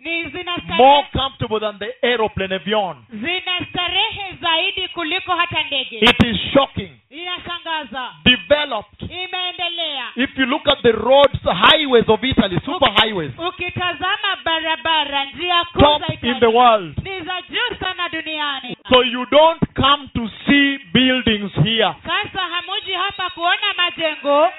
S6: ni
S4: more
S6: zinastarehe
S4: comfortable than the aeroplane avion.
S6: zinastarehe zaidi kuliko hata ndege
S4: It is shocking.
S6: inashangaza
S4: Developed.
S6: imeendelea
S4: If you look at the roads, highways of Italy, super highways,
S6: ukitazama barabara njia kuu
S4: top
S6: za
S4: in the
S6: Italia
S4: world.
S6: ni za juu sana duniani
S4: So you don't come to see buildings here.
S6: sasa hamuji hapa kuona majengo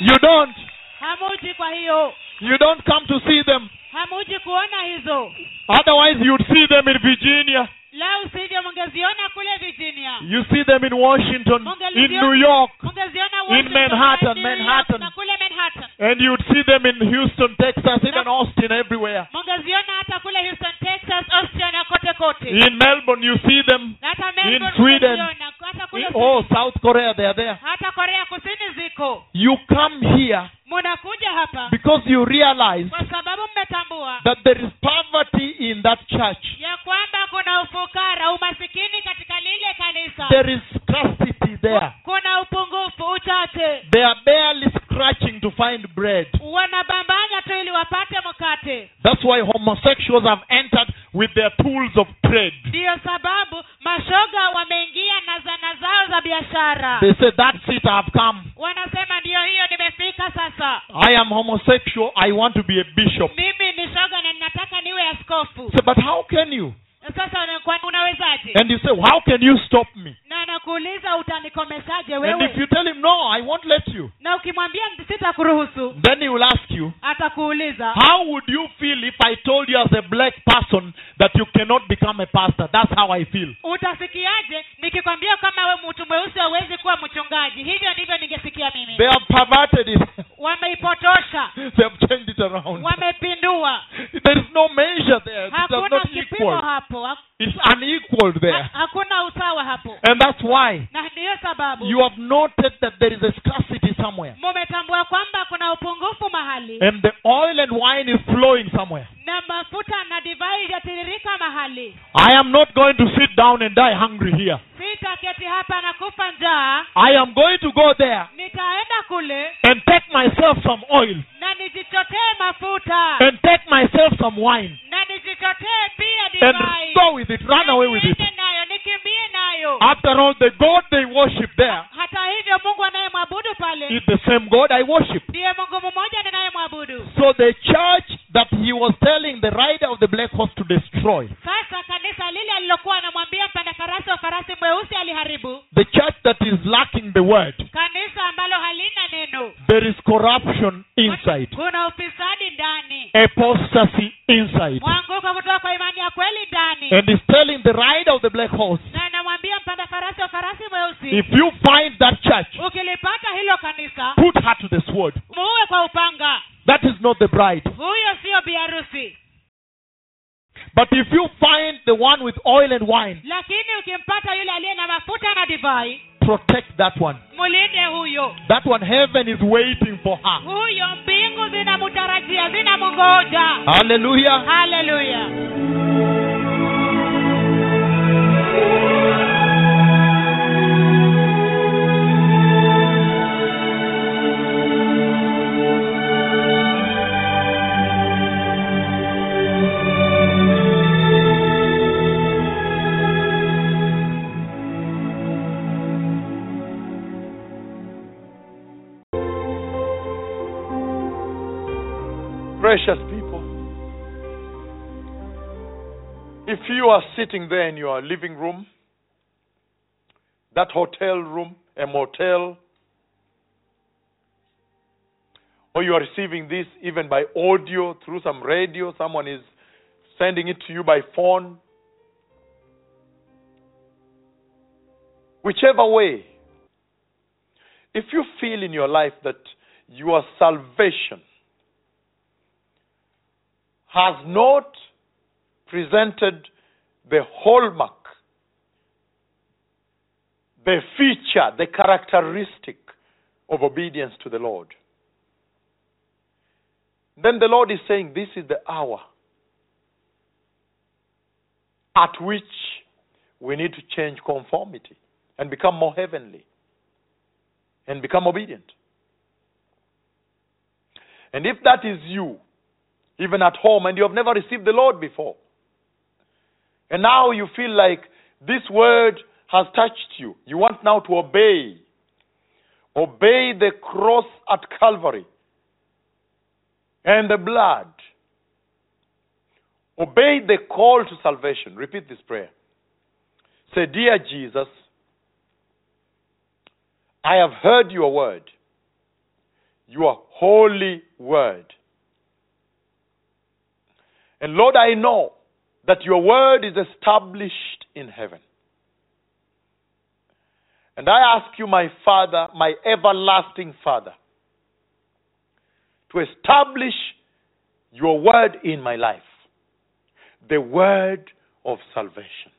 S4: You don't.
S6: hamuji kwa hiyo
S4: You don't come to see them.
S6: hamuji kuona hizo
S4: Otherwise, you'd see them in Virginia.
S6: lau sivyo mungeziona kule virginia
S4: You see them in Washington, in
S6: Mungeliziona-
S4: New York,
S6: mungeziona
S4: in
S6: Washington,
S4: Manhattan,
S6: New York
S4: Manhattan.
S6: na kule manhattan
S4: and you'd see them in Houston, Texas, even Austin, everywhere.
S6: mungeziona hata kule houston texas austin na kote kote
S4: In Melbourne, you see them.
S6: Na hata
S4: In
S6: Melbourne
S4: Sweden.
S6: mungeziona, hata
S4: In,
S6: kule
S4: oh, South Korea, they are there.
S6: hata korea kusini ziko
S4: You come here
S6: munakuja hapa
S4: because you realize
S6: kwa sababu mmetambua
S4: that there is poverty in that church.
S6: ya kwamba kuna ufukara umasikini katika lile kanisa
S4: There is scarcity there.
S6: kuna upungufu uchache
S4: They are barely scratching to find bread.
S6: wanabambanya tu ili wapate mkate
S4: That's why homosexuals have entered with their tools of trade.
S6: ndiyo sababu mashoga wameingia na zana zao za biashara
S4: They say, That's it, I've come.
S6: wanasema ndiyo hiyo nimefika sasa
S4: I am homosexual, I want to be a bishop.
S6: mimi ni shoga na ninataka niwe askofu
S4: Say, but how can you?
S6: sasa unakuwa- unawezaje
S4: And you say, how can you stop me?
S6: na nakuuliza utanikomeshaje
S4: And if
S6: wewe
S4: you tell him, no, I won't let you,
S6: na ukimwambia sitakuruhusu
S4: then he will ask you,
S6: atakuuliza
S4: how would you feel if I told you as a black person that you cannot become a pastor? That's how I feel.
S6: utasikiaje nikikwambia kama we mtu mweusi hawezi kuwa mchungaji hivyo ndivyo ningesikia mimi
S4: They have perverted it,
S6: wameipotosha
S4: they have changed it around.
S6: wamepindua
S4: There is no measure troubled there.
S3: Ha- hakuna usawa hapo
S4: And that's why
S3: na ndiyo sababu
S4: you have noted that there is a scarcity somewhere.
S3: mumetambua kwamba kuna upungufu mahali
S4: And the oil and wine is flowing somewhere.
S3: na mafuta na divai ijatiririka mahali
S4: I am not going to sit down and die hungry here.
S3: sitaketi hapa na kufa njaa
S4: I am going to go there
S3: nitaenda kule
S4: and take myself some oil
S3: na nijichotee mafuta
S4: and take myself some wine
S3: na nijichotee pia
S4: and
S3: divai
S4: go with it, run away with it. Ah.
S3: Niende nayo nikimbie nayo
S4: After all, the God they worship there
S3: hata hivyo mungu anayemwabudu pale
S4: is the same God I worship.
S3: ndiye mungu mmoja ninayemwabudu
S4: So the church that he was telling the rider of the black horse to destroy,
S3: sasa kanisa lile alilokuwa anamwambia mpanda farasi wa farasi mweusi aliharibu
S4: the church that is lacking the word,
S3: kanisa ambalo halina neno
S4: there is corruption inside,
S3: kuna ufisadi ndani
S4: apostasy inside.
S3: mwanguko kutoka kwa imani ya kweli ndani
S4: And he's telling the rider of the black horse,
S3: na namwambia mpanda farasi wa farasi mweusi
S4: if you find that church,
S3: ukilipata hilo kanisa
S4: put her to the sword.
S3: muue kwa upanga
S4: That is not the bride.
S3: huyo siyo biharusi
S4: But if you find the one with oil and wine,
S3: lakini ukimpata yule aliye na mafuta na divai
S4: protect that one.
S3: mulinde huyo
S4: That one, heaven is waiting for her.
S3: huyo mbingu zinamutarajia zinamngoja
S4: Hallelujah.
S3: haleluya
S9: Precious people, if you are sitting there in your living room, that hotel room, a motel, or you are receiving this even by audio through some radio, someone is sending it to you by phone. Whichever way, if you feel in your life that your salvation has not presented the hallmark, the feature, the characteristic of obedience to the Lord. Then the Lord is saying, This is the hour at which we need to change conformity and become more heavenly and become obedient. And if that is you, even at home, and you have never received the Lord before. And now you feel like this word has touched you. You want now to obey. Obey the cross at Calvary and the blood. Obey the call to salvation. Repeat this prayer. Say, Dear Jesus, I have heard your word, your holy word. And Lord, I know that your word is established in heaven. And I ask you, my Father, my everlasting Father, to establish your word in my life, the word of salvation.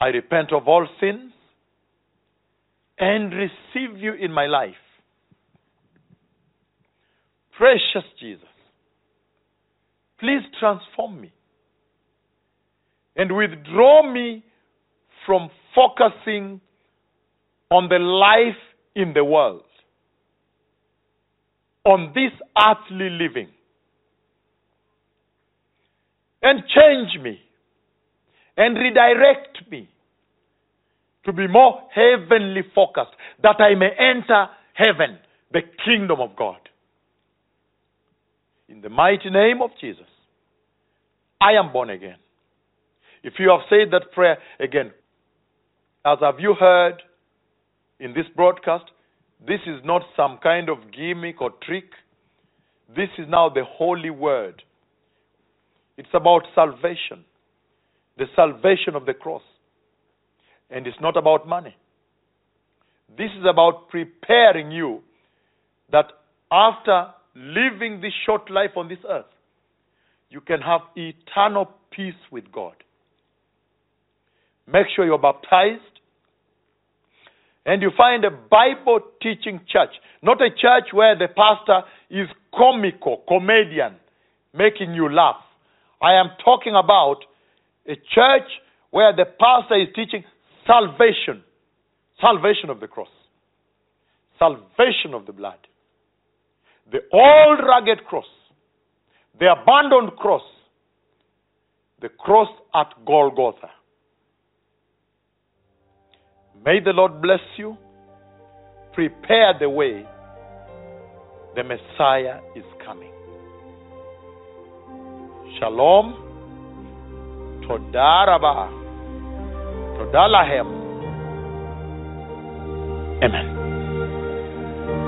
S9: I repent of all sins and receive you in my life. Precious Jesus. Please transform me and withdraw me from focusing on the life in the world, on this earthly living. And change me and redirect me to be more heavenly focused, that I may enter heaven, the kingdom of God. In the mighty name of Jesus, I am born again. If you have said that prayer again, as have you heard in this broadcast, this is not some kind of gimmick or trick. This is now the holy word. It's about salvation, the salvation of the cross. And it's not about money. This is about preparing you that after living this short life on this earth, you can have eternal peace with God. Make sure you're baptized. And you find a Bible teaching church, not a church where the pastor is comical, comedian, making you laugh. I am talking about a church where the pastor is teaching salvation, salvation of the cross, salvation of the blood, the old rugged cross, the abandoned cross, the cross at Golgotha. May the Lord bless you. Prepare the way. The Messiah is coming. Shalom. Todaraba. Todalahem. Amen.